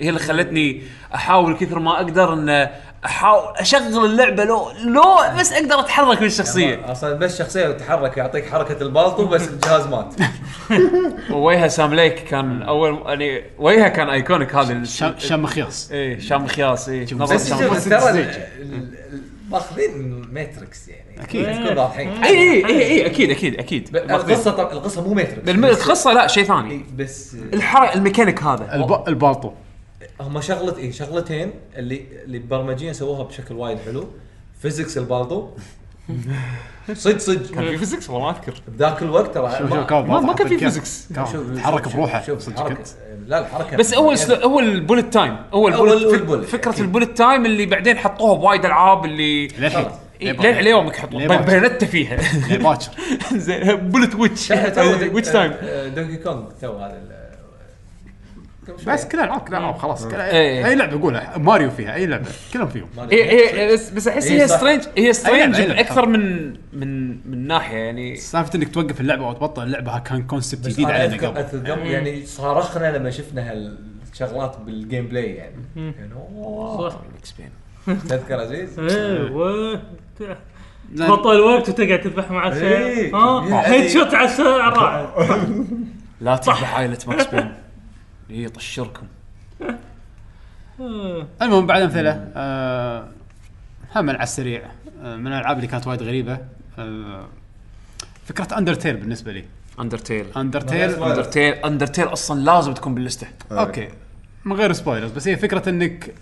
هي اللي خلتني احاول كثر ما اقدر ان احاول اشغل اللعبه لو لو بس اقدر اتحرك بالشخصيه اصلا بس شخصيه وتتحرك يعطيك حركه البالطو بس الجهاز (laughs) مات ويها سام ليك كان اول يعني ويها كان ايكونيك هذا ال- شم- شم خياس ايه شام خياس ايه شوف، نظرة بس شام شوف، خياس. ترى ال- زيج. ال- ال- ماخذين من ماتريكس يعني أكيد. نكون واضحين اي اي اي اي اكيد اكيد اكيد ب- القصه طب القصه مو ماتريكس بالم- القصه لا شيء ثاني إي، بس الحرق الميكانيك هذا الب- البالطو هم شغله اي شغلتين اللي اللي برمجيا سووها بشكل وايد حلو فيزكس البالطو صدق صدق في فيزكس والله ما اذكر بذاك الوقت ترى شوف شوف ما- كان ما- ما بالطو كان في حط الكام. physics. كان شوف- تحرك شوف- بروحه شوف صدق الحركه كنت. لا الحركه بس هو يعني- سل... هو البولت تايم هو البولت هو فك... البولت، فكره أكيد. البولت تايم اللي بعدين حطوها بوايد العاب اللي للحين خلاص. إيه، ليه ليومك ليه حطوها باكر. بيانتا فيها (laughs) ليه باكر زين بولت ويتش شغلة تو دن- ويتش تايم آه، دونكي كونغ تو هذا ال- آه، كم شوية. بس كل العاب كل العاب خلاص كل إيه. اي لعبه قولها ماريو فيها اي لعبه كلهم فيهم هي هي بس, بس احس إيه، هي صح. سترينج هي سترينج أيوة، أيوة. اكثر من من من ناحيه يعني سالفه انك توقف اللعبه او تبطل اللعبه ها كان كونسبت بس جديد انا علينا اذكر قبل أذكر قبل يعني صارخنا لما شفنا هالشغلات بالجيم بلاي يعني يعني أوه. Max Payne. إيه، تذكر عزيز ايه زين. تبطل الوقت وتقعد تذبح مع السيف إيه. ها هيد شوت على الس- على الراعي لا تذبح عائله ماكس بين اي طشركم المهم بعد امثله آه هم على السريع آه من الالعاب اللي كانت وايد غريبه آه فكره اندرتيل بالنسبه لي اندرتيل اندرتيل اندرتيل اندرتيل اصلا لازم تكون باللسته اوكي من غير سبويلرز بس هي فكره انك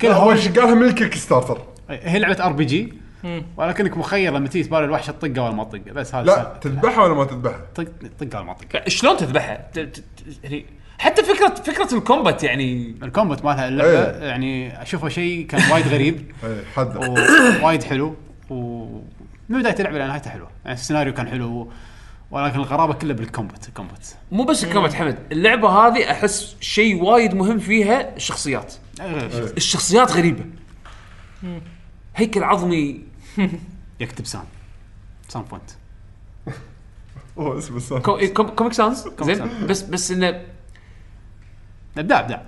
كل هو هو ايش قالها من الكيك ستارتر هي لعبه ار بي جي مم. ولكنك مخير لما تيجي تباري الوحش تطقه ولا ما تطقه بس هذا لا السبب. تذبحها ولا ما تذبحها؟ طق طقه ولا ما تطقه شلون تذبحها؟ ت- ت- ت- يعني حتى فكره فكره الكومبات يعني الكومبات مالها اللعبه إيه. يعني اشوفه شيء كان وايد غريب اي حد وايد حلو ومن بدايه اللعبه الى نهايتها حلوه يعني السيناريو كان حلو ولكن الغرابه كلها بالكومبات الكومبات مو بس الكومبات حمد اللعبه هذه احس شيء وايد مهم فيها الشخصيات غير الشخصيات غريبه هيكل عظمي يكتب سام سام فونت اوه اسمه السالفة. كو- كوم- كوميك سانس سانس. زين بس بس انه ابداع ابداع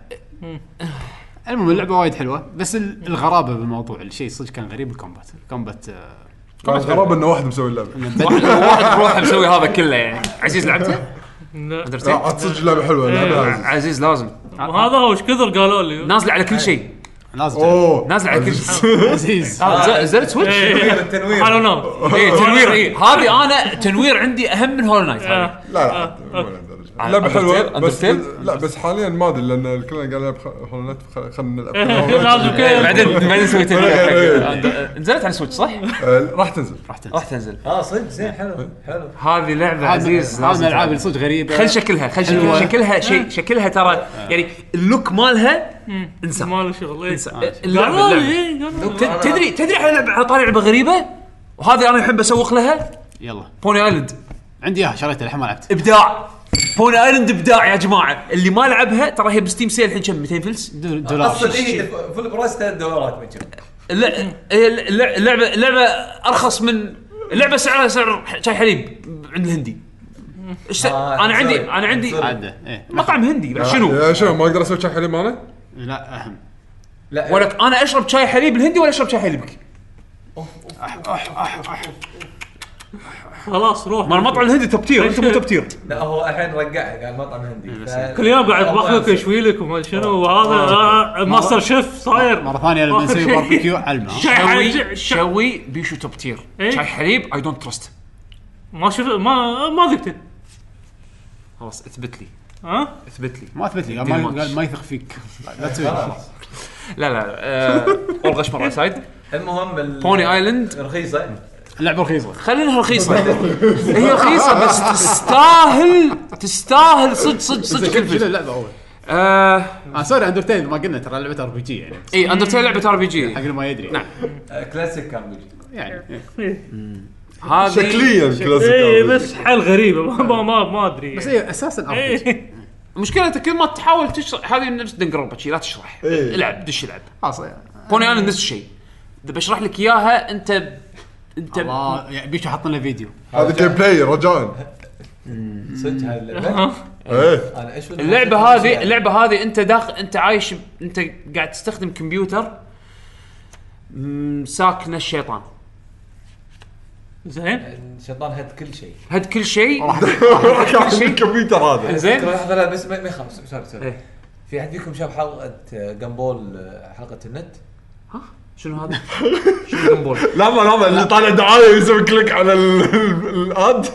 المهم اللعبه وايد حلوه بس ال- الغرابه بالموضوع الشيء صدق كان غريب الكومبات الكومبات آه، الغرابه انه واحد مسوي اللعبه واحد واحد بروحه مسوي هذا كله يعني عزيز لعبته؟ لا. لا Undertale؟ عاد صدق لعبه حلوه لعبه ع- عزيز. عزيز لازم وهذا هو ايش كثر قالوا لي نازل على كل شيء لازم تعرف. اوه نازل على كل شيء عزيز آه، ز- زرت سويتش إيه. التنوير حلو ناو اي إيه، تنوير اي هذه انا تنوير عندي اهم من هولو نايت هذه. آه. (laughs) لا لا آه، مو لهالدرجة. عن- لعبه حلوه Undertale؟ بس Undertale؟ لا بس حاليا ما ادري لان كلنا قاعد نلعب هولو نايت خلينا نلعب لازم كل- إيه، بعدين بعدين سويت تنوير إيه، إيه. حق- آه، نزلت على سويتش صح؟ آه، راح تنزل راح تنسى راح تنزل اه صدق زين حلو حلو هذه لعبه عزيز هذا من لازم الالعاب اللي صدق غريبه خل شكلها خل شكلها حلوة. شكلها شيء شكلها ترى آه. يعني اللوك مالها انسى ما له شغل إيه. انسى آه، اللعبة- قالوا لي اللعبة. إيه، قالوا ت- لي. تدري تدري على لعبة- على طاري لعبه غريبه وهذه انا الحين بسوق لها يلا بوني ايلاند عندي اياها شريتها الحين ما لعبت ابداع بوني ايلاند ابداع يا جماعه اللي ما لعبها ترى هي بستيم سيل الحين كم 200 فلس دول- دولار اصلا إيه، اي فول إيه، برايس ثلاث دولارات من كم الل- الل- اللعبه اللعبه ارخص من اللعبه سعرها سعر شاي حليب عند الهندي إيش ت- آه، انا عندي سوري. انا عندي سوري. آه. عاده ايه مطعم هندي بعد شنو إيه، يا آه، شنو ما اقدر اسوي شيء حليب ماله؟ لا اهم لا ولك انا اشرب شاي حليب الهندي ولا اشرب شاي حليبك خلاص روح مال المطعم الهندي تبتير انت مو تبتير لا هو الحين رجعها قال مطعم إيه، هندي ف- كل يوم قاعد يطبخ لك أوه، ويشوي لك وما شنو وهذا آه، ماستر شيف صاير مره ثانيه لما نسوي باربيكيو (laughs) على الماء شاي (laughs) شوي حليب شا- شوي بيشو تبتير إيه؟ شاي حليب اي دونت ترست ما شفت ما ما ذقته خلاص اثبت لي ها اثبت لي ما اثبت لي قال ديل ما- ماتش. قال ما يثق (laughs) فيك لا- لا تسوي لا لا (laughs) آه، والغش مره سايد المهم ال- بوني ايلاند رخيصه اللعبه (laughs) رخيصه خلينها رخيصه هي رخيصه بس تستاهل تستاهل صدق صدق صدق كل شنو فلوس. اللعبه اول آه، اه سوري اندرتيل ما قلنا ترى لعبه ار بي جي يعني اي اندرتيل لعبه ار بي جي حق اللي ما يدري نعم آه، كلاسيك كان بيجي يعني إيه. هذه شكليا اي إيه، كلاسيك إيه، بس حل غريبه ما ما ما, ما ادري بس هي اساسا ار بي جي إيه. مشكلته كل ما تحاول تشرح هذه نفس دنقروبة شي لا تشرح إيه. العب دش العب خلاص يعني. بوني ايلاند نفس الشيء اذا بشرح لك اياها انت انت الله يعني بيشو حط لنا فيديو (laughs) آه. هذا جيم بلاي رجاء صدق هاي اللعبه ها. إيه. (laughs) ايه انا اشوف اللعبه هذه اللعبه هذه انت داخل انت عايش ب- انت قاعد تستخدم كمبيوتر مم، ساكنه الشيطان زين الشيطان هد كل شيء هد كل شيء الكمبيوتر هذا زين ترى لحظه لا بس ما ما يخاف سوري سوري إيه. في احد فيكم شاف حلقه آه، جنبول آه، حلقه النت؟ شنو هذا؟ شنو جنبول؟ لحظه لحظه اللي طالع دعايه يسوي كليك على ال- ال- الاد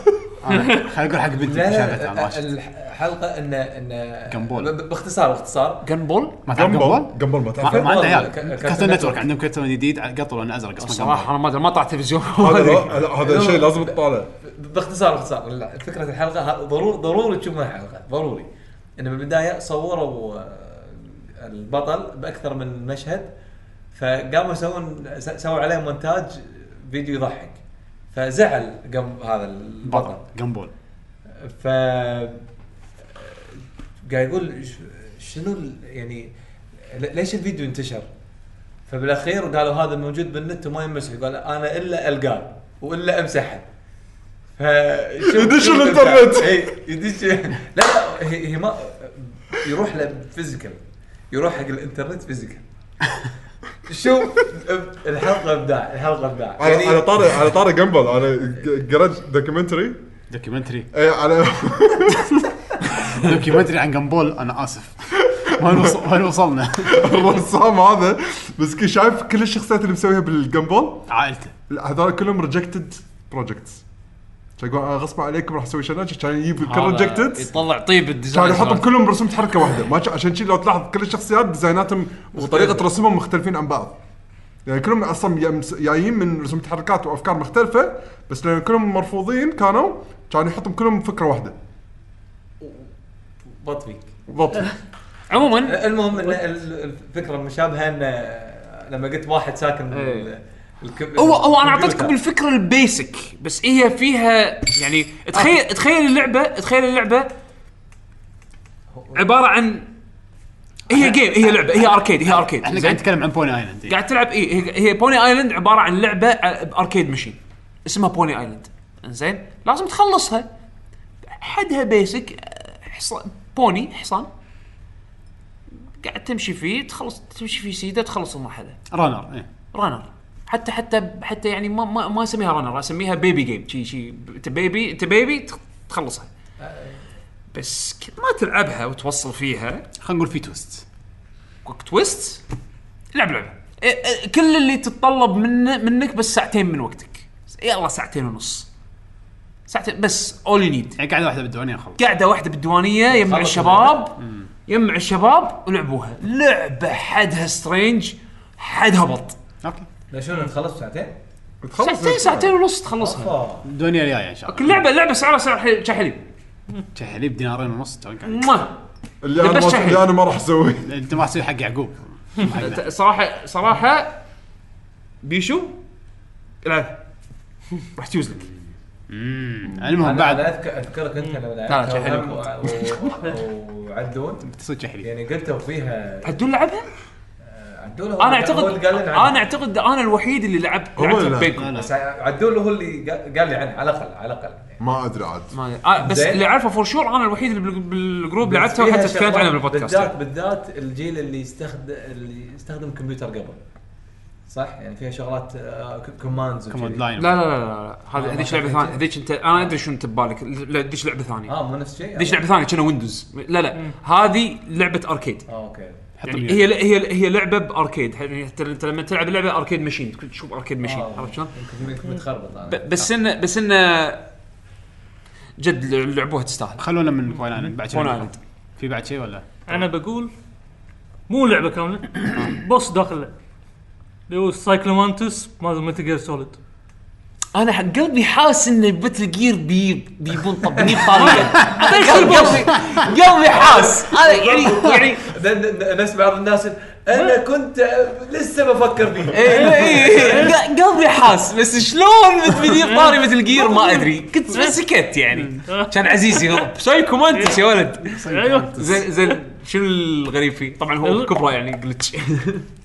أنا خليني اقول حق بنتي لا آه، شافتها ما لا شفت الحلقه ان ان جنبول. ب- باختصار باختصار جنبول؟ ما تعرف جنبل قبل جنبل ما تعرف ما عنده عيال ك- كارتون كارتون نتورك نتورك. عندهم كرتون جديد قطر لون ازرق اسمه صراحه صراحه انا ما ادري ما طلع (laughs) تلفزيون هذا لا- لا، هذا شيء لازم تطالع باختصار باختصار ال- فكره الحلقه ه- ضروري ضروري تشوفون الحلقه ضروري ان بالبدايه صوروا آه، البطل باكثر من مشهد فقاموا يسوون س- سووا عليه مونتاج فيديو يضحك فزعل قم هذا البطل جنبول ف قاعد يقول ش- شنو ال- يعني ل- ليش الفيديو انتشر؟ فبالاخير قالوا هذا موجود بالنت وما يمسح قال انا الا القاه والا امسحه ف يدش الإنترنت. اي يدش لا لا هي هي (laughs) ما يروح له فيزيكال يروح حق الانترنت فيزيكال شوف الحلقه ابداع الحلقه ابداع يعني على على طاري على طاري جنبل انا ق- قريت دوكيومنتري دوكيومنتري إيه، على (laughs) دوكيومنتري عن جنبول انا اسف (laughs) وين وص- وين وصلنا؟ (laughs) الرسام هذا مسكين شايف كل الشخصيات اللي مسويها بالجنبل عائلته هذول كلهم ريجكتد بروجكتس يقول انا غصب عليكم راح اسوي شنات عشان يجيب الكل هذا ريجكتد يطلع طيب كانوا الديزاين يحطهم كلهم برسوم حركه واحده ما ش- عشان كذي لو تلاحظ كل الشخصيات ديزايناتهم وطريقه رسمهم مختلفين عن بعض يعني كلهم اصلا يا- مس- جايين من رسوم حركات وافكار مختلفه بس لان كلهم مرفوضين كانوا كانوا يحطهم كلهم فكره واحده بط فيك بالضبط عموما المهم ان ال- الفكره المشابهه ان لما قلت واحد ساكن بال- إيه. الكم- هو هو انا الكمبيوتر. اعطيتكم الفكره البيسك بس هي فيها يعني تخيل آه. تخيل اللعبه تخيل اللعبه عباره عن هي جيم هي لعبه هي اركيد هي اركيد احنا زين؟ قاعد نتكلم عن إيه. بوني ايلاند قاعد تلعب اي هي- هي بوني ايلاند عباره عن لعبه ع- باركيد ماشين اسمها بوني ايلاند زين لازم تخلصها حدها بيسك حصان بوني حصان قاعد تمشي فيه تخلص تمشي فيه سيده تخلص المرحله رانر إيه. رانر حتى حتى حتى يعني ما ما, ما اسميها رانر اسميها بيبي جيم شي شي انت بيبي انت بيبي تخ- تخلصها بس كل ما تلعبها وتوصل فيها خلينا نقول في توست كويك تويست لعب لعبه إيه، إيه، كل اللي تتطلب منه منك بس ساعتين من وقتك يلا ساعتين ونص ساعتين بس اول يو نيد يعني قاعده واحده بالديوانيه اخلص قاعده واحده بالديوانيه يجمع الشباب يجمع الشباب ولعبوها لعبه حدها سترينج حدها بط اوكي لا شنو خلصت ساعتين؟ ساعتين ساعتين ونص تخلصها آه. الدنيا الجايه ان شاء الله كل لعبه لعبه سعرها سعر حليب شاي حليب شي حليب دينارين ونص تو قاعد- ما اللي انا بس ما- شحن. اللي انا ما راح اسويه انت ما راح تسوي حق يعقوب ت- صراحه صراحه بيشو العب (laughs) راح تيوز لك المهم انا بعد أنا أذك- اذكرك انت لما لا، شيء لعبتها حلو. وهم- (laughs) و- وعدون تصير شي حليب يعني قلتوا فيها عدول لعبها؟ عدول هو- انا هو اعتقد اللي قال لنا عنها. انا اعتقد انا الوحيد اللي لعبت هو لعبت لا. بينكم بس عدول هو اللي قا- قال لي عنها على الاقل على الاقل يعني. ما ادري عاد ما- آه، بس زين. اللي اعرفه فور شور انا الوحيد اللي بال- بالجروب لعبتها فيها وحتى شغلات تكلمت عنها بالبودكاست بالذات بالذات الجيل اللي يستخدم اللي يستخدم كمبيوتر قبل صح يعني فيها شغلات آه، ك- كوماندز كوماند وكذي. لا لاين لا لا لا لا هذه آه، ما هذيك كان لعبه في ثانيه شيء. هذيك انت انا ادري شنو انت ببالك ل- لا، هذيك لعبه ثانيه اه مو نفس الشيء هذيك لعبه ثانيه كنا ويندوز لا لا هذه لعبه اركيد اه اوكي حط يعني ميوت. هي هي هي لعبه باركيد يعني حتى انت لما تلعب اللعبه اركيد ماشين تكون تشوف اركيد ماشين آه، عرفت شلون؟ يمكن يمكن متخربط انا ب- بس انه بس انه جد لعبوها تستاهل خلونا من بوني ايلاند بعد شي Pony نقول. في بعد شيء ولا؟ انا بقول مو لعبه كامله بوس داخل اللعبه اللي هو السايكلومانتس مال متل جير سوليد انا حق قلبي حاس ان بتل جير بي بيبون طبني (laughs) طالع قلبي طيب قلبي حاس انا يعني (laughs) يعني ناس بعض الناس انا كنت آه، لسه بفكر فيه إيه، إيه، إيه، قلبي حاس بس شلون بتبدي طاري مثل جير ما ادري (laughs) كنت بس سكت يعني كان عزيز يهرب سايكو انت يا ولد ايوه زين زين شنو الغريب فيه؟ طبعا (laughs) هو كبره يعني جلتش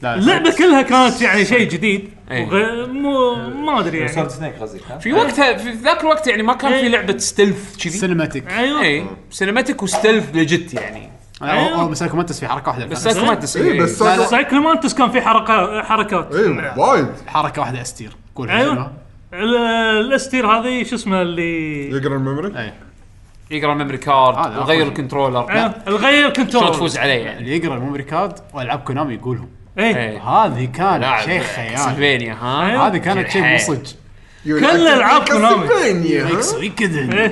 لا اللعبه كلها كانت يعني شيء جديد إيه. وغير مو ما ادري يعني سولد سنيك قصدك ها؟ في وقتها في ذاك الوقت يعني ما كان في إيه. لعبه ستيلث كذي إيه. سينماتيك ايوه اي سينماتيك وستيلث ليجت يعني أو- او مساكم انتس في حركه واحده بس فأنا- ما تسوي اي إيه، بس لا، لا. سايكلومانتس كان في حركه حركات اي إيه، وايد حركه واحده استير قول أيوة. شنو؟ ال- الاستير هذه شو اسمه اللي يقرا الميموري اي يقرا ميموري كارد هذا وغير أخوي. الكنترولر ايوه الغير كنترول شلون تفوز عليه يعني اللي يقرا الميموري كارد والعاب كونامي يقولهم ايه إيه. هذه كانت لاعب شيء خيال سلفينيا ها أيوة. هذه كانت شيء الحيل. مصج كل العاب كونامي. كونامي ويكدن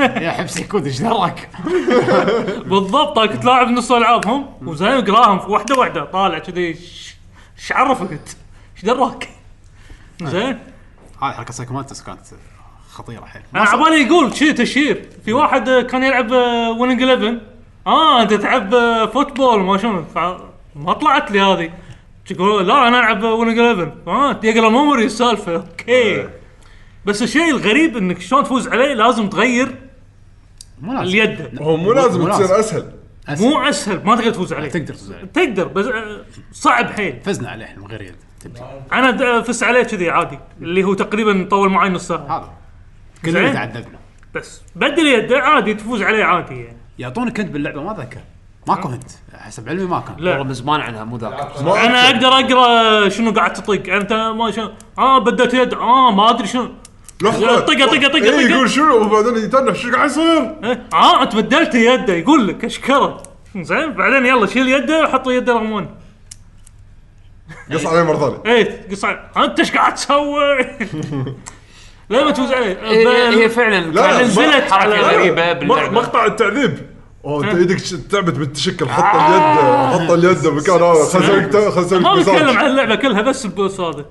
يا حبسي كود ايش دراك؟ بالضبط انا كنت لاعب نص العابهم وزين اقراهم في واحده واحده طالع كذي ايش إيش عرفك انت؟ ايش دراك؟ زين هذه حركه سايكوماتس كانت خطيره حيل انا عبالي يقول شي تشير في واحد آه، كان يلعب ويننج 11 اه انت تلعب آه، فوتبول ما شنو فع- ما طلعت لي هذه تقول لا انا العب ويننج 11 اه تقرا ميموري السالفه اوكي بس الشيء الغريب انك شلون تفوز عليه لازم تغير مو لازم. اليد هو مو لازم مو تصير اسهل أسهل. مو اسهل ما تقدر تفوز عليه تقدر تفوز عليه تقدر بس آه، صعب حيل فزنا عليه احنا من غير يد تبدي انا د- آه، فزت عليه كذي عادي اللي هو تقريبا طول معي نص ساعه هذا كلنا زين. تعذبنا بس بدل يده عادي تفوز عليه عادي يعني يعطونك انت باللعبه ما ذكر ماكو هنت حسب علمي ما كان لا. والله من زمان عنها مو ذاكر ما انا أذكر. اقدر اقرا شنو قاعد تطق انت ما شنو اه بدت يد اه ما ادري شنو لحظة. طقة- طقة- طقة- إيه، طقة. يقول شنو وبعدين يتنح شو قاعد يصير؟ إيه، اه انت بدلت يده يقول لك اشكره زين بعدين يلا شيل يده وحط يده رقم 1 قص عليه مرة ثانية ايه قص عليه. انت ايش قاعد تسوي؟ (laughs) ليه ما تفوز عليه؟ هي هي بل- فعلا لا، نزلت حركه على- غريبه مق- باللعبه مقطع التعذيب اوه انت ايدك ش- تعبت بالتشكل حط اليد حط اليد مكان هذا خسرت خسرت آه. ما بتكلم عن اللعبه كلها بس البوس هذا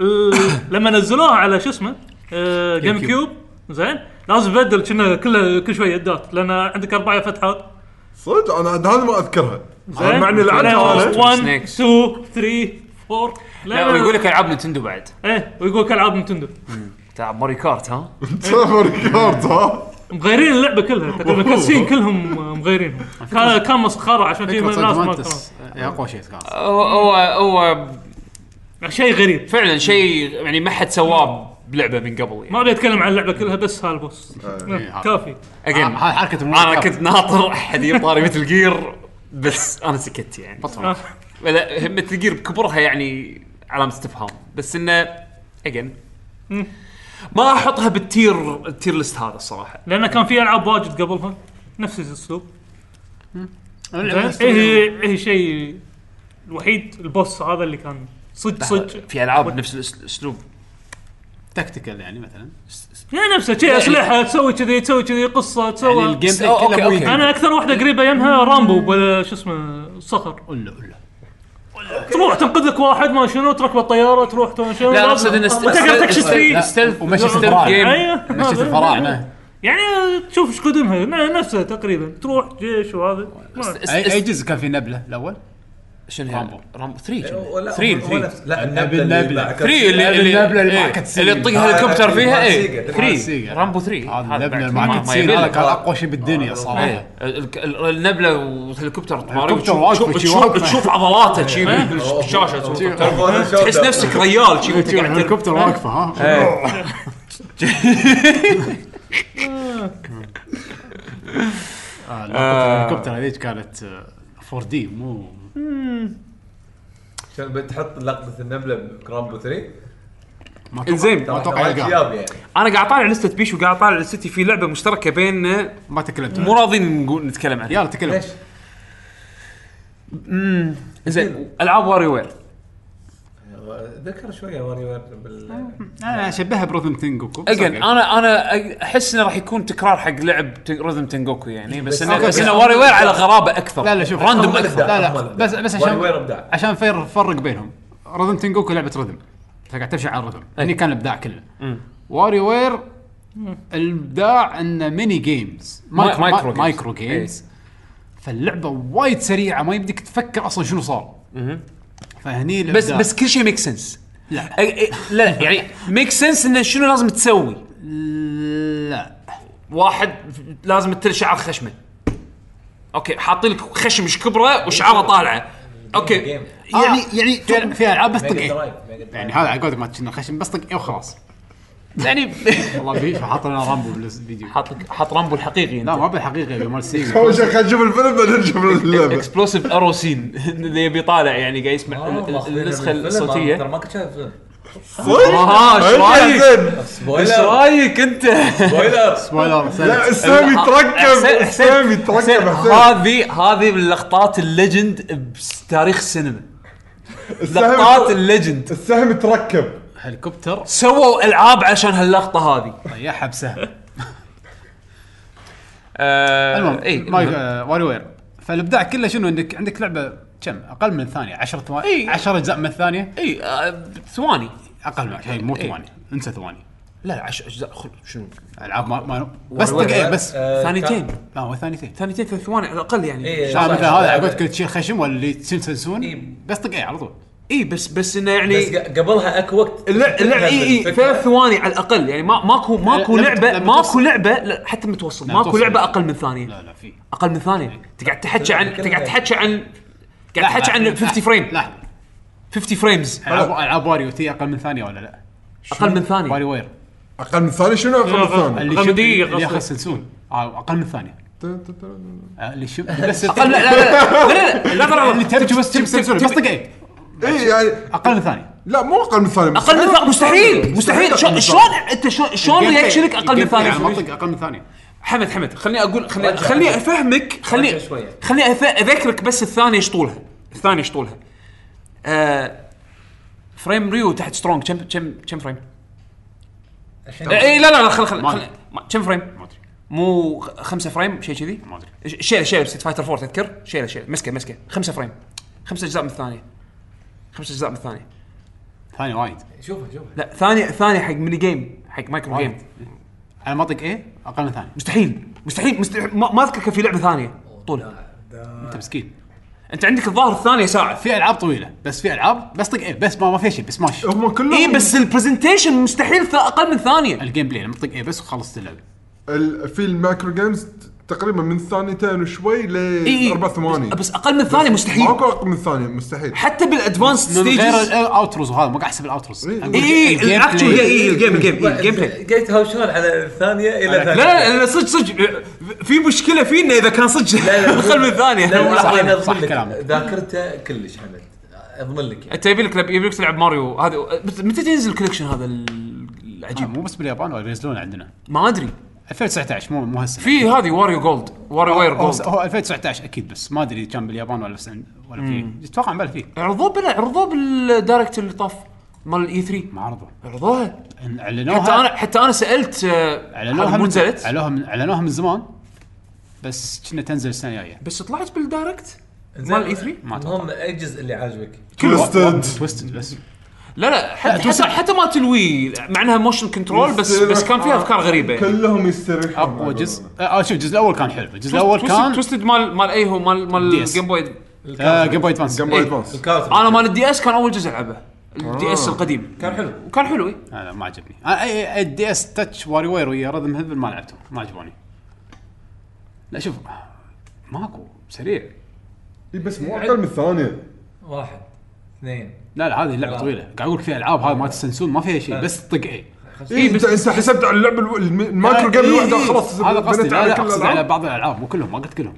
ال- لما نزلوها على شو اسمه آه، جيم كيوب زين لازم تبدل كنا كلها كل شوي يدات لان عندك اربع فتحات صدق انا عاد هذه ما اذكرها زين مع اني لعبتها انا 1 Snakes. 2 3 4 لا ويقول لك العاب نتندو بعد ايه ويقول لك العاب نتندو تلعب ماري كارت ها سيرفر كارد ها مغيرين اللعبه كلها تقريبا كاسين كلهم مغيرين كان كان مسخره عشان في فكرة ناس صدق ما ما كانوا. تس- يا اقوى شيء كان هو هو هو يعني شيء غريب فعلا شيء يعني ما حد سواه بلعبه من قبل يعني ما ابي اتكلم عن اللعبه كلها بس هالبوس كافي Again. هاي حركه انا كنت ناطر احد يطاري مثل جير بس انا سكت يعني آه. لا هم مثل جير بكبرها يعني علامه استفهام بس انه اجين ما احطها بالتير التير ليست هذا الصراحه لان كان في العاب واجد قبلها نفس الاسلوب ايه ايه هي- ايه شيء الوحيد البوس هذا اللي كان صدق صدق في العاب نفس الأس- الاسلوب تكتيكال يعني مثلا يا نفسه شيء اسلحه تسوي كذي تسوي كذي قصه يعني تسوي الجيم أوكي، بلاي كله مو أوكي. يدري. انا اكثر واحده قريبه يمها رامبو بلا شو اسمه الصخر قول له- قول له. تروح تنقذ لك واحد ما شنو تركب الطياره تروح تو شنو لا لازم- اقصد انه است- تقدر است- تكشف است- فيه. استلف ومشي استلف الفراعنة. جيم ايوه مشيت هذا- الفراعنه يعني تشوف ايش قدمها ن- نفسها تقريبا تروح جيش وهذا ما- است- اي است- اي جزء كان في نبله الاول شنو رامبو. رامبو رامبو 3 ولا 3 ولا- لا النبله النبلة. اللي بعد- 3 (laughs) اللي اللي النبلة اللي مع إيه، كتسيج. اللي تطق هليكوبتر آه، فيها سيجا. اي آه، 3 سيجا. رامبو 3 هذا النبله ما- مع ما كتسين يبيله. هذا كان آه. اقوى شيء بالدنيا صراحه ايه ال- ال- النبله والهليكوبتر طواري الهليكوبتر وتشوف- واقف تشوف- وشي تشوف واقفة. تشوف عضلاته شي إيه. بالشاشه تشوف الهليكوبتر. تحس نفسك ريال شي وانت قاعد إيه. تلعب. الهليكوبتر واقفه (laughs) ها آه، لقطة الهليكوبتر هذيك كانت 4 دي مو كان بتحط لقطه النبله بكرامبو 3 ما أتوقع- انزين ما اتوقع يلقاها. شياب يعني انا قاعد اطالع لسته بيش وقاعد اطالع لستي في لعبه مشتركه بيننا ما تكلمت آه، مو راضين نقول نتكلم عنها يلا تكلم ليش؟ زين العاب واري وير ذكر شويه واري وير آه. بال انا اشبهها بروثم تنجوكو بس اجين أوكي. انا انا أ- احس انه راح يكون تكرار حق لعب ت- رذم تنجوكو يعني بس انه أوكي، بس بس انه هم- واري وير على غرابه اكثر لا لا شوف راندوم هم اكثر الإبداع. لا لا أحمد. بس بس وين- وين عشان إبداع؟ عشان فير فرق بينهم رذم تنجوكو لعبه رذم انت قاعد تمشي على الرذم هني كان الابداع كله واري وير الابداع انه ميني جيمز مايكرو, مايكرو مايكرو, جيمز. مايكرو جيمز فاللعبه وايد سريعه ما يبديك تفكر اصلا شنو صار فهني بس الإبداع. بس كل شيء ميك سنس لا لا يعني ميك سنس انه شنو لازم تسوي لا واحد لازم تل شعر خشمه اوكي حاطين لك خشم ايش كبره وشعره آه، طالعه اوكي يعني يعني في- في العاب بس ميجا طقيه درايف ميجا درايف. يعني هذا على قولتك ما تشنا خشم بس طقيه وخلاص يعني والله بيش حاط لنا رامبو بالفيديو (laughs) حاط لك حاط رامبو الحقيقي لا ما بالحقيقه مال سيجا (laughs) اول شيء خلينا نشوف الفيلم بعدين نشوف اللعبه اكسبلوسيف ارو سين (laughs) اللي يبي طالع يعني قاعد يسمع آه، ال- ال- ماخذينها النسخه من الفيلم. أنا ترى الصوتيه ما كنت شايف (laughs) الفيلم. آه، إيش رأيك؟ زين. ايش سبويلر رايك (laughs) انت؟ سبويلر سبويلر لا سلك. السامي تركب السامي حسين، تركب حسين هذه هذه من لقطات الليجند بتاريخ السينما لقطات السهم- الليجند السهم تركب هليكوبتر سووا العاب عشان هاللقطه هذه طيحها (laughs) بسهم آه المهم (laughs) اي مايك آه، واري وير فالابداع كله شنو انك عندك لعبه كم اقل من ثانيه 10 ثواني إي. 10 اجزاء من الثانيه اي آه، ثواني اقل من شيء مو إي. ثواني انسى ثواني لا لا عش اجزاء خل شنو العاب ما, ما بس دقيقه بس آه، كان- ثانيتين لا هو ثانيتين ثانيتين ثلاث ثواني على الاقل يعني إيه، آه، مثلا صح. هذا على قولتك تشيل خشم ولا اللي تسنسون إي. إيه. بس دقيقه على طول اي بس بس انه بس يعني ق- قبلها اكو وقت اللعب اللعب اي اي الفكرة. ثلاث ثواني على الاقل يعني ما ماكو ماكو لما- لعبه لما ماكو توصل. لعبه لا حتى متوسط لا، ماكو توصل. لعبه اقل من ثانيه لا لا في اقل من ثانيه تقعد تحكي عن كلها- تقعد تحكي عن قاعد تحكي عن 50 فريم لحظه 50 فريمز العاب العاب واريو تي اقل من ثانيه ولا لا؟ إيه. اقل من ثانيه واري وير اقل من ثانيه شنو اقل من ثانيه؟ اللي أقل من شوف- دقيقة اللي قصدك. ياخذ سنسون آه، اقل من ثانيه آه، اللي (laughs) شوف بس اقل لا لا لا لا لا لا ترى اللي ترجم بس سنسوري بس دقيقه اي يعني اقل من ثانيه لا مو اقل من ثانيه اقل من ثانية- مستحيل مستحيل شلون شلون انت شلون شلون رياكشنك اقل من ثانية منطق اقل من ثانيه حمد حمد خليني اقول خليني خليني افهمك خليني رجع شوية. خليني أف- اذكرك بس الثانية ايش طولها الثانية ايش طولها آه، فريم ريو تحت سترونج كم كم كم فريم؟ الحين اي لا لا لا خل خل ما خل- أدري. ما- كم فريم؟ ما ادري مو خ- خمسة فريم شيء كذي؟ ما ادري ش- شيله شيله ست فايتر 4 تذكر؟ شيله شيله مسكه مسكه خمسة فريم خمسة اجزاء من الثانية خمسة اجزاء من الثانية ثانيه وايد شوفها شوفها لا ثانية ثانية حق ميني جيم حق مايكرو جيم وايد على منطق ايه اقل من ثانيه مستحيل مستحيل مستحيل ما ما اذكر كان في لعبه ثانيه طولها انت مسكين انت عندك الظاهر الثانيه ساعه في العاب طويله بس في العاب بس طق ايه بس ما, ما فيها شيء بس ماشي هم كلهم اي إيه، بس البرزنتيشن مستحيل ث- اقل من ثانيه الجيم بلاي لما تطق ايه بس وخلصت اللعبه ال- في المايكرو جيمز ت- تقريبا من ثانيتين وشوي اي ل اربع ثواني إيه، بس اقل من ثانيه مستحيل ماكو اقل من ثانيه مستحيل حتى بالادفانس من غير ستيجز الاوتروز وهذا ما قاعد احسب الاوتروز إيه. اي اي الاكشن اي الجيم الجيم إي، الجيم بلاي قاعد يتهاوشون على الثانيه الى لا ثانيه لا لا صدق صدق في مشكله فينا اذا كان صدق اقل من لا ثانيه لا انا صح اضمن لك كلامك. ذاكرته كلش حمد اضمن لك يعني انت يبي لك يبي لك تلعب ماريو هذا مت- متى ينزل الكوليكشن هذا ال- العجيب مو بس باليابان ولا ينزلون عندنا ما ادري 2019 مو مو هالسنه في هذه واريو جولد واريو وير هو جولد هو 2019 اكيد بس ما ادري كان باليابان ولا بس عند- ولا في اتوقع عمال فيه عرضوه بلا عرضوه بالدايركت اللي طاف مال الاي 3 ما عرضوا عرضوها إن حتى اعلنوها انا حتى انا سالت آه، اعلنوها هذا مو من نزلت اعلنوها من اعلنوها من زمان بس كنا تنزل السنه الجايه بس طلعت بالدايركت مال E الاي 3 ما أتوقع. المهم اي جزء اللي عاجبك توستد توستد بس لا لا حتى حتى, حتى مالت الوي مع انها موشن كنترول بس بس كان فيها افكار غريبه يعني كلهم يستريحون اقوى Oh جزء اه شوف الجزء الاول كان حلو الجزء الاول كان توستد مال مال اي هو مال مال DS. جيم بوي آه، جيم بوي ادفانس جنب إيه. ادفانس الكاثر انا مال الدي اس كان اول جزء العبه الدي اس القديم آه. كان حلو وكان حلو إيه. لا لا، ما عجبني أنا اي أي- الدي اس تاتش واري وير ويا رذم هيفن ما لعبتهم ما عجبوني لا شوف ماكو سريع اي إيه، بس مو اقل من ثانيه واحد اثنين لا لا هذه لعبه لا. طويله قاعد اقول لك في العاب هذه ما تستنسون ما فيها شيء بس طق اي اي بس انت إيه، حسبت على اللعبه الو- الم- المايكرو جيم إيه، الواحده إيه. خلاص هذا قصدي بنيت لا لا كل اقصد الألعاب. على بعض الالعاب مو كلهم ما قلت كلهم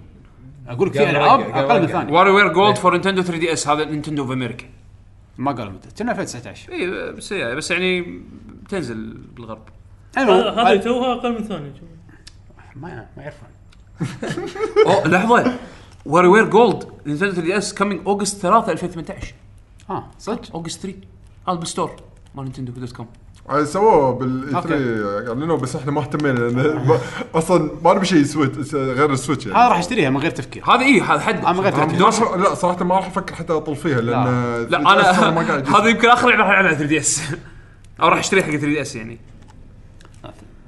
اقول لك قام في العاب رقع، قام اقل من رقع. ثانيه واري وير إيه. جولد فور نينتندو 3 دي اس هذا نينتندو اوف امريكا ما قالوا متى كنا 2019 اي بس إيه، بس يعني تنزل بالغرب هذا هذا المهم توها اقل من ثانيه شوف. ما ما يعرفون اوه لحظه واري وير جولد نزلت الدي اس كامينج اوجست 3 2018 اه صدق اوجست 3 هذا بالستور مال نينتندو دوت كوم عاد سووه E بالاي 3 أوكي. اعلنوا يعني بس احنا ما اهتمينا لان ما- اصلا ما نبي شيء سويت غير السويتش يعني هذا راح اشتريها من غير تفكير هذا اي هذا حد أنا ما غير أنا تفكير ما راح- لا صراحه ما راح افكر حتى اطل فيها لان (laughs) لا 3DS انا أصلاً ما قاعد (laughs) هذا يمكن اخر لعبه راح العبها 3 دي (laughs) اس او راح اشتري حق 3 دي اس يعني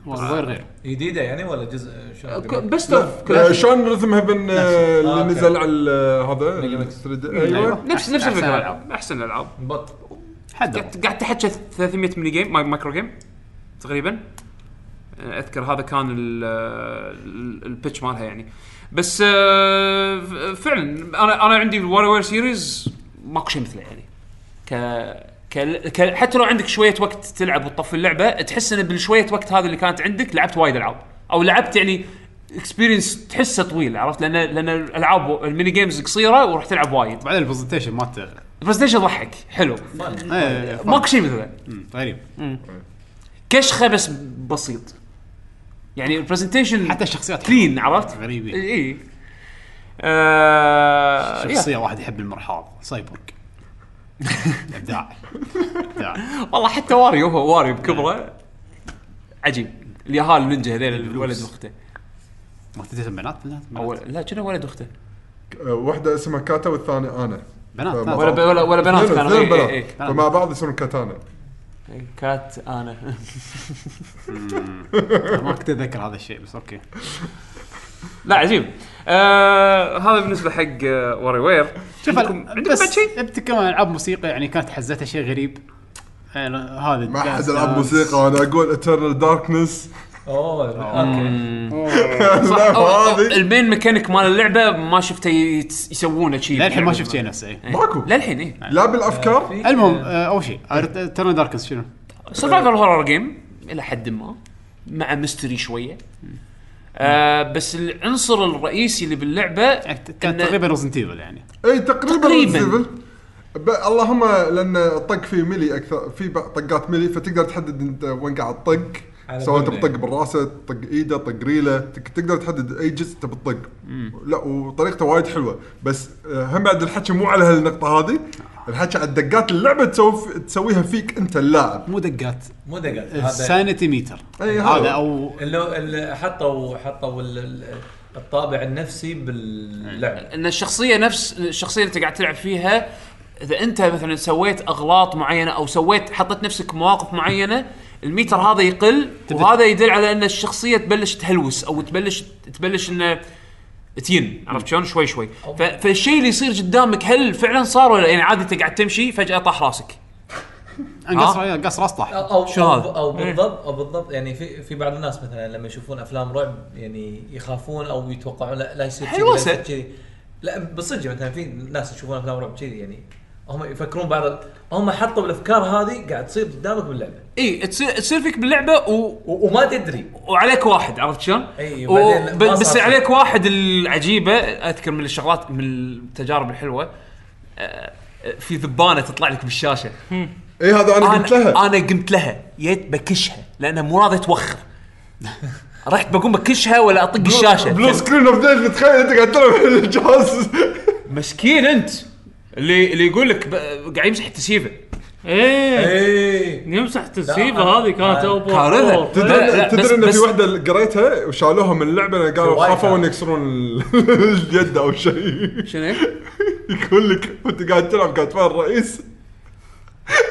واري وير غير جديده يعني ولا جزء شنو بس اوف آه، شلون ريثم هيفن آه، آه، اللي أوكي. نزل على ال- هذا ميجا ال- ميكس. 3D أيوة. ايوه نفس نفس أحسن الفكره ألعاب. احسن الالعاب بط حد قاعد قاعد تحكي 300 ميني جيم ماي- مايكرو جيم تقريبا اذكر هذا كان ال- ال- البيتش مالها يعني بس آه، ف- فعلا انا انا عندي الواري وير سيريز ماكو شيء مثله يعني ك كال- ك- حتى لو عندك شويه وقت تلعب وتطفي اللعبه تحس ان بالشويه وقت هذا اللي كانت عندك لعبت وايد العاب او لعبت يعني اكسبيرينس تحسه طويل عرفت لان لان الالعاب الميني جيمز قصيره وراح تلعب وايد بعدين البرزنتيشن مالته البرزنتيشن ضحك حلو إيه، فاهم. ماكو شيء مثله مم، طيب. غريب كشخه بس بسيط يعني البرزنتيشن حتى الشخصيات كلين عرفت؟ غريبين اي آه يا. شخصيه واحد يحب المرحاض (laughs) سايبورغ ابداع ابداع والله حتى واريو هو واريو بكبره عجيب اليهال النينجا هذيل الولد الفلوس. واخته ما تدري بنات بنات بنات. او لا كنا ولد واخته آه، واحده اسمها كاتا والثانيه انا بنات آه، بنات. ولا ب- ولا ولا بنات اثنين- كانوا ايوه، إيه، اثنين اي بنات. اي بنات. فمع بعض يصيرون كاتانا اي كات انا ما كنت اتذكر هذا الشيء بس اوكي (laughs) لا عجيب آه هذا بالنسبه حق آه، واري وير شوف عندكم أنا- عندكم بس بعد شيء؟ بتتكلم عن العاب موسيقى يعني كانت حزتها شيء غريب آه، لا، هذا ما داس حد يلعب دانس. موسيقى وانا اقول اترنال داركنس اوه اوكي (laughs) هذه المين ميكانيك مال اللعبه ما شفته يت- يسوونه شيء للحين ما شفت شيء نفسه إيه. ماكو. للحين اي لا بالافكار المهم آه، اول شيء آه، ترى داركنس شنو؟ سرفايفل هورر جيم الى حد ما مع ميستري شويه آه بس العنصر الرئيسي اللي باللعبه يعني كان إنه- تقريبا رزنت ايفل يعني اي تقريبا تقريباً. تقريبا اللهم لان طق فيه ملي اكثر في بعض طقات ملي فتقدر تحدد انت وين قاعد تطق على سواء بنه. تبطق بالراسه تطق ايده طق ريله تك- تقدر تحدد اي جزء تبي تطق لا وطريقته وايد حلوه بس آه، هم بعد الحكي مو على هالنقطه هذه الحكي على الدقات اللعبه تسوي في- تسويها فيك انت اللاعب مو دقات مو دقات هذا سانيتي ميتر أي هذا. هذا او اللي- اللي حطوا حطوا ال- ال- الطابع النفسي باللعب ان الشخصيه نفس الشخصيه اللي انت قاعد تلعب فيها اذا انت مثلا سويت اغلاط معينه او سويت حطيت نفسك مواقف معينه الميتر هذا يقل وهذا يدل على ان الشخصيه تبلش تهلوس او تبلش تبلش انه تين عرفت شلون شوي شوي ف- فالشيء اللي يصير قدامك هل فعلا صار ولا يعني عادي انت قاعد تمشي فجاه طاح راسك انقص آه. انقص راس طاح او شو أو, هذا؟ او إيه. بالضبط او بالضبط يعني في في بعض الناس مثلا لما يشوفون افلام رعب يعني يخافون او يتوقعون لا, لا يصير كذي، لا حلوسة. يصير كذي لا بالصدق مثلا في ناس يشوفون افلام رعب كذي يعني هم يفكرون بعض ال- هم حطوا الافكار هذه قاعد تصير قدامك باللعبه اي تصير تصير فيك باللعبه و... و- وما تدري وعليك واحد عرفت شلون؟ أي، و- وبعدين ب- ما بس صار شيء. عليك واحد العجيبه اذكر من الشغلات من التجارب الحلوه آه، في ذبانه تطلع لك بالشاشه اي إيه، هذا انا قلت لها انا انا قمت لها جيت بكشها لانها مو راضيه توخر (laughs) رحت بقوم بكشها ولا اطق بلو الشاشه سكرين اوف ديث متخيل انت قاعد تلعب الجهاز (laughs) مسكين انت اللي اللي يقول لك ب- قاعد يمسح التسييفه إيه. ايه إيه. اي يمسح التسييفه لا، هذه كانت لا. اول كارثة. أول- لا، لا، تدري بس- تدري ان بس- في واحده قريتها وشالوها من اللعبه قالوا وايد خافوا هذا. ان يكسرون ال- (laughs) اليد او شيء (laughs) شنو؟ يقول لك وانت قاعد تلعب قاعد تفاعل الرئيس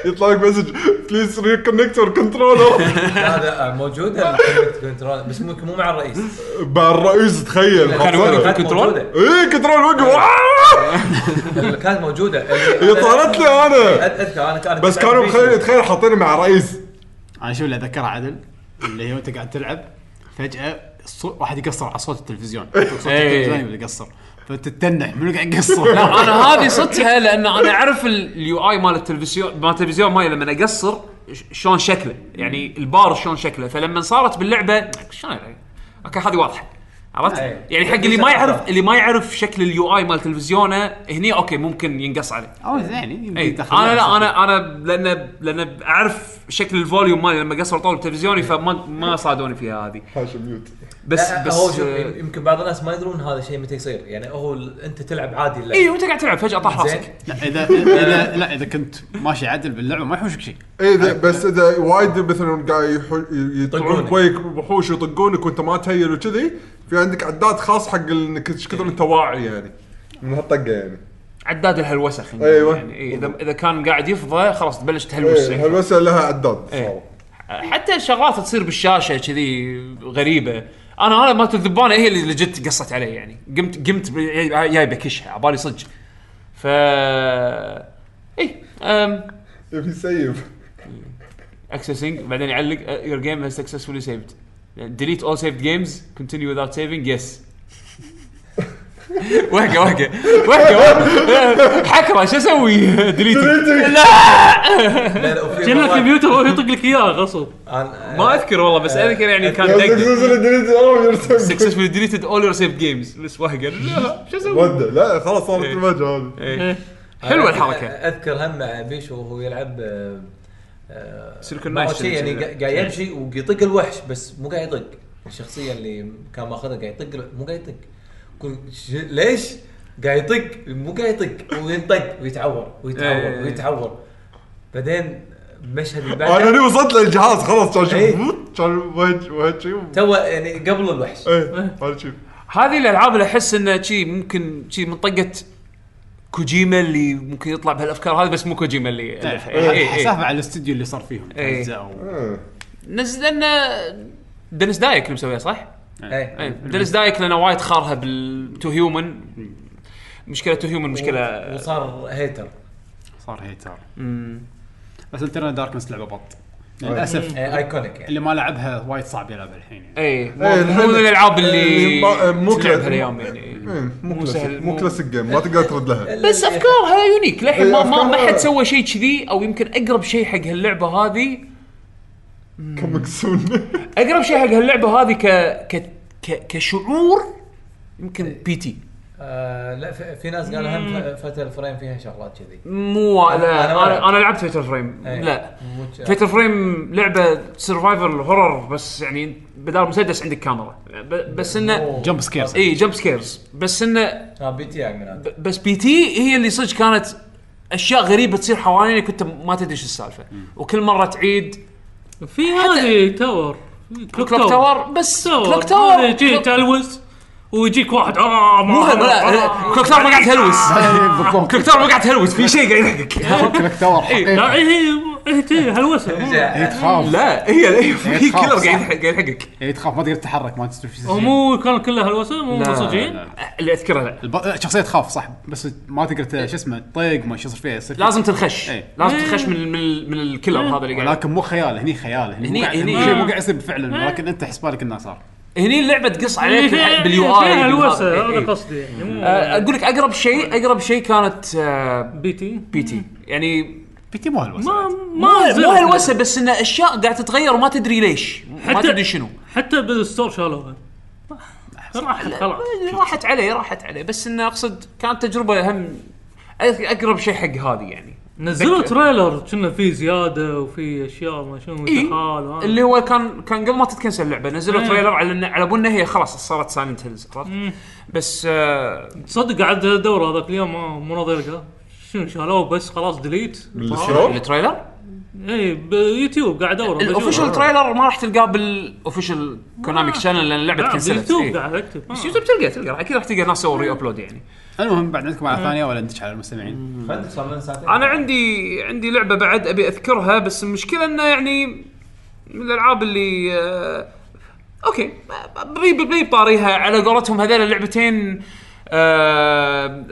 يطلع لك مسج بليز ريكونكت اور (laughs) كنترولر (laughs) هذا موجود (laughs) هالكونكت كنترول بس ممكن مو مع الرئيس مع الرئيس تخيل كان يوقف كانت الكنترول؟ موجودة. اي كنترول وقف (laughs) آه! اللي كانت موجوده (laughs) هي طارت لي أنا. أد- اذكر انا كانت بس كانوا مخيل تخيل حاطيني مع الرئيس انا شو اللي اتذكره عدل اللي هي وانت قاعد تلعب فجاه الصو- واحد يقصر على صوت التلفزيون إيه. صوت التلفزيون يبدا يقصر فتتنح منو (laughs) قاعد يقصر لا انا هذه صدتها لان انا اعرف اليو اي مال التلفزيون مال التلفزيون مالي لما اقصر ش- شلون شكله يعني البار شلون شكله فلما صارت باللعبه شلون يعني؟ اوكي هذه واضحه عرفت؟ أي. يعني حق اللي ما إيه. يعرف اللي ما يعرف شكل اليو اي مال تلفزيونه هني اوكي ممكن ينقص عليه. او يعني يمكن اي تاخذ انا إيه. لا لها انا انا لان لان اعرف شكل الفوليوم مالي لما قصر طول تلفزيوني فما ما صادوني فيها هذه. حاشم ميوت بس آه. بس هو بس شوف يمكن بعض الناس ما يدرون هذا الشيء متى يصير يعني هو ال- انت تلعب عادي اللعبة. اي وانت إيه، قاعد تلعب فجاه طاح راسك. زين لا اذا اذا لا اذا كنت ماشي عدل باللعبه ما يحوشك شيء إيه. اي ذا- إيه، بس اذا وايد مثلا قاعد يحو- يطلعون يطقونك. بويك وحوش يطقونك وانت ما تهيل وكذي في عندك عداد خاص حق انك ايش كثر إيه. انت واعي يعني من هالطقه يعني عداد الهلوسه خلينا نقول أيوة. يعني إيه، اذا اذا كان قاعد يفضى خلاص تبلش تهلوس إيه، هالمسألة لها عداد إيه. حتى شغلات تصير بالشاشه كذي غريبه انا انا مالت الذبانه هي اللي جت قصت علي يعني قمت قمت ب- جاي بكشها عبالي صدق ف إيه، اي ام يبي سيف اكسسنج بعدين يعلق uh, يور جيم هاز سكسسفولي سيفد ديليت اول سيفد جيمز كونتينيو وذاوت سيفنج (laughs) يس وهقه وهقه وهقه وهقة. (laughs) حكره شو اسوي (laughs) ديليت لا، لا، وفي جنة مرات الكمبيوتر وهو يطق لك اياها غصب أنا- ما اذكر والله بس آه. اذكر يعني كان دق سكسسفولي ديليتد اول يور سيفد جيمز بس وهقه (laughs) لا شو اسوي وده لا خلاص صارت المواجهه هذه إيه. حلوه الحركه اذكر هم مع بيشو وهو يلعب آه، آه، سيليكون إيه. ما ماش شيء يعني تلعب. قا- قاعد يمشي ويطق الوحش بس مو قاعد يطق الشخصيه اللي كان ماخذها قاعد يطق ال- مو قاعد يطق يقول ش- ليش؟ قاعد يطق مو قاعد يطق وينطق ويتعور ويتعور إيه. ويتعور بعدين مشهد اللي انا هني بعده وصلت للجهاز خلاص كان إيه. شوف كان وجه وجه شيء تو يعني قبل الوحش إيه. ايه هذا شيء هذه الالعاب اللي احس انه شي ممكن شي من طقه كوجيما اللي ممكن يطلع بهالافكار هذه بس مو كوجيما اللي ألفها. إيه، إيه، إيه. حسافه على الاستوديو اللي صار فيهم إيه. أجزاء و- نزل لنا دنس دايك اللي مسويها صح؟ إيه. إيه، دنس دايك لانه وايد خارها بالتو هيومن مشكله تو هيومن مشكله وصار هيتر صار هيتر بس الترن داركنس لعبه بط للاسف آه، إيه، ايكونيك يعني اللي ما لعبها وايد صعب يلعبها الحين يعني اي مو إيه، مو من الحين- الالعاب اللي إيه، ما- مو كلا- تلعبها اليوم يعني مو سهل، كلاسيك مو- مو كلاسيك جيم ما تقدر ترد لها (laughs) بس يعني افكارها يونيك للحين إيه، ما ما- ما أفكارها- حد سوى شيء كذي او يمكن اقرب شيء حق هاللعبه هذه كم مكسون اقرب شيء حق هاللعبه هذه ك ك ك- كشعور يمكن إيه. بي تي آه لا في, في ناس قالوا هم فتل فريم فيها شغلات كذي مو لا أنا انا ما انا, لعبت. أنا لعبت فيتر فريم إيه. لا مو ج- فيتر فريم لعبه سرفايفل هورر بس يعني بدال مسدس عندك كاميرا ب- بس انه أوه. جمب سكيرز (laughs) اي جمب سكيرز بس انه اه بي تي من ب- بس بي تي هي اللي صدق كانت اشياء غريبه تصير حوالينك وانت ما تدري ايش السالفه وكل مره تعيد في هذه تاور كلوك كلوك تاور بس كلوك هذا تاور يجي كلوك- تلوث ويجيك واحد اه مو ما هذا، لا كلوك تاور ما قاعد Ah. تهلوس كلوك تاور ما قاعد تهلوس في شيء قاعد يلحقك لك إيه. تور حقيقي لا إيه، هي هي (laughs) تي هلوسه هي تخاف لا هي هي في خلاص، كلر صح. قاعد يلحق- قاعد يلحقك هي يعني تخاف ما تقدر تتحرك ما تستوعب شو هو يصير. مو كان كله هلوسه مو إيه، منصجين اللي اذكره لا الب- الشخصيه تخاف صح بس ما تقدر ت- شو اسمه تطيق ما شو يصير فيها يصير إيه. لازم تنخش إيه. لازم تنخش من من من الكلر هذا اللي قاعد ولكن مو خيال هني خيال هني, هني- مو قاعد- هني- إيه. شيء مو قاعد يصير فعلا ولكن انت حسب بالك انه صار هني اللعبه تقص عليك فيها- باليو إيه. فيها اي هلوسه إيه، هذا قصدي يعني eh, مو اقول لك اقرب شيء اقرب شيء كانت بي تي بي تي يعني بي تي مو هلوسه ما ما ما مو نزلت. هلوسه بس ان اشياء قاعده تتغير وما تدري ليش ما حتى- تدري شنو حتى بالستور شالوها راحت خلاص إيه، راحت عليه راحت عليه بس انه اقصد كانت تجربه هم اقرب شيء حق هذه يعني نزلوا ذكر. تريلر كنا في زياده وفي اشياء ما شنو آه. إيه. دخال وهذا. اللي هو كان كان قبل ما تتكنسل اللعبه نزلوا إيه. تريلر على إن- على بنا هي خلاص صارت سايلنت هيلز عرفت بس آه، تصدق قعدت ادور هذاك اليوم ما مو راضي القاه شنو شالوه بس خلاص ديليت الشوب التريلر اي بيوتيوب قاعد آه، ادور الاوفيشال تريلر ما راح تلقاه بالاوفيشال كونامي شانل لان آه، اللعبه اتكنسلت باليوتيوب إيه. قاعد اكتب بس آه. يوتيوب تلقى تلقى راح- اكيد راح تلقى ناس سووا ري ابلود يعني المهم بعد عندكم إيه. على ثانيه ولا ندش على المستمعين خلنا صار لنا ساعتين انا عندي عندي لعبه بعد ابي اذكرها بس المشكله انه يعني من الالعاب اللي آه، اوكي بري بري طاريها على قولتهم هذول اللعبتين آه،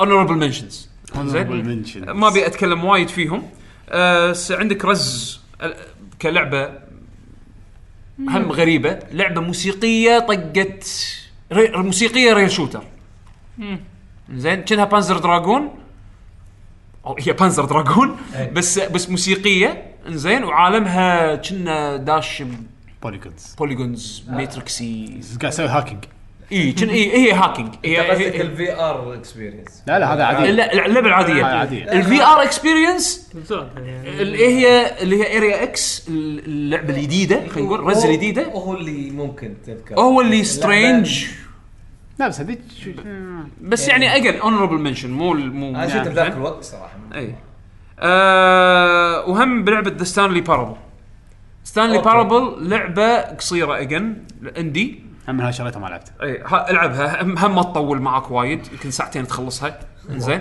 اونربل منشنز Honorable mentions. ما ابي اتكلم وايد فيهم آه، س- عندك رز ال- كلعبه هم غريبه لعبه موسيقيه طقت ري... موسيقيه ريل شوتر زين كانها بانزر دراجون او هي بانزر دراجون إيه. بس بس موسيقيه زين وعالمها كنا داش بوليجونز بوليجونز ماتريكسي قاعد اسوي هاكينج اي كنا اي هي هاكينج هي- أنت قصدك يعني هي- الفي ار اكسبيرينس لا لا هذا عادي إيه، لا لا، اللعبه العاديه هاي عادية. الفي ار اكسبيرينس زاد يعني اللي إيه هي اللي هي اريا اكس اللعبه الجديده خلينا نقول رز الجديده هو اللي ممكن تذكر هو اللي اللعبة- سترينج لا بس هذيك شو- بس يعني اجل اونربل منشن مو مو يعني انا إيه. شفت بذاك الوقت صراحه اي آه وهم بلعبه ذا ستانلي بارابل ستانلي أوكي. بارابل لعبه قصيره اجن اندي هم من هاي شريتها ما لعبتها اي إيه، ها- العبها هم, هم ما تطول معك وايد يمكن ساعتين تخلصها زين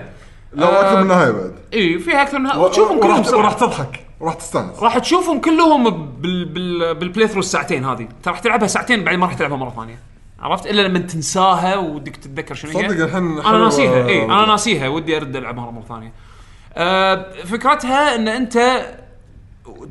لا اكثر من آه، هاي بعد اي فيها اكثر من ها- و- وتشوفهم كلهم وراح- وراح بسرعة. تضحك وراح تستانس راح تشوفهم كلهم بال بال بالبلاي ثرو الساعتين هذه ترى راح تلعبها ساعتين بعدين ما راح تلعبها مره ثانيه عرفت الا لما تنساها ودك تتذكر شنو هي. صدق الحين انا حلوة. ناسيها اي انا ناسيها ودي ارد العبها مره ثانيه آه، فكرتها ان انت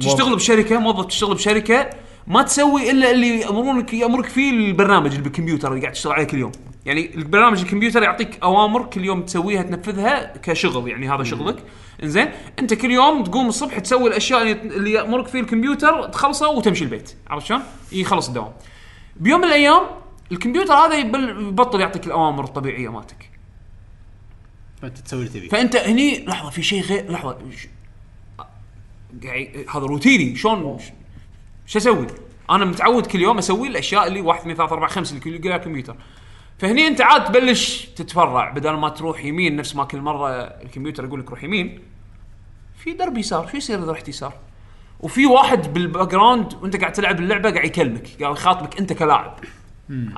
تشتغل بشركه موظف تشتغل بشركه ما تسوي الا اللي يامرونك يامرك فيه البرنامج اللي بالكمبيوتر اللي قاعد تشتغل عليه كل يوم يعني البرنامج الكمبيوتر يعطيك اوامر كل يوم تسويها تنفذها كشغل يعني هذا شغلك انزين انت كل يوم تقوم الصبح تسوي الاشياء اللي- اللي يامرك فيه الكمبيوتر تخلصها وتمشي البيت عرفت شلون؟ يخلص الدوام بيوم من الايام الكمبيوتر هذا يبل- يبطل يعطيك الاوامر الطبيعيه مالتك فانت تسوي اللي تبي فانت هني لحظه في شيء غير لحظه ش... قاعد هذا روتيني شلون ش- شو اسوي؟ انا متعود كل يوم اسوي الاشياء اللي 1 2 3 4 5 اللي كل- كلها الكمبيوتر فهني انت عاد تبلش تتفرع بدل ما تروح يمين نفس ما كل مره الكمبيوتر يقول لك روح يمين في درب يسار شو يصير اذا رحت يسار؟ وفي واحد بالباك جراوند وانت قاعد تلعب اللعبه قاعد يكلمك قاعد يخاطبك انت كلاعب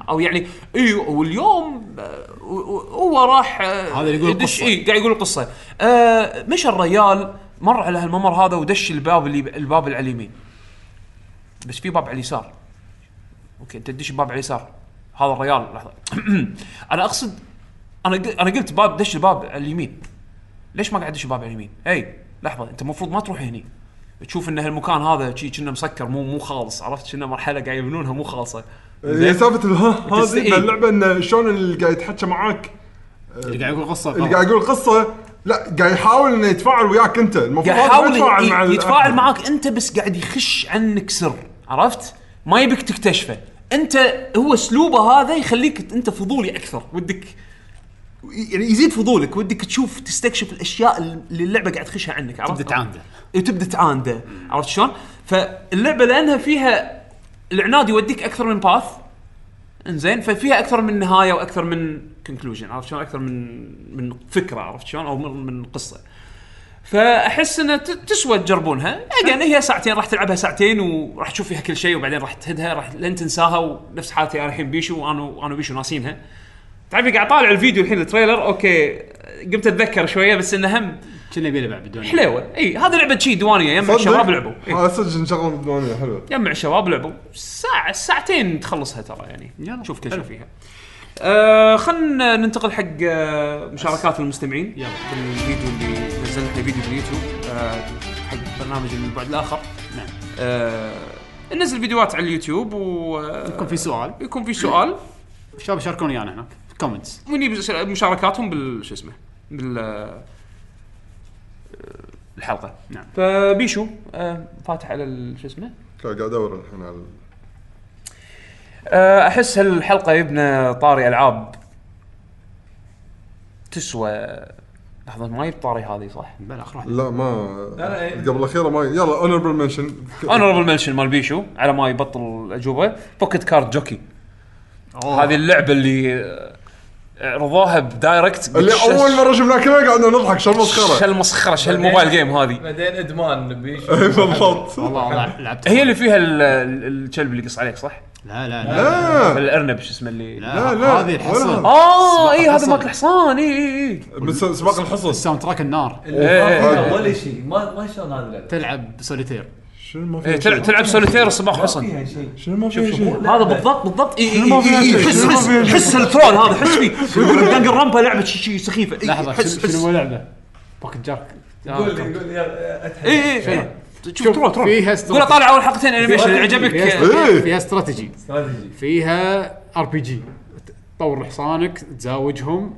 او يعني اي واليوم آه، و- و- هو راح هذا اللي يقول القصة. اي قاعد يقول القصه آه مشى الريال مر على هالممر هذا ودش الباب اللي الباب اللي على اليمين بس في باب على اليسار اوكي انت تدش الباب على اليسار هذا الريال لحظه (clears throat) انا اقصد انا قل- انا قلت باب دش الباب على اليمين ليش ما قاعد ادش الباب على اليمين؟ إيه، اي لحظه انت المفروض ما تروح هني تشوف ان هالمكان هذا شي كنا مسكر مو مو خالص عرفت كنا مرحله قاعد يبنونها مو خالصه هي سالفه ال- ها- تس- إيه. هذه اللعبه انه شلون اللي قاعد يتحكى معاك اللي قاعد يقول قصه آه. اللي قاعد غلط. يقول قصه لا قاعد يحاول انه يتفاعل وياك انت المفروض قاعد يحاول ما تتفاعل مع ي- ال- يتفاعل معاك انت بس قاعد يخش عنك سر عرفت؟ ما يبيك تكتشفه انت هو اسلوبه هذا يخليك انت فضولي اكثر ودك يعني يزيد فضولك ودك تشوف تستكشف الاشياء اللي اللعبه قاعد تخشها عنك عرفت؟ تبدا تعانده إيه، تبدا تعانده عرفت شلون؟ فاللعبه لانها فيها العناد يوديك اكثر من باث انزين ففيها اكثر من نهايه واكثر من كونكلوجن عرفت شلون؟ اكثر من من فكره عرفت شلون؟ او من من قصه. فاحس انها ت- تسوى تجربونها، اجين هي ساعتين راح تلعبها ساعتين وراح تشوف فيها كل شيء وبعدين راح تهدها راح لين تنساها ونفس حالتي انا الحين بيشو وانا وانا بيشو ناسينها. تعرفي قاعد طالع الفيديو الحين التريلر اوكي قمت اتذكر شويه بس انه هم كنا يبي يلعب بدون حليوه اي هذه لعبه شي دوانيه يجمع صدق؟ الشباب لعبوا إيه. إي. اه صدق شغله بالديوانيه حلوه يجمع الشباب لعبوا ساعه ساعتين تخلصها ترى يعني يلا شوف كل شيء فيها آه خلنا ننتقل حق آه، مشاركات المستمعين يلا. الفيديو اللي نزلت له فيديو باليوتيوب آه حق برنامج البعد الاخر نعم. آه ننزل فيديوهات على اليوتيوب و آه، يكون في سؤال يكون في سؤال الشباب شاركوني انا هناك كومنتس ونجيب س- مشاركاتهم بال شو اسمه بال آه، الحلقه نعم. فبيشو آه فاتح على ال- شو اسمه قاعد ادور الحين على أه، احس هالحلقه يبنى طاري العاب تسوى لحظه ما يب طاري هذه صح؟ بلا راح لا ما لا، إيه. قبل الاخيره ما يلا اونربل منشن اونربل منشن مال بيشو على ما يبطل الاجوبه بوكيت كارد جوكي هذه اللعبه اللي آه، عرضوها بدايركت اللي قلت اول شل- مره شفناها كلنا قعدنا نضحك شو المسخره شل مسخره شل موبايل جيم هذه بعدين ادمان بيش (laughs) إيه، بالضبط والله والله لعبت هي اللي فيها ال- ال- الكلب اللي يقص عليك صح؟ لا لا لا لا الارنب شو اسمه اللي لا، لا لا. هذه الحصن ولا. اه اي هذا إيه، الحصان. ماك الحصان اي اي اي من س- سباق الحصص الساوند تراك النار إيه. ولا شيء ما ما شلون هذا اللعبة. تلعب سوليتير شنو ما إيه، في تلعب تلعب سوليتير الصباح حصن فيها شيء شنو ما في شيء هذا بالضبط بالضبط إيه، اي اي ما إي- فيها إي- شيء، حس ما حس فيها شيء. حس الترول هذا حس فيه ويقول لك دنجر رامبا لعبه شيء شي إيه، سخيفه إي، لحظه حس شنو- شنو حس هو لعبه بوكت جارك قول لي قول لي يلا، اتحدى اي اي إي. شوف شوف، ترول ترول فيها تقول له استراتيجي طالع اول حلقتين انيميشن فيها- عجبك فيها آه، استراتيجي- إيه. فيها استراتيجي استراتيجي فيها ار بي جي تطور حصانك تزاوجهم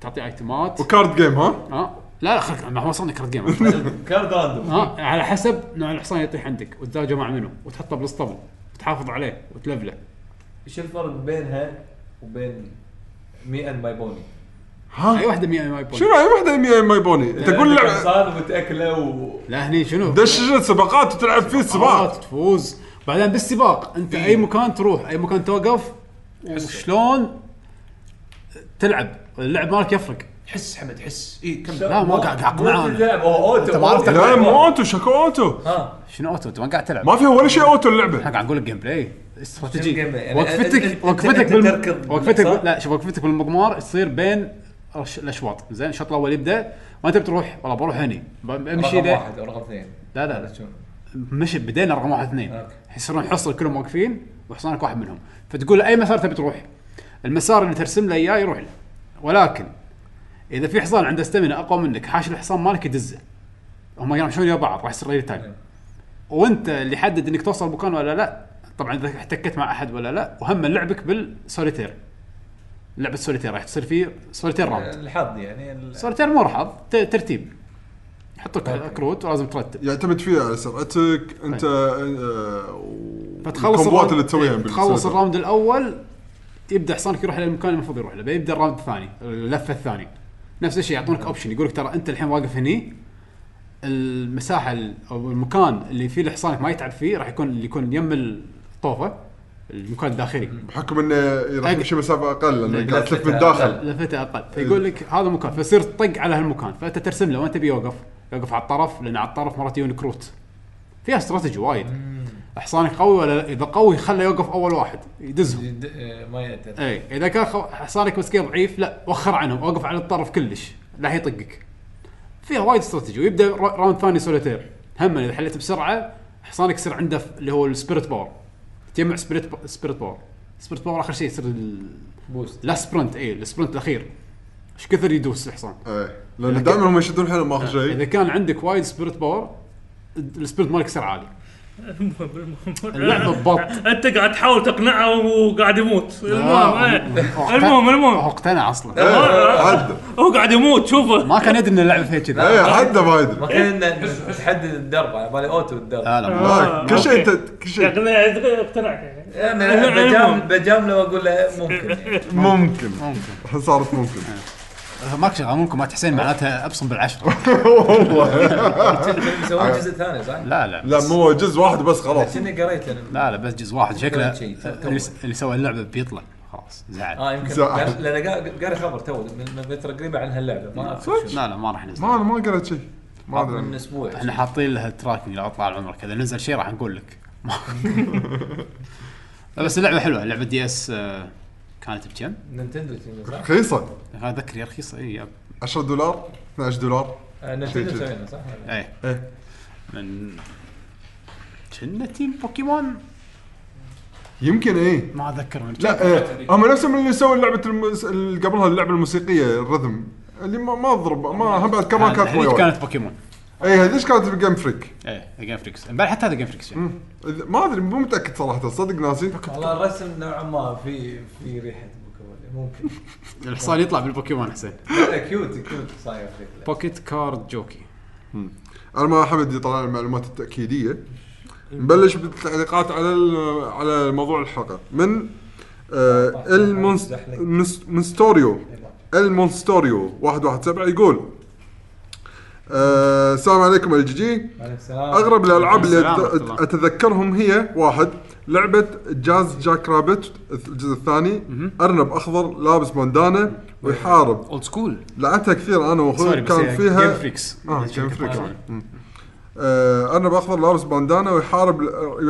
تعطي ايتمات وكارد جيم ها ها لا لا خلك ما هو وصلنا كارد جيم (laughs) كارد راندوم ها على حسب نوع الحصان اللي يطيح عندك وتزاوجه مع منو وتحطه بالاسطبل وتحافظ عليه وتلفله شو الفرق بينها وبين مي اند ماي بوني؟ اي واحده 100 ماي بوينت شنو اي واحده مي ماي بوني انت قول عندك لعبه حصان ومتاكله و لا هني شنو دشجت سباقات وتلعب فيه آه، السباق تفوز بعدين بالسباق انت إيه. اي مكان تروح اي مكان توقف وشلون تلعب اللعب مالك يفرق حس حمد حس إيه، اي كمل لا، ما قاعد أعقل مو معاه في أنا. اللعب، هو اوتو أنت ما عرفت لا أوتو. مو اوتو شكو اوتو ها شنو اوتو انت ما قاعد تلعب ما فيها ولا شيء اوتو اللعبه انا قاعد اقول لك جيم بلاي شنو استراتيجي جيم بلاي؟ يعني أنت- وقفتك أنت- وقفتك أنت بالم... تركض وقفتك صح؟ لا شوف وقفتك بالمضمار تصير بين الش- الاشواط زين الشوط الاول يبدا وانت بتروح والله بروح هني بمشي رقم ذا- واحد ورقم اثنين لا لا لا مشي بدينا رقم واحد اثنين أوكي. يصيرون حصل كلهم واقفين وحصانك واحد منهم فتقول له اي مسار تبي تروح المسار اللي ترسم له اياه يروح له ولكن اذا في حصان عنده استمنة اقوى منك حاش الحصان مالك يدزه هم يرمشون يا بعض راح يصير ريل تايم وانت اللي حدد انك توصل مكان ولا لا طبعا اذا احتكت مع احد ولا لا وهم لعبك بالسوليتير لعبه سوليتير راح تصير فيه سوليتير راوند الحظ يعني ال- سوليتير مو حظ ت- ترتيب يحط لك كروت ولازم ترتب يعتمد فيها على سرعتك انت آه، فتخلص الكومبوات الراوند- اللي تسويها إيه، تخلص بالسلسلة. الراوند الاول يبدا حصانك يروح للمكان المفروض يروح له يبدا الراوند الثاني اللفه الثانيه نفس الشيء يعطونك نعم. اوبشن يقول لك ترى انت الحين واقف هني المساحه ال- او المكان اللي فيه حصانك ما يتعب فيه راح يكون اللي يكون يم الطوفه المكان الداخلي بحكم انه راح أق- يمشي مسافه اقل لانه قاعد تلف لفتة من الداخل أقل. لفته اقل فيقول لك إيه. هذا مكان فيصير طق على هالمكان فانت ترسم له وين تبي يوقف يوقف على الطرف لان على الطرف مرات يجون كروت فيها استراتيجي وايد حصانك قوي ولا لا؟ اذا قوي خله يوقف اول واحد يدزهم جد- آه، ما يقدر اي اذا إيه، كان خو... حصانك مسكين ضعيف لا وخر عنهم وقف على الطرف كلش لا يطقك فيها وايد استراتيجي ويبدا را- راوند ثاني سوليتير هم اذا حليت بسرعه حصانك يصير عنده ف- اللي هو السبيريت باور تجمع سبيريت ب... سبيريت باور سبيريت باور اخر شيء يصير ال... بوست لا إيه، سبرنت اي السبرنت الاخير ايش كثر يدوس الحصان إيه. لان دائما هم يشدون حيلهم ما اخر اذا شيء كان عندك وايد سبيريت باور السبيريت مالك يصير عالي المهم المهم اللعبه (laughs) بط انت قاعد تحاول تقنعه وقاعد يموت المهم آه، إيه. هو- المهم المهم هو اقتنع اصلا إيه، عدى هو قاعد يموت شوفه ما كان يدري ان اللعبه فيها كذا ايه عدى ما ما يدري كنا نحدد الدرب على بالي اوتو الدرب لا لا ما- لا، كل شيء انت كل شيء اقتنعت يعني انا بجام- بجامله واقول له (laughs) ممكن يعني. ممكن الحين صارت ممكن (laughs) ماك شغال ممكن مات حسين معناتها ابصم بالعشره مسوي جزء ثاني صح؟ لا لا لا مو جزء واحد بس خلاص كني قريت انا لا لا بس جزء واحد شكله شيء، اللي اللي سوى اللعبه بيطلع خلاص زعل اه يمكن صح. لأن- لان قا- قاري خبر تو من من فتره قريبه عن هاللعبه ما اعرف شو. لا لا ما راح ننزل ما انا ما قريت شيء ما ادري من عنه. اسبوع احنا حاطين لها تراكنج لا اطلع عمرك اذا نزل شيء راح نقول لك لا، بس اللعبه حلوه لعبه دي اس آه، كانت بكم؟ نينتندو تسوينا، صح؟ رخيصه انا اذكر يا رخيصه اي يب. 10 دولار 12 دولار آه، نينتندو شيء كذي. تسوينا صح؟ ايه ايه من كنا تيم بوكيمون يمكن ايه ما اتذكر من لا إيه. هم نفسهم اللي سووا لعبه المس... اللي قبلها اللعبه الموسيقيه الرذم اللي ما ما ضرب ما هم بعد كمان كانت هذيك قويه كانت بوكيمون اي هذيش كانت الجيم فريك ايه جيم فريكس بعد حتى هذا جيم فريكس يعني. ما ادري مو متاكد صراحه صدق ناسي والله الرسم نوعا ما في في ريحه بوكيمون ممكن الحصان يطلع بالبوكيمون حسين لا، كيوت كيوت صاير شكله بوكيت كارد جوكي انا ما حمد يطلع لنا المعلومات التاكيديه نبلش بالتعليقات على ال- على موضوع الحلقه من آه المنس- منس- منستوريو المونستوريو 117 يقول آه، السلام عليكم الجي جي عليك السلام اغرب الالعاب اللي السلام ورحمة أت- الله. اتذكرهم هي واحد لعبه جاز جاك رابت الجزء الثاني ارنب اخضر لابس بندانه ويحارب اولد سكول لعبتها كثير انا واخوي كان فيها جيم فريكس اه جيم فريك مم. آه، ارنب اخضر لابس باندانا ويحارب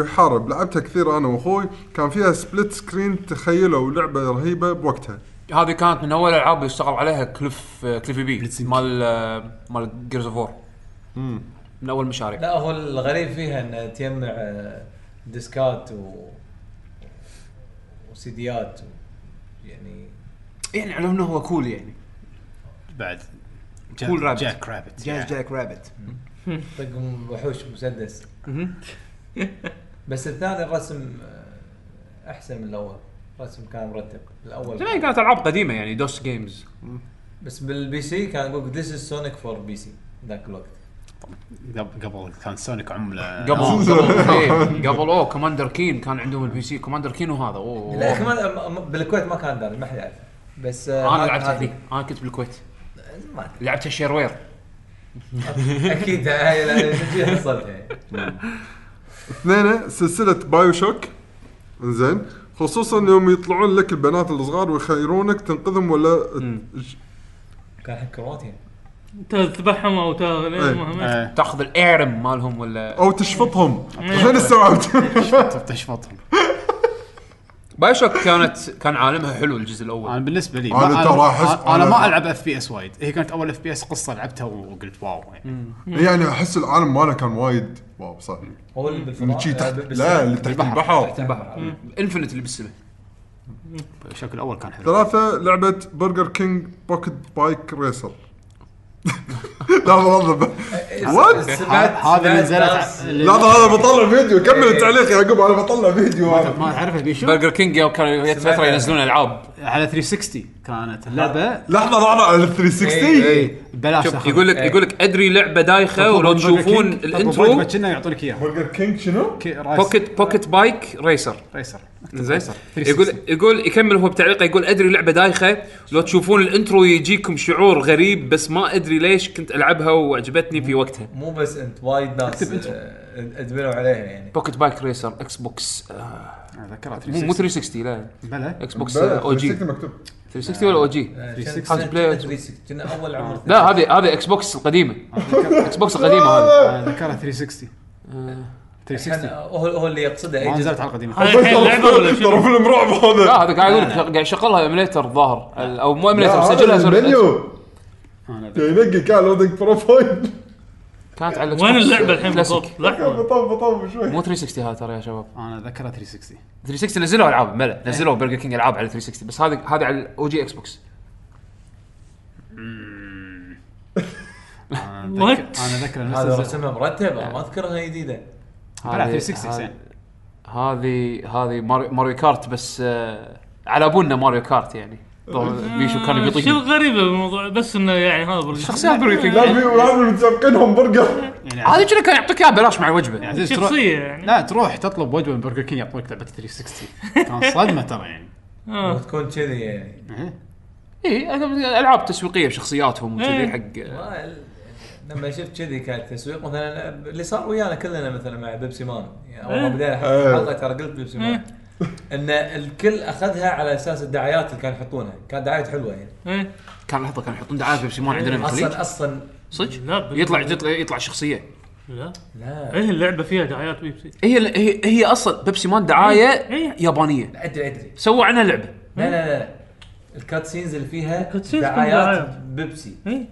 يحارب لعبتها كثير انا واخوي كان فيها سبليت سكرين تخيلوا لعبه رهيبه بوقتها هذه كانت من اول الالعاب اللي اشتغل عليها كليف كليفي بي مال آه، مال جيرز اوف وور من اول مشاريع لا هو الغريب فيها انها تجمع آه، ديسكات و وسيديات و... يعني يعني على انه هو كول يعني بعد Cool Rabbit. جاك رابت جاك رابت طق وحوش مسدس بس الثاني الرسم آه، احسن من الاول الرسم كان مرتب زمان الاول كانت العاب قديمه يعني دوس جيمز بس بالبي سي كان يقول ذيس از سونيك فور بي سي ذاك الوقت قبل كان سونيك عمله (laughs) قبل قبل إيه، قبل اوه كوماندر كين كان عندهم البي سي كوماندر كين وهذا لا اوه كمان أم- أم- بالكويت ما كان داري ما حد يعرف بس آه، انا هذا- لعبت هذا- هني انا كنت بالكويت ما أدري. لعبتها شيروير اكيد هاي لا- شي حصلتها يعني. اثنين سلسله بايو شوك زين خصوصا يوم يطلعون لك البنات الصغار ويخيرونك تنقذهم ولا ج- كان حق كرواتيا تذبحهم او تا- المهم إيه. آه، تاخذ الايرم مالهم ولا او تشفطهم الحين استوعبت (laughs) تشفطهم بايوشوك كانت كان عالمها حلو الجزء الاول انا بالنسبه لي أنا ما- ترى أحس- أنا- انا أنا- ما العب اف بي اس وايد هي كانت اول اف بي اس قصه لعبتها وقلت واو يعني يعني احس العالم ماله كان وايد واو صح هو اللي بالفضاء شي آه، تحت بال- لا اللي تحت البحر تحت البحر. انفنت اللي بالسماء الشكل الاول كان حلو ثلاثة لعبة برجر كينج بوكيت بايك ريسر (laughs) لا والله وات سمعت- هذا اللي سمعت نزلت إيه، ناس- ع- لا هذا أنا بطلع فيديو كمل التعليق يا عقب انا بطلع فيديو هذا ما تعرفه بيشو برجر كينج يوم كانوا جت سمعت فتره عنها. ينزلون العاب على 360 كانت اللعبه لحظة لحظة على ال إيه، 360 اي بلاش شوف يقول لك يقول لك ادري لعبه دايخه ولو تشوفون الانترو كنا يعطونك اياها برجر كينج شنو؟ كي- رايس- بوكيت بوكيت بايك ريسر ريسر زين يقول يقول يكمل هو بتعليقه يقول ادري لعبه دايخه لو تشوفون الانترو يجيكم شعور غريب بس ما ادري ليش كنت العبها وعجبتني في وقتها مو بس انت وايد ناس آه، ادمنوا عليها يعني بوكيت بايك ريسر اكس بوكس آه، ذكرها مو مو 360 360 لا آه، بلا اكس بوكس بلا، او جي 360 مكتوب (laughs) 360 ولا او جي آه، 360. كان- How's played? 360. كنا اول عمر لا هذه هذه اكس بوكس القديمه اكس بوكس القديمه هذه آه، ذكرها 360 كان- 360 آه، هو هو اللي يقصده ما اي جزء نزلت على القديمه هاي الحين لعبه ولا ترى شنو؟ فيلم رعب هذا لا هذا قاعد اقول لك قاعد يشغلها ايميليتر الظاهر او مو آه. لا، ايميليتر هذا مسجلها سوري. المنيو أنا أذكر. ينقي كان لودنج (laughs) بروفايل كانت على الإكس وين بوكس اللعبه الحين كلاسيك. بالضبط؟ لحظه بطب بطب شوي مو 360 هذا ترى يا شباب انا ذكرها 360 360 نزلوا العاب إيه. بلى نزلوا برجر كينج العاب على 360 بس هذه هذه على الاو جي اكس بوكس انا أذكر- What؟ أنا اذكر نفس هذا الزمن. رسمها مرتبه ما اذكرها جديده بلعب 360 زين. هذه هذه ماري- ماريو كارت بس آه، على ابونا ماريو كارت يعني طبعاً بيشو كان بيطيق إيه. شو الغريبه بالموضوع بس انه يعني هذا برجل. شخصيات برجر كينج لا في ولا متسابقين همبرجر هذا كنا كان يعطيك اياه ببلاش مع الوجبه يعني يعني عزيز تروح شخصيه يعني لا تروح تطلب وجبه من برجر كينج يعطوك لعبه 360 كان صدمه ترى يعني آه. وتكون كذي يعني اي العاب تسويقيه إيه، بشخصياتهم إيه. وكذي حق آه، ما ال- لما شفت كذي كان التسويق مثلا اللي صار ويانا كلنا مثلا مع بيبسي مان يعني إيه. اول ما بدينا الحلقه ترى قلت بيبسي مان ان الكل اخذها على اساس الدعايات اللي كانوا يحطونها، كانت دعايات حلوه يعني إيه. كان لحظه كانوا يحطون دعايه بيبسي مان عندنا بالخليج اصلا اصلا صدق لا بال- يطلع يطلع, يطلع شخصيه لا لا ايه اللعبه فيها دعايات بيبسي هي هي هي اصلا بيبسي مان دعايه إيه. يابانيه ادري ادري سووا عنها لعبه لا لا لا الكات سينز اللي فيها الكات سينز دعايات بالدعايات. بيبسي ايه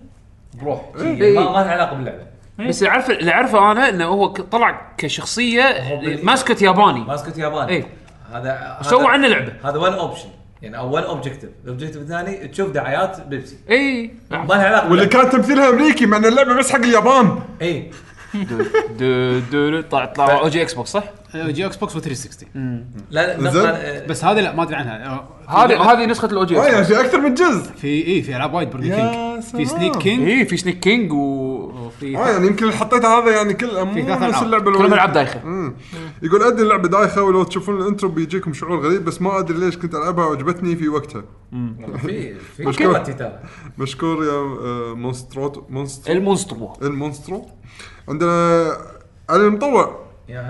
بروح إيه. ما ما لها علاقه باللعبه إيه. بس اللي عارفه اللي عارفه انا انه هو ك- طلع كشخصيه بال- ماسكه ياباني ماسكت ياباني إيه. هذا سووا هذا- عنه لعبه هذا ون اوبشن يعني اول اوبجيكتيف الاوبجيكتيف الثاني تشوف دعايات بيبسي اي ما لها علاقه واللي باللعبة. كان تمثيلها امريكي مع ان اللعبه بس حق اليابان اي دو- دو- دو- طلع طلع او جي اكس بوكس صح؟ آه، جي اكس بوكس و360 لا لا آه، زين. نقطة- بس هذه لا ما ادري عنها آه، هذه هذه نسخه الاو جي اه اكس يعني في اكثر من جزء في اي في العاب وايد برجر يا كينج في سلام. سنيك كينج اي إيه، في سنيك كينج و اه يعني يمكن اللي حطيته هذا يعني كل مو ثلاث نفس ألعاب. اللعبه كلهم الأولى. العاب دايخه مم. يقول ادري اللعبه دايخه ولو تشوفون الانترو بيجيكم شعور غريب بس ما ادري ليش كنت العبها وعجبتني في وقتها في في مشكور. كواليتي ترى مشكور يا آه، مونستروت مونسترو المونسترو المونسترو عندنا علي المطوع يا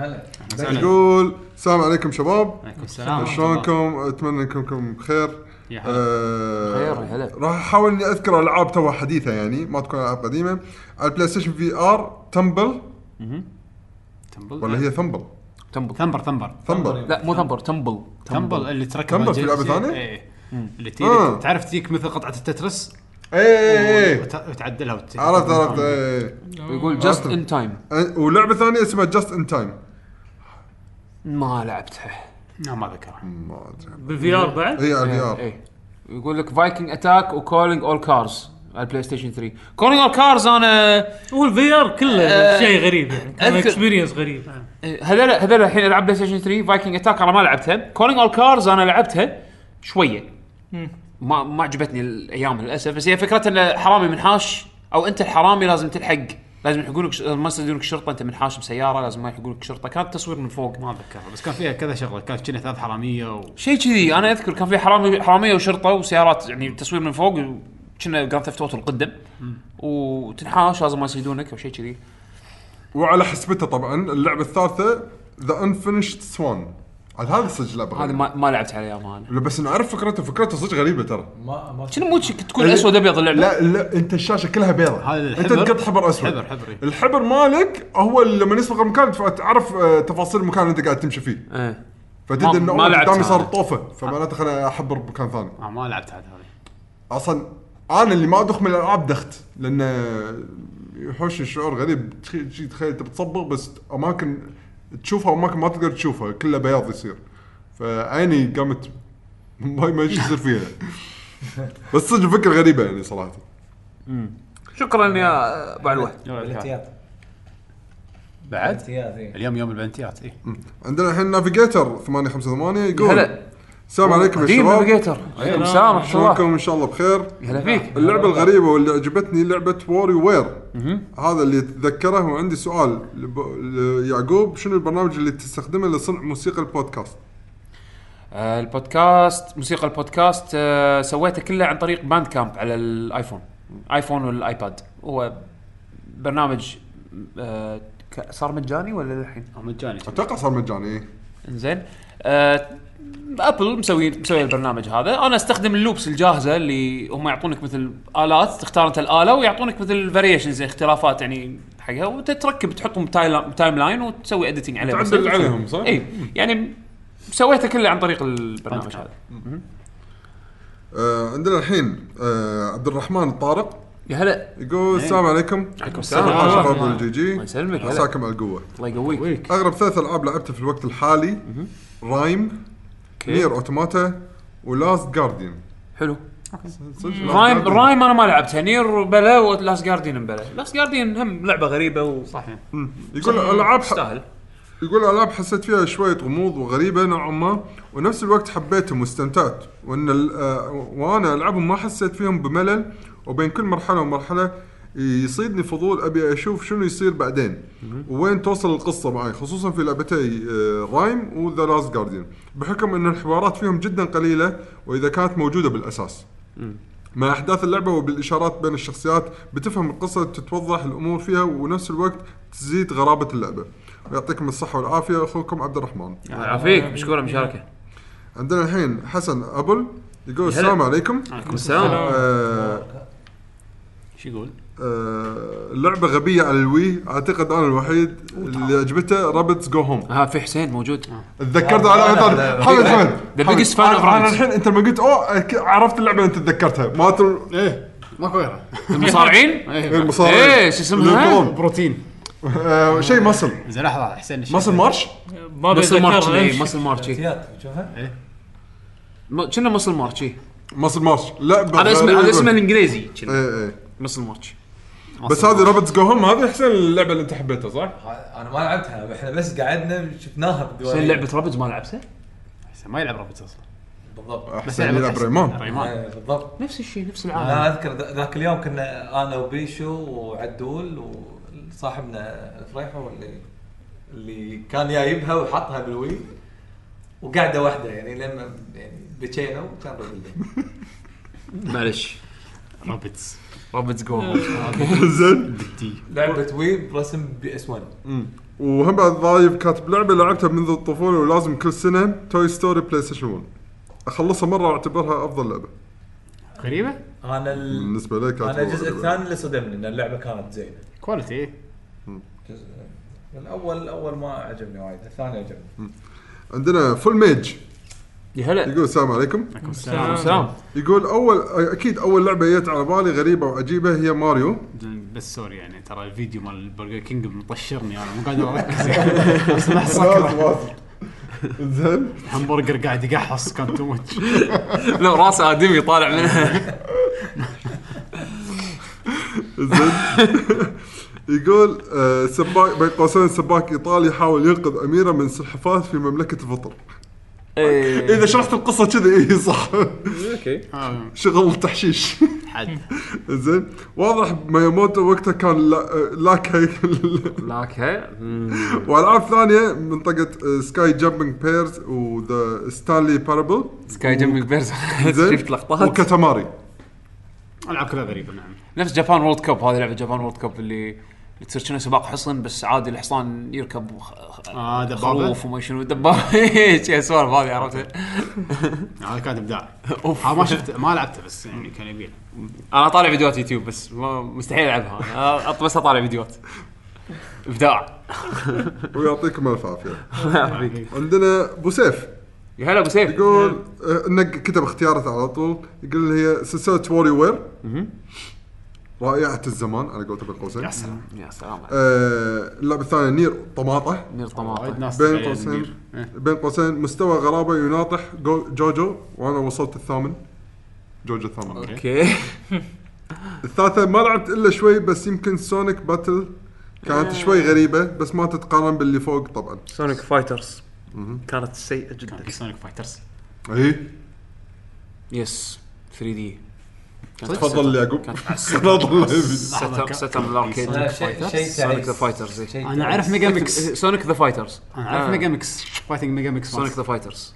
هلا يقول السلام عليكم شباب عليكم السلام شلونكم اتمنى انكم بخير يا حبيبي. آه، بخير، يا هلا. راح احاول اني اذكر العاب توها حديثه يعني ما تكون العاب قديمه على البلاي ستيشن في ار تمبل تمبل ولا هي ثمبل تمبل ثمبر ثمبر ثمبل لا مو تمبل تمبل تمبل اللي تركب تمبل في لعبة ثانية؟ اي إيه. اللي آه. تي- تعرف تجيك مثل قطعه التترس اي اي اي وت- وتعدلها وت- إيه، عرفت عرفت إي، إي. يقول جاست ان تايم أه، ولعبه ثانيه اسمها جاست ان تايم ما لعبتها لا ما ذكرها ما ادري بالفي ار بعد هي إيه، على الفي ار اي يقول لك فايكنج اتاك وكولينج اول كارز على البلاي ستيشن 3 كولينج اول كارز انا هو الفي ار كله آه، شيء غريب يعني كان أذكر- اكسبيرينس غريب هذول هذول الحين العاب بلاي ستيشن 3 فايكنج اتاك انا ما لعبتها كولينج اول كارز انا لعبتها شويه ما ما عجبتني الايام للاسف بس هي فكرتها ان حرامي منحاش او انت الحرامي لازم تلحق لازم يحقون لك ما يصيدونك شرطه انت منحاش بسياره لازم ما يحقون لك شرطه كان التصوير من فوق ما اتذكرها بس كان فيها كذا شغله كان كنا ثلاث حراميه و... شيء كذي انا اذكر كان في حرامي حراميه وشرطه وسيارات يعني تصوير من فوق كنا جراند ثيفت اوتو القدم وتنحاش لازم ما يصيدونك او شيء كذي وعلى حسبته طبعا اللعبه الثالثه ذا انفينشد سوان على هذا السجل لعبة هذا غريبة. ما, ما لعبت عليها ما انا لا بس انا اعرف فكرته فكرته صدق غريبه ترى ما ما شنو مو تكون اسود ابيض اللعبه لا لا انت الشاشه كلها بيضة هذا الحبر. انت تقط حبر اسود حبر- حبر، إيه. الحبر مالك هو اللي لما يسبق المكان فتعرف آه، تفاصيل المكان اللي انت قاعد تمشي فيه إيه. فتدري ما- انه ما أوه، لعبت قدامي صار هذا. طوفه فمعناته خليني احبر بمكان ثاني آه ما لعبت عاد هذه اصلا انا اللي ما ادخ من الالعاب دخت لان يحوشني شعور غريب تخيل شي- تخيل انت بتصبغ بس اماكن تشوفها واماكن ما تقدر تشوفها كلها بياض يصير فعيني قامت ما ما ايش يصير (laughs) فيها بس صدق فكره غريبه يعني صراحه شكرا يا ابو علوه بالامتياز بعد بالامتياز اي اليوم يوم البنتيات اي عندنا الحين نافيجيتر 858 يقول هلا السلام عليكم يا قديم شباب نافيجيتر عليكم السلام ورحمه الله شلونكم ان شاء الله بخير هلا فيك اللعبة الغريبة واللي عجبتني لعبة واري وير هذا اللي اتذكره وعندي سؤال لب- ليعقوب شنو البرنامج اللي تستخدمه لصنع موسيقى البودكاست؟ آه، البودكاست موسيقى البودكاست آه، سويته كله عن طريق باند كامب على الايفون ايفون والايباد هو برنامج آه، ك- صار مجاني ولا للحين؟ مجاني اتوقع صار مجاني إيه. انزين آه، ابل مسوي مسوي البرنامج هذا انا استخدم اللوبس الجاهزه اللي هم يعطونك مثل الات تختار انت الاله ويعطونك مثل فاريشنز اختلافات يعني حقها وتتركب تحطهم تايم تايم لاين وتسوي اديتنج عليهم تعدل عليهم صح؟ اي يعني سويته كله عن طريق البرنامج هذا آه عندنا الحين آه عبد الرحمن الطارق يا هلا يقول السلام عليكم إيه. عليكم السلام السلام ورحمة عليكم الله. شباب الجي الله جي يسلمك هلا عساكم على القوة الله يقويك اغرب ثلاث العاب لعبتها في الوقت الحالي رايم نير اوتوماتا ولاست جارديان حلو رايم رايم انا ما لعبتها نير بلا ولاست جاردين بلا لاست جاردين هم لعبه غريبه وصح يقول العاب تستاهل يقول الالعاب حسيت فيها شويه غموض وغريبه نوعا ما ونفس الوقت حبيتهم واستمتعت وان ال- آه، وانا العبهم ما حسيت فيهم بملل وبين كل مرحله ومرحله يصيدني فضول ابي اشوف شنو يصير بعدين وين توصل القصه معي خصوصا في لعبتي آه، رايم وذا لاست جارديان بحكم ان الحوارات فيهم جدا قليله واذا كانت موجوده بالاساس مع احداث اللعبه وبالاشارات بين الشخصيات بتفهم القصه تتوضح الامور فيها ونفس الوقت تزيد غرابه اللعبه ويعطيكم الصحه والعافيه اخوكم عبد الرحمن عافيك مشكور على المشاركه عندنا الحين حسن ابل يقول هلا. السلام عليكم السلام آه شو يقول؟ آه لعبه غبيه على الوي اعتقد انا الوحيد اللي عجبته رابتس جو آه. هوم ها في حسين موجود تذكرت على لا، لا، حمد لا. حمد حمد The biggest fan of انا Rabbids. الحين انت لما قلت اوه أك- عرفت اللعبه انت تذكرتها ما تر- ايه ماكو غيره المصارعين؟ إيه، المصارعين ايه شو (laughs) اسمها؟ بروتين آه، شيء مصل زين لحظه حسين الشيخ. مصل مارش ما مصل مارتش إيه، بتذكرها اي امشي مصل مارتش إي. تيات شوفها م- كنا مصل مارتش إي. مصل مارش لعبه هذا اسمه غريبة. هذا اسمه الانجليزي شنو. ايه ايه مصل مارتش بس هذه رابتس جو هوم هذه احسن اللعبه اللي انت حبيتها صح؟ انا ما لعبتها احنا بس قعدنا شفناها بالدوائر شنو لعبه رابدز ما لعبتها؟ حسين ما يلعب رابط اصلا بالضبط احسن يلعب ريمان ريمان آه، بالضبط نفس الشيء نفس العالم انا اذكر ذا- ذاك اليوم كنا انا وبيشو وعدول وصاحبنا الفريحه اللي اللي كان جايبها وحطها بالوي وقاعده واحده يعني لما يعني بكينا وكان رجل معلش رابتس رابدز جو زين لعبه وي برسم بي اس 1 وهم بعد ضايف كاتب لعبه لعبتها منذ الطفوله ولازم كل سنه توي ستوري بلاي ستيشن 1 اخلصها مره واعتبرها افضل لعبه غريبه انا ال... بالنسبه لي كانت انا الجزء أفضل الثاني اللي صدمني ان اللعبه كانت زينه كواليتي إيه. الجزء الاول الاول ما عجبني وايد الثاني عجبني لعبة. عندنا فول ميج يا هلا يقول السلام عليكم آه. سلام يقول اول اكيد اول لعبه جت على بالي غريبه وعجيبه هي ماريو بس سوري يعني ترى الفيديو مال برجر كينج مطشرني انا مو قادر اركز لو سمحت (laughs) سكره زين همبرجر قاعد يقحص كان تو ماتش لا راس ادمي طالع (laughs) منها زين يقول آه، سباك بين قوسين سباك ايطالي يحاول ينقذ اميره من سلحفاه في مملكه الفطر إيه. اذا شرحت القصه كذا اي صح اوكي شغل تحشيش آه، حد زين واضح مايموتو وقتها كان لا- آه، لاك هيكل لاكها والعاب ثانيه منطقه آه، سكاي جامبنج بيرز وذا ستانلي بارابل سكاي جيمنج بيرز (laughs) زين شفت لقطات وكتماري العاب كلها غريبه نعم نفس جابان وورلد كاب هذه لعبه جابان وورلد كاب اللي اللي تصير شنو سباق حصن بس عادي الحصان يركب وخ- آه، دبابة؟ خروف وما شنو (laughs) دبابه شي سوالف هذه عرفتها هذا (laughs) كان ابداع اوف ما شفت ما لعبته بس يعني كان يبيل انا طالع فيديوهات يوتيوب بس ما مستحيل العبها أنا أط- بس اطالع فيديوهات ابداع ويعطيكم الف عافيه عندنا ابو سيف يا هلا ابو سيف يقول آه، انه كتب اختيارات على طول يقول هي سلسله ووري وير رائعه الزمان على قولته بين قوسين يا سلام يا سلام عليك. آه، اللعبه الثانيه نير طماطه نير وايد طماطم ناس يعني بين تغير قوسين المدير. بين قوسين مستوى غرابه يناطح جو- جوجو وانا وصلت الثامن جوجو الثامن اوكي الثالثه ما لعبت الا شوي بس يمكن سونيك باتل كانت شوي غريبه بس ما تتقارن باللي فوق طبعا سونيك فايترز كانت سيئه جدا سونيك فايترز اي يس 3 دي تفضل يا يعقوب (laughs) (laughs) تفضل سيت سيت اب الاركيد لا، شيء- شيء سونيك ذا تعيس. فايترز شيء انا اعرف ميجا ميكس (laughs) سونيك ذا فايترز انا اعرف ميجا ميكس فايتنج ميجا ميكس سونيك ذا فايترز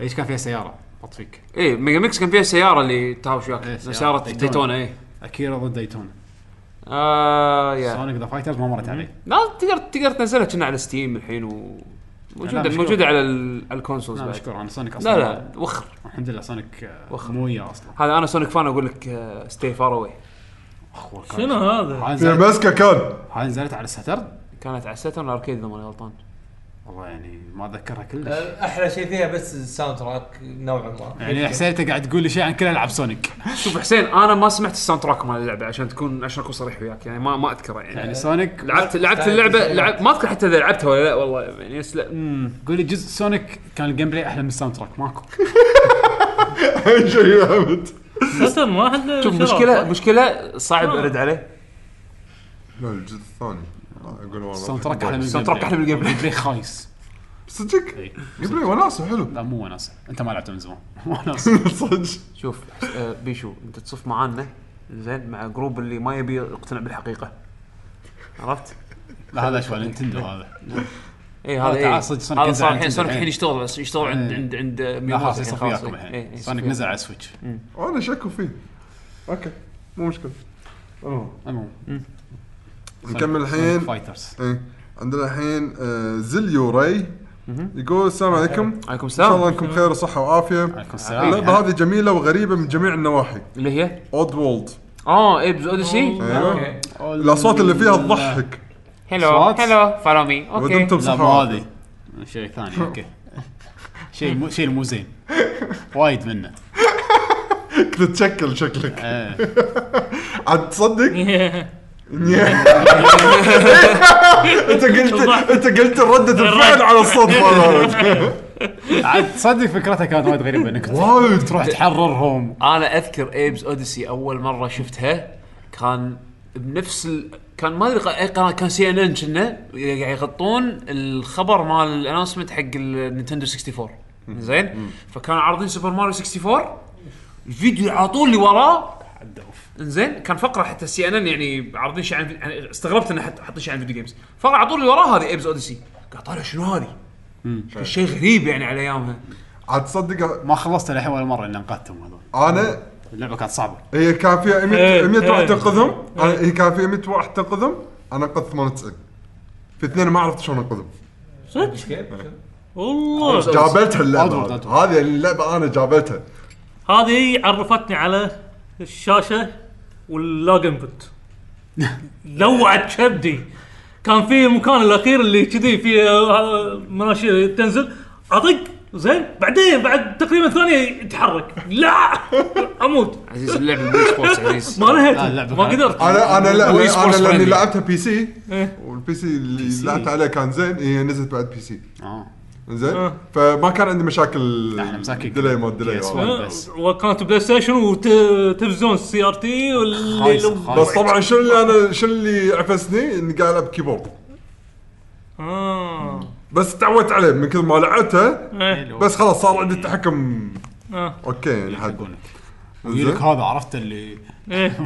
ايش كان فيها سياره بطفيك اي ميجا ميكس إيه، كان فيها سياره اللي تهاوش إيه، وياك سيارة سياره ديتونا. ديتونا اي اكيرا ضد دايتونا آه يا سونيك ذا فايترز ما مرت علي لا تقدر تقدر تنزلها كنا على ستيم الحين و لا، موجوده مشكور. موجوده على ال- على الكونسولز لا بعد مشكور انا سونيك اصلا لا لا وخر الحمد لله سونيك آه، وخر. مو وياه اصلا هذا انا سونيك فان اقول لك آه، ستي فار اواي أخوة كان- شنو هذا؟ هاي يا نزلت- ماسكه كان (laughs) هاي نزلت على الساترن كانت على السيتون الاركيد اذا ماني غلطان والله يعني ما اتذكرها كلش أه. احلى أه، شيء فيها بس الساوند تراك نوعا ما يعني حسين انت قاعد تقول لي شيء عن كل العاب سونيك شوف حسين انا ما سمعت الساوند تراك مال اللعبه عشان تكون عشان اكون صريح وياك يعني ما ما اذكره يعني يعني سونيك لعبت لعبت اللعبه لعب ما اذكر حتى اذا لعبتها ولا لا والله يعني بس لا مم. قول لي جزء سونيك كان الجيم بلاي احلى من الساوند تراك ماكو اي شيء يا حمد ساترن واحد (laughs) شوف مشكله مشكله صعب ارد عليه لا الجزء الثاني اقول والله الساوند تراك احلى من الساوند تراك أحلى من الجيم بلاي. الجيم بلاي خايس صدق؟ إيه. جيب لي وناسه حلو (laughs) لا مو وناسه انت ما لعبته من زمان (laughs) وناس صدق شوف آه، بيشو انت تصف معانا زين مع جروب اللي ما يبي يقتنع بالحقيقه عرفت؟ لا هذا شوي نينتندو هذا اي هذا هذا تعال إيه. صدق سونيك هذا نزل صار الحين على نينتندو سونيك الحين الحين. يشتغل بس يشتغل عند إيه. عند عند لا مياموتو خلاص الحين، يصير خلاص وياكم إيه. الحين إيه، سونيك يصير نزل على سويتش انا شاكك فيه اوكي مو مشكله المهم المهم نكمل الحين فايترز إيه. عندنا الحين آه، زليو راي يقول السلام عليكم ان عليكم شاء الله السلام انكم بخير وصحه وعافيه عليكم اللعبه السلام هذه جميله وغريبه من جميع النواحي اللي هي اود وولد اه ايبز Oh. اوديسي ايوه الاصوات اللي فيها تضحك هلو صوت. هلو فولو مي ودمتم اوكي لا بصحه مو وعافيه هذه شيء ثاني اوكي شيء مو شيء مو زين وايد منه تتشكل شكلك إيه. (laughs) عاد تصدق انت قلت انت قلت ردة الفعل على الصوت (laughs) مالها. عاد تصدق فكرتها كانت وايد غريبه انك وايد. تروح تحررهم انا اذكر ايبز اوديسي اول مره شفتها كان بنفس ال... كان ما ادري ق- اي قناه كان سي ان ان كنا قاعد يغطون الخبر مال الانونسمنت حق النينتندو 64 زين فكانوا عارضين سوبر ماريو 64 الفيديو على طول اللي وراه انزين كان فقره حتى سي ان ان يعني عارضين شيء عن يعني استغربت انه حط- حاطين شيء عن فيديو جيمز فقره على طول اللي وراها هذه ايبز اوديسي قاعد طالع شنو هذه؟ كان شيء غريب يعني على ايامها عاد تصدق ما خلصت الحين ولا مره الا انقذتهم هذول انا اللعبه كانت صعبه هي كان فيها 100 إيه، 100 واحد إيه. تنقذهم أنا- هي كان فيها 100 واحد تنقذهم انا انقذت 98 في اثنين ما عرفت شلون انقذهم والله جابلتها اللعبه أدري، هذه. أدري. هذه اللعبه انا جابلتها هذه عرفتني على الشاشه (laughs) واللاج انبوت لوعت كبدي كان في المكان الاخير اللي كذي فيه آه، مناشير تنزل اطق زين بعدين بعد تقريبا ثانيه يتحرك لا اموت عزيز اللعبه البلاي سبورتس عزيز (laughs) ما نهيت لا، اللعبة ما كانت- قدرت انا انا لا وإي انا سبورتس لاني فريندلي. لعبتها بي سي إيه. والبي سي اللي لعبت عليه كان زين هي نزلت بعد بي سي اه آه. زين فما كان عندي مشاكل احنا مساكين ديلي ما ديلي PS1. آه. والله. بس. وكانت بلاي ستيشن وتلفزيون سي ار تي واللي خايسة، خايسة. بس طبعا شنو اللي انا شنو اللي عفسني اني قاعد العب كيبورد اه بس تعودت عليه من كثر ما لعبتها إيه. بس خلاص صار عندي التحكم اه اوكي يعني حد يقول لك هذا عرفت اللي (laughs) ايه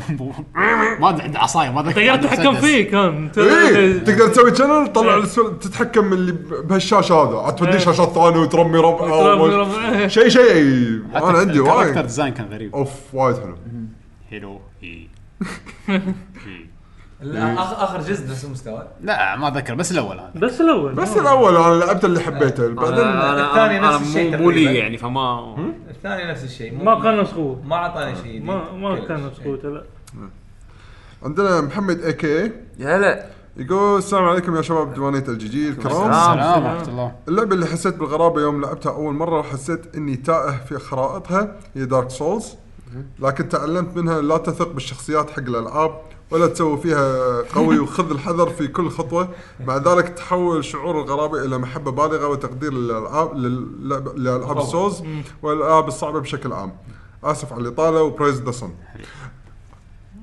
ما ادري عنده عصايه ما ذكر تقدر عنده تتحكم مسدس. فيه كان ايه تقدر تسوي شانل تطلع إيه. السل- تتحكم اللي ب- بهالشاشه هذا عاد توديه إيه. شاشات ثانيه وترمي ربع تقدر شيء شيء حتى انا عندي الكاركتر وايد ديزاين كان غريب E. اوف وايد حلو حلو إي. اخر جزء نفس المستوى لا ما ذكر بس الاول هذا بس الاول بس الاول انا لعبت اللي آه. حبيته بعدين انا الثاني انا, أنا نفس الشيء مو- مو لي تقريباً. يعني فما الثاني نفس الشيء ما كان نفس قوه ما اعطاني شيء جديد. إيه. ما ما كلش. كان نفس قوته لا عندنا محمد اي كي يا لا يقول السلام عليكم يا شباب ديوانيه الجي الكرام السلام ورحمه الله اللعبة اللي حسيت بالغرابة يوم لعبتها أول مرة حسيت إني تائه في خرائطها هي دارك سولز لكن تعلمت منها لا تثق بالشخصيات حق الألعاب ولا تسوي فيها (laughs) قوي وخذ الحذر في كل خطوة مع ذلك تحول شعور الغرابة إلى محبة بالغة وتقدير للألعاب للعب- لألعاب السولز والألعاب الصعبة بشكل عام آسف على الإطالة وبريز ذا سن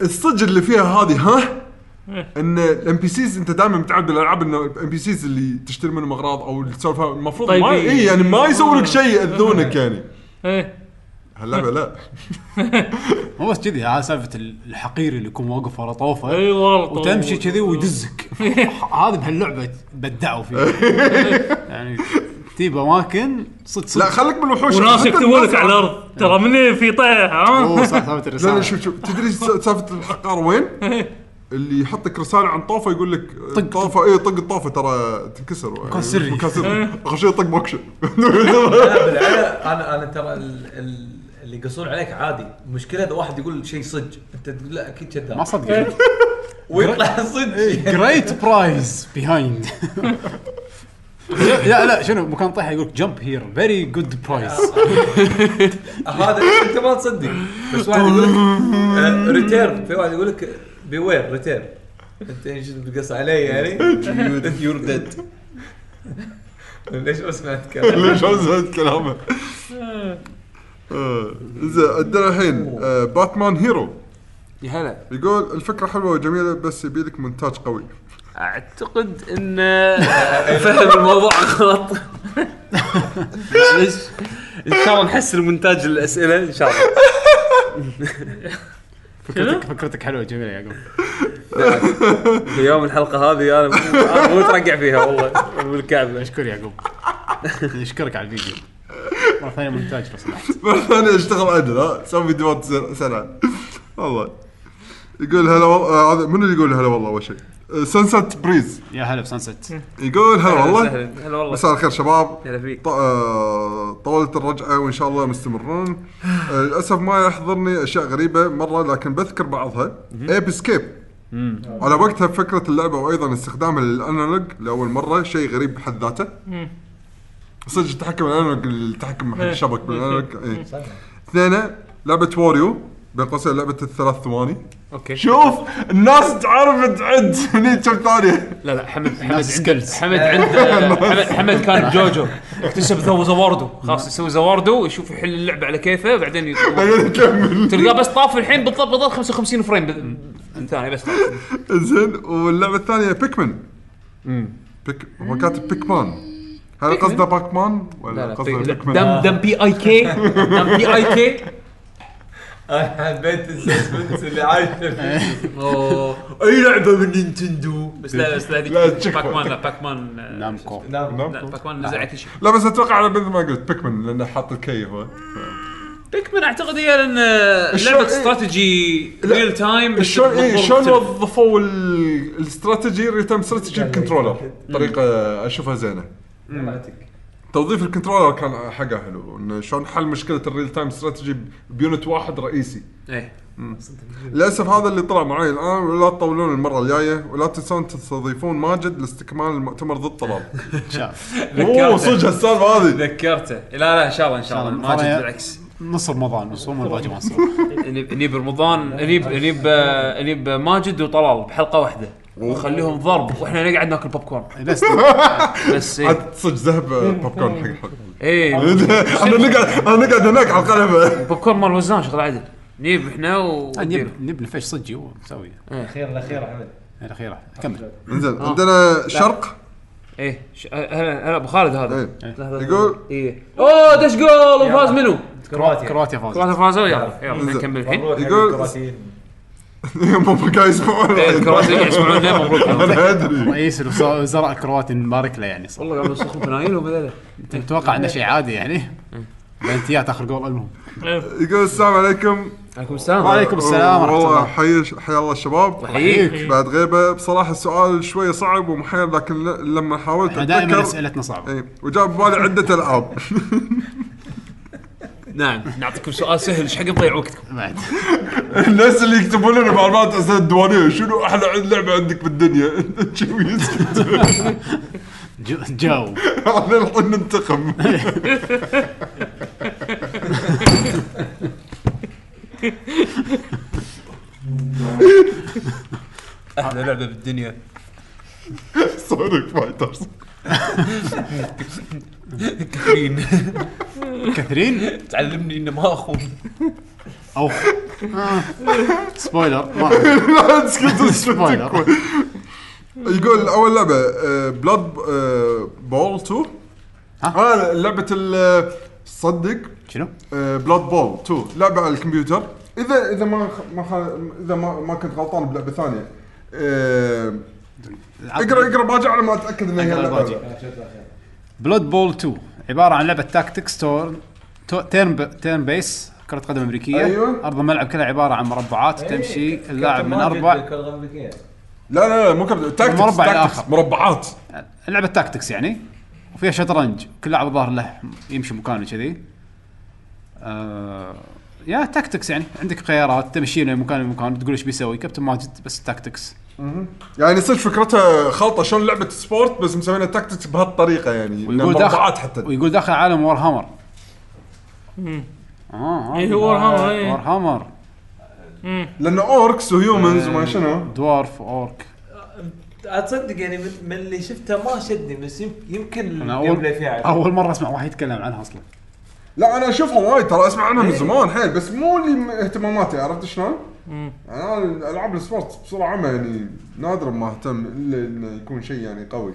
الصج اللي فيها هذه ها إيه. ان الام بي سيز انت دائما متعود بالالعاب ان الام بي سيز اللي تشتري منهم اغراض او السالفه المفروض طيب ما إيه. اي يعني ما يسوون لك شيء (laughs) ياذونك يعني ايه هاللعبه لا مو بس كذي هذا سالفه الحقير اللي يكون واقف ورا طوفه اي والله وتمشي كذي (laughs) ويدزك هذا بهاللعبه بدعوا (laughs) فيه يعني تجيب اماكن صدق لا صدق خليك بالوحوش وناس حتى يكتبون لك الناس- على إيه. الارض ترى مني في طيح ها اوه سالفه لا لا الرساله شوف شوف تدري س- سالفه الحقار وين؟ إيه. اللي يحطك رساله عن طوفه يقول لك طق. طوفه اي طق الطوفه ترى تنكسر مكان سري. مكان سري إيه. اخر شيء طق موكشن لا بالعلا انا انا ترى ال- ال- اللي يقصون عليك عادي المشكله اذا واحد يقول شيء صدق انت تقول لا اكيد ما كذاب صدق ويطلع صدق جريت برايز بيهايند (laughs) لا لا شنو مكان طيحه يقول جمب هير فيري جود برايز آه، (laughs) هذا انت ما تصدق بس واحد يقول لك ريتيرن في واحد يقول لك بيوير ريتيرن انت ايش بتقص علي يعني يور ديد (laughs) ليش ما سمعت (laughs) كلام (laughs) ليش أزهد كلامه؟ آه، زين عندنا الحين آه، باتمان هيرو يا هلا يقول الفكرة حلوة وجميلة بس يبي لك مونتاج قوي (laughs) اعتقد ان أيوه. فهم الموضوع غلط معلش ان شاء الله نحسن مونتاج الاسئله ان شاء الله (laughs) فكرتك فكرتك حلوه جميله يا يعقوب في يوم الحلقه هذه انا مو- أنا مو مترقع فيها والله بالكعبه اشكر يا يعقوب اشكرك على الفيديو مره ثانيه مونتاج لو سمحت مره ثانيه اشتغل عدل ها سوي فيديوهات سر- سرعه والله يقول هلا والله آه، هذا منو اللي يقول هلا والله اول شيء؟ سنسات بريز يا هلا بسانست يقول هلا والله أهلاً- هلا والله مساء الخير شباب هلا فيك ط- آه، طولت الرجعه وان شاء الله (sighs) مستمرون آه، للاسف ما يحضرني اشياء غريبه مره لكن بذكر بعضها ايب سكيب على وقتها فكره اللعبه وايضا استخدامها للانالوج لاول مره شيء غريب بحد ذاته صدق التحكم بالانالوج التحكم حق إيه. الشبك بالانالوج إيه. اثنين لعبه واريو بين قوسين لعبه الثلاث ثواني اوكي شوف الناس تعرف تعد (laughs) هني كم ثانيه لا لا (laughs) حمد حمد سكيلز حمد (laughs) عنده حمد- حمد كان جوجو اكتشف ذو زواردو خلاص يسوي زواردو يشوف يحل اللعبه على كيفه بعدين يطلع. بعدين نكمل تلقاه بس طاف الحين بالضبط بالضبط 55 فريم بال- ثانيه بس زين واللعبه الثانيه بيكمن بيك هو كاتب بيكمان هل قصده باكمان لا ولا لا، قصده بيك- لا، بيكمان طيب، دم دم بي اي كي دم بي اي كي انا حبيت السسبنس اللي عايشه (laughs) فيه اي لعبه من نينتندو بس لا بس لا هذيك لا، تشيك باك مان لا باك مان آه، نامكو نعم لا باك مان نزل على كل شيء لا بس اتوقع على مثل ما قلت بيكمان لانه حاط الكي هو بيكمن اعتقد هي لان آه، الشو- لعبه إيه. استراتيجي لا، ريل تايم شلون اي إيه، شلون وظفوا ال- الاستراتيجي ريل تايم استراتيجي الكنترولر طريقه اشوفها زينه توظيف الكنترولر كان حقه حلو انه شلون حل مشكله الريل تايم استراتيجي بيونت واحد رئيسي ايه للاسف هذا اللي طلع معي الان ولا تطولون المره الجايه ولا تنسون تستضيفون ماجد لاستكمال المؤتمر ضد الطلال اوه صدق هالسالفه هذه ذكرته لا لا ان شاء الله ان شاء الله الله. ماجد خلاص. بالعكس نص رمضان نص رمضان ما نص نجيب نجيب رمضان نجيب نجيب آه، نجيب ماجد وطلال بحلقه واحده ونخليهم ضرب واحنا نقعد ناكل بوب كورن بس إيه. بس ايه عاد صدق ذهب آه، بوب كورن حق الحلقه ايه احنا نقعد احنا نقعد هناك على القلبه بوب كورن مال وزان شغل عدل نجيب احنا و آه، نب نب نفش صدق ونسويه الاخير الاخير احمد إيه، الاخيره كمل انزين عندنا شرق (laughs) ايه ش- هلا هلا ابو خالد هذا إيه. لحظة. يقول ايه اوه دش جول وفاز منو؟ كرواتيا كرواتيا فازت كرواتيا فازوا يلا يلا إنزين. نكمل الحين يقول- هم قاعد يسمعون إيه، الكرواتيا قاعد يسمعونا مبروك انا ادري رئيس الوزراء الكرواتي نبارك له يعني صراحة. والله قاعد يصرخون فنايل ومذله اتوقع انه شيء عادي يعني بلنتيات اخر جول المهم يقول السلام عليكم عليكم السلام وعليكم السلام ورحمه والله الله حي حيا الله الشباب حييك بعد غيبه بصراحه السؤال شوي صعب ومحير لكن ل- لما حاولت احنا دائما اتذكر اسئلتنا صعبه اي وجاب ببالي عده العاب نعم نعطيكم سؤال سهل ايش حق تضيع وقتكم بعد (laughs) الناس اللي يكتبون لنا معلومات اسئله الديوانيه شنو احلى عن- لعبه عندك بالدنيا (laughs) شو يسكت جو- جاوب احنا الحين ننتقم احلى لعبه بالدنيا سونيك فايترز كثيرين كثرين تعلمني اني ما اخون او آه. سبويلر (laughs) ما- لا تسكت سبويلر يقول آه، اول لعبه بلاد آه، بول 2 ها؟ ها لعبه آه، ال- صدق آه، شنو؟ بلاد بول 2 لعبه على الكمبيوتر اذا اذا ما ما خ- اذا ما, ما كنت غلطان بلعبه ثانيه آه، اقرا اقرا باجي على ما اتاكد انها هي اقرأ لعبة. باجي. بلود بول 2 عباره عن لعبه تاكتكس تور تو- تيرن ب- تيرن بيس كرة قدم امريكية أيوة. إيه، ارض الملعب كلها عبارة عن مربعات تمشي اللاعب من اربع لا لا لا مو كابتن تاكتكس المربع تاكتكس، الآخر. مربعات لعبة تاكتكس يعني وفيها شطرنج كل لاعب الظاهر له يمشي مكانه كذي آه يا تاكتكس يعني عندك خيارات تمشي من مكان لمكان تقول ايش بيسوي كابتن ماجد بس تاكتكس يعني صدق فكرتها خلطه شلون لعبه سبورت بس مسوينها تاكتكس بهالطريقه يعني إنها ويقول داخل مربعات حتى ويقول داخل عالم وور هامر اه اي هو ورهام وور إيه. هامر لان اوركس وهيومنز وما شنو دوارف اورك اتصدق يعني من من اللي شفته ما شدني بس يم- يمكن انا الجيم اول بلاي فيها عجب. اول مره اسمع واحد يتكلم عنها اصلا لا انا اشوفها وايد ترى اسمع عنها من زمان حيل بس مو اللي م- اهتماماتي عرفت شلون؟ انا العاب السبورت بصوره عامه يعني نادرا ما اهتم الا انه يكون شيء يعني قوي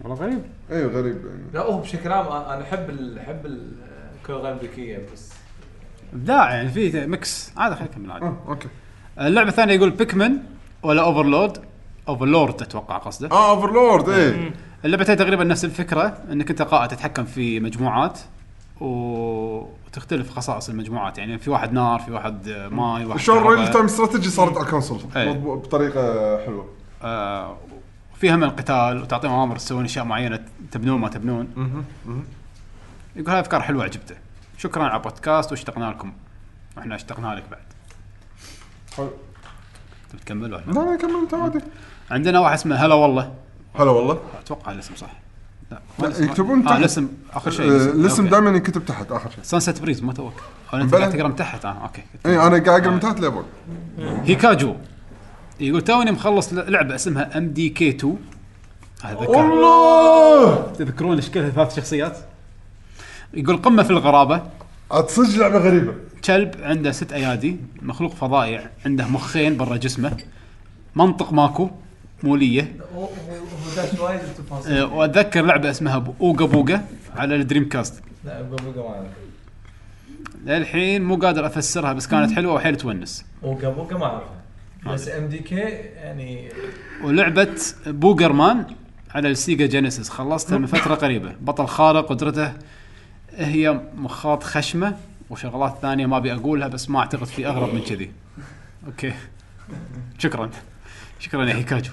والله غريب اي غريب يعني لا هو بشكل عام أنا- انا احب ال- احب ال- الكره الامريكيه بس ابداع يعني في ميكس عادي خلينا نكمل عادي اه اوكي اللعبه الثانيه يقول بيكمن ولا اوفرلود اوفرلورد اتوقع قصده اه اوفرلورد اي اللعبتين تقريبا نفس الفكره انك انت قائد تتحكم في مجموعات و- وتختلف خصائص المجموعات يعني في واحد نار في واحد آه، ماي واحد شلون كهرباء. ريل تايم استراتيجي صارت على الكونسول إيه. مضبوط بطريقه حلوه آه، فيها من القتال وتعطيهم اوامر تسوون اشياء معينه تبنون ما تبنون يقول هذه افكار حلوه عجبته شكرا على البودكاست واشتقنا لكم احنا اشتقنا لك بعد حلو. تبي تكمل ولا لا لا كمل انت عادي عندنا واحد اسمه هلا والله هلا والله اتوقع الاسم صح لا لا، يكتبون آه تحت. الاسم اخر شيء آه، الاسم دائما ينكتب تحت اخر شيء سانست بريز ما توك أو انت بلى. قاعد تقرا من تحت اه اوكي اي انا إيه، قاعد اقرا من تحت لفوق هيكاجو يقول توني مخلص ل- لعبه اسمها ام دي كي 2 هذا والله تذكرون شكلها ثلاث شخصيات يقول قمه في الغرابه عاد صدق لعبه غريبه كلب عنده ست ايادي مخلوق فضائي عنده مخين برا جسمه منطق ماكو موليه هو هو هو داش وايد التفاصيل أه، واتذكر لعبه اسمها ب- اوغا بوغا على الدريم كاست لا ابقى ابقى معنا للحين مو قادر افسرها بس كانت حلوه وحيل تونس بقى بقى ما اعرفها بس ام دي كي يعني ولعبه بوغرمان على السيجا جينيسيس خلصتها من فتره قريبه بطل خارق قدرته هي مخاط خشمه وشغلات ثانيه ما ابي اقولها بس ما اعتقد في اغرب من كذي اوكي شكرا شكرا يا هيكاجو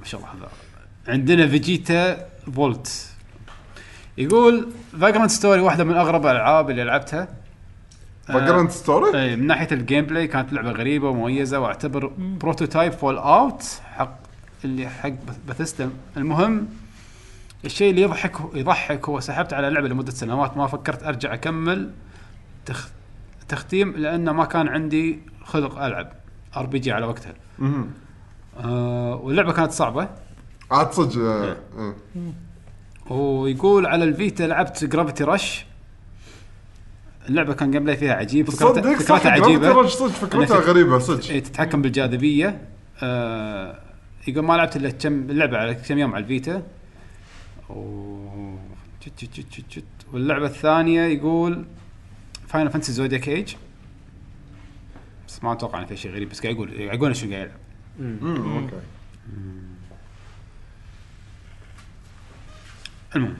ما شاء الله هذا عندنا فيجيتا فولت يقول فاجرانت ستوري واحده من اغرب الالعاب اللي لعبتها فجرنت ستوري اي طيب، من ناحيه الجيم بلاي كانت لعبه غريبه ومميزه واعتبر بروتوتايب فول اوت حق اللي حق باثيستا المهم الشيء اللي يضحك يضحك هو سحبت على لعبه لمده سنوات ما فكرت ارجع اكمل تخ... تختيم لانه ما كان عندي خلق العب ار بي جي على وقتها مهم. آه واللعبه كانت صعبه عاد صدق إيه. آه، آه. ويقول على الفيتا لعبت جرافيتي رش اللعبه كان جيم بلاي فيها عجيب صدق صح فكرتها صدق فكرتها أنا في- غريبه صدق إيه. اي إيه، تتحكم بالجاذبيه آه يقول ما لعبت الا كم اللعبه على كم يوم على الفيتا و- جت- جت- جت- جت- جت. واللعبه الثانيه يقول فاينل فانتسي زودياك ايج بس ما اتوقع انه في شيء غريب بس قاعد يقول قاعد يقول شو قاعد يلعب مم، اوكي المهم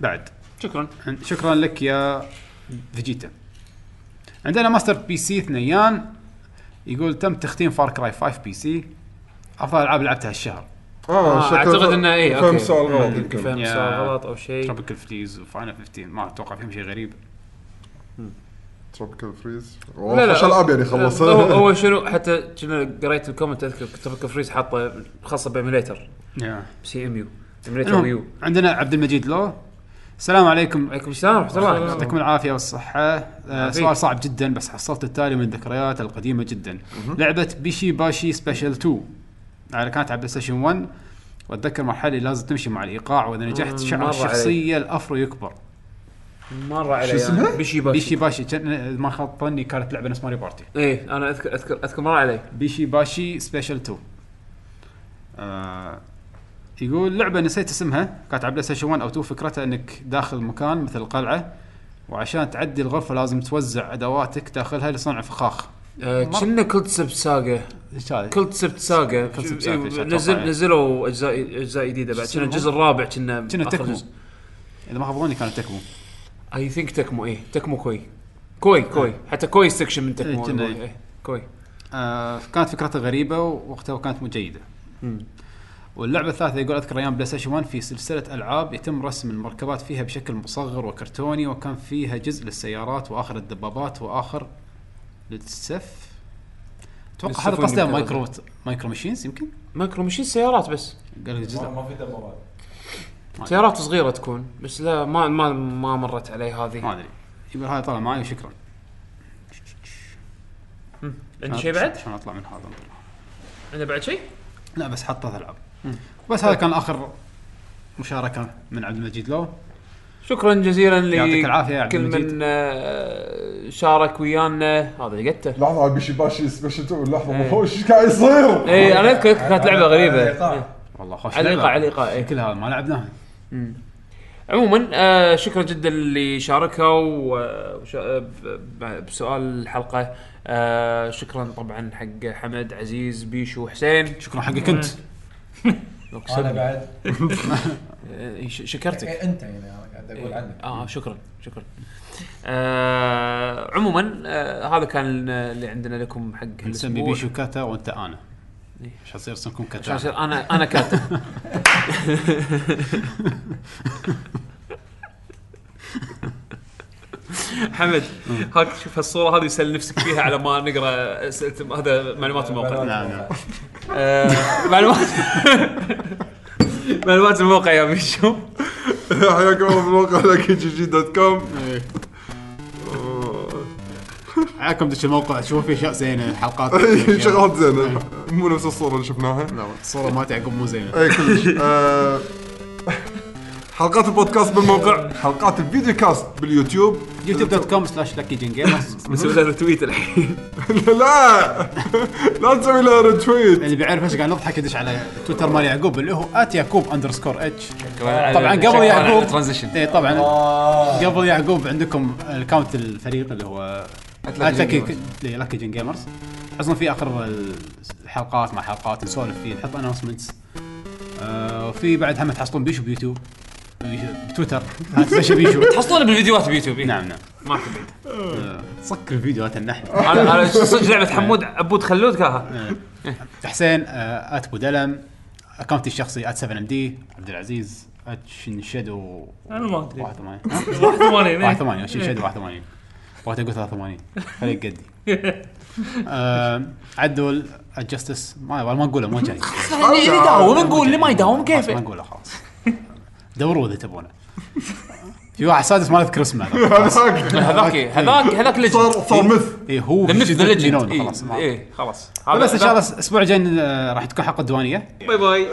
بعد شكرا عن- شكرا لك يا فيجيتا عندنا ماستر بي سي ثنيان يقول تم تختيم فار كراي 5 بي سي افضل العاب لعبتها هالشهر اه آه، شكله اعتقد انه اي اوكي فهم سؤال غلط مم، يمكن فهم يا- سؤال غلط او شيء تروبيكال فريز وفاينل 15 ما اتوقع فيهم شيء غريب تروبيكال فريز لا فشل اب يعني خلص هو هو شنو حتى كنا قريت الكومنت اذكر تروبيكال فريز حاطه خاصه بإيميليتر سي ام يو ايميليتر ويو المهم، عندنا عبد المجيد لو السلام عليكم عليكم السلام ورحمه الله يعطيكم العافيه والصحه آه، سؤال صعب جدا بس حصلت التالي من الذكريات القديمه جدا لعبه بيشي باشي سبيشال 2 على كانت على بلاي ستيشن 1 واتذكر مرحله اللي لازم تمشي مع الايقاع واذا نجحت شعر مرة الشخصيه الافرو يكبر مره علي يعني. شو اسمها؟ بيشي باشي بيشي باشي كان- ما خاب ظني كانت لعبه نفس ماري بارتي ايه انا اذكر اذكر اذكر مره علي بيشي باشي سبيشال 2 آه يقول لعبه نسيت اسمها كانت على بلاي ستيشن 1 او 2 فكرتها انك داخل مكان مثل قلعه وعشان تعدي الغرفه لازم توزع ادواتك داخلها لصنع فخاخ آه، كنا كونسبت ساجا كونسبت ساجا Concept Saga، إيه، أتوقع. نزل نزلوا اجزاء اجزاء جديده بعد كنا الجزء الرابع كنا كنا تكمو. اذا ما خاب ظني كانت تكمو اي ثينك تكمو ايه تكمو كوي كوي كوي حتى كوي سكشن من تكمو آه. إيه، كنا إيه. إيه، كوي آه كانت فكرتها غريبه ووقتها كانت مو جيده واللعبه الثالثه يقول اذكر ايام بلاي ستيشن 1 في سلسله العاب يتم رسم المركبات فيها بشكل مصغر وكرتوني وكان فيها جزء للسيارات واخر الدبابات واخر للسف اتوقع هذا للسف قصده والمكرر. مايكرو مايكرو ماشينز يمكن مايكرو مشين سيارات بس قال لك ما جزء ما في دمارات سيارات صغيره تكون بس لا ما ما ما مرت علي هذه ما ادري يقول هذا طلع معي وشكرا عندي شيء بعد؟ عشان اطلع من هذا انطر. عندنا بعد شيء؟ لا بس حطت العاب بس هذا كان اخر مشاركه من عبد المجيد لو شكرا جزيلا ل يعطيك العافية يعني يا عبد كل المجيد. من آه، شارك ويانا هذا لقيته لحظه على بيشيباشي سبيشل تو لحظه إيه. هو ايش قاعد يصير؟ (laughs) اي انا اذكر إيه، كانت لعبه غريبه ايقاع. والله خوش على لعبة. الايقاع على إيه. الايقاع إي. كل هذا ما لعبناه عموما آه شكرا جدا اللي شاركوا و- وش- آه، ب- ب- بسؤال الحلقه آه شكرا طبعا حق حمد عزيز بيشو حسين شكرا حقك انت انا بعد آه، ش- شكرتك إيه، انت يعني أنا قاعد اقول عنك اه شكرا شكرا آه عموما آه هذا كان اللي عندنا لكم حق نسمي هالأسبوع. بيشو كاتا وانت انا مش حصير اسمكم عشان كاتا أصير انا انا (laughs) كاتب حمد Mm. هاك شوف هالصوره هذه يسال نفسك فيها على ما نقرا اسئله هذا معلومات (laughs) الموقع نعم نعم آه، معلومات (laughs) معلومات الموقع يا بيشو حياكم الله في موقع لكي جي جي دوت كوم إيه. (laughs) حياكم دش الموقع شوفوا في اشياء زينه حلقات (laughs) شغلات زينه إيه. مو نفس الصوره اللي شفناها نعم. الصوره مالت يعقوب مو زينه اي كلش آه، (laughs) حلقات البودكاست بالموقع حلقات الفيديو كاست باليوتيوب يوتيوب دوت كوم سلاش لكي جن (laughs) جيمرز بنسوي له تويت (laughs) الحين لا لا تسوي لها ريتويت اللي بيعرف ايش قاعد نضحك يدش على تويتر مال يعقوب اللي هو ات يعقوب اندرسكور اتش طبعا قبل يعقوب ترانزيشن اي طبعا آه. قبل يعقوب عندكم الكاونت الفريق اللي هو إيه، لاكي جن جيمرز حصلنا في اخر الحلقات مع حلقات نسولف فيه نحط اناونسمنتس وفي بعد هم تحصلون بيشو بيوتيوب بيشو- بتويتر (laughs) هات بيشو (laughs) بيشو تحصلون بالفيديوهات بيوتيوب إيه. (laughs) نعم نعم ما في بعيد. آه، سكر الفيديوهات النحل انا انا صدق لعبه حمود عبود خلود كاها حسين آه، ات بودلم اكونتي الشخصي ات 7 ام دي عبد العزيز ات شن شادو أنا ما أدري. 81 (laughs) 81 إيه. 81 شن شادو 81 بغيت اقول 83 فريق قدي آه، عدول الجستس ما ما نقوله مو جاي اللي يداوم نقول اللي ما يداوم خلاص ما نقوله خلاص دوروا اذا تبونه في واحد سادس ما اذكر اسمه هذاك هذاك هذاك ليجند صار صار مث اي هو ذا ميث ذا جنون، ليجند خلاص ما- اي إيه، خلاص بس ان شاء الله هذا- الاسبوع الجاي آه، راح تكون حلقه دوانيه باي باي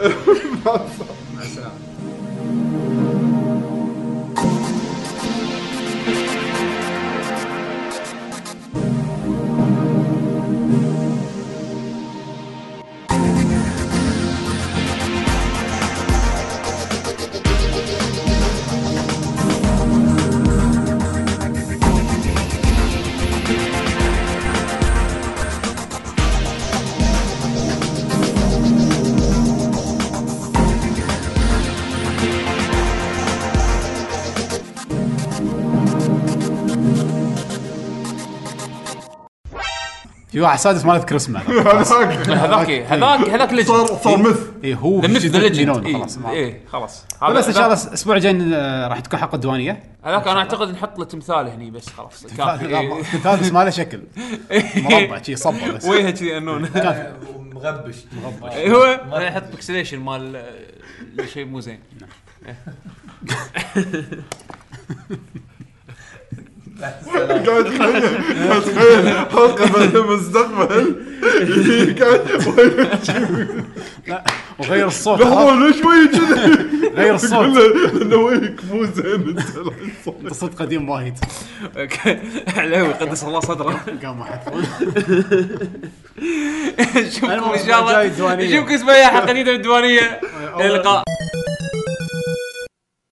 في واحد سادس ما اذكر اسمه هذاك هذاك إيه، هذاك هذاك ليجند صار صار مث اي هو ذا ميث ذا جنون، ليجند خلاص ما- اي إيه، خلاص بس ان شاء هذاك- الله الاسبوع الجاي آه، راح تكون حلقه دوانيه هذاك انا اعتقد نحط له تمثال هني بس خلاص كافي إيه، الثالث بس ما له شكل مربع شي صبه بس وجهه كذي (laughs) انون مغبش مغبش إيه، هو يحط بيكسليشن مال آه، شيء مو زين قاعد تخيل تخيل حلقه بعد المستقبل قاعد وغير الصوت لحظه ليش وجهي كذا؟ غير الصوت لانه وجهك مو زين انت انت صوت قديم وايد (laughs) علوي قدس الله صدره (laughs) قام واحد نشوفكم ان الموسم شاء الله الجاي الديوانية. نشوفكم اسبوعيا حلقه جديده من الديوانيه الى اللقاء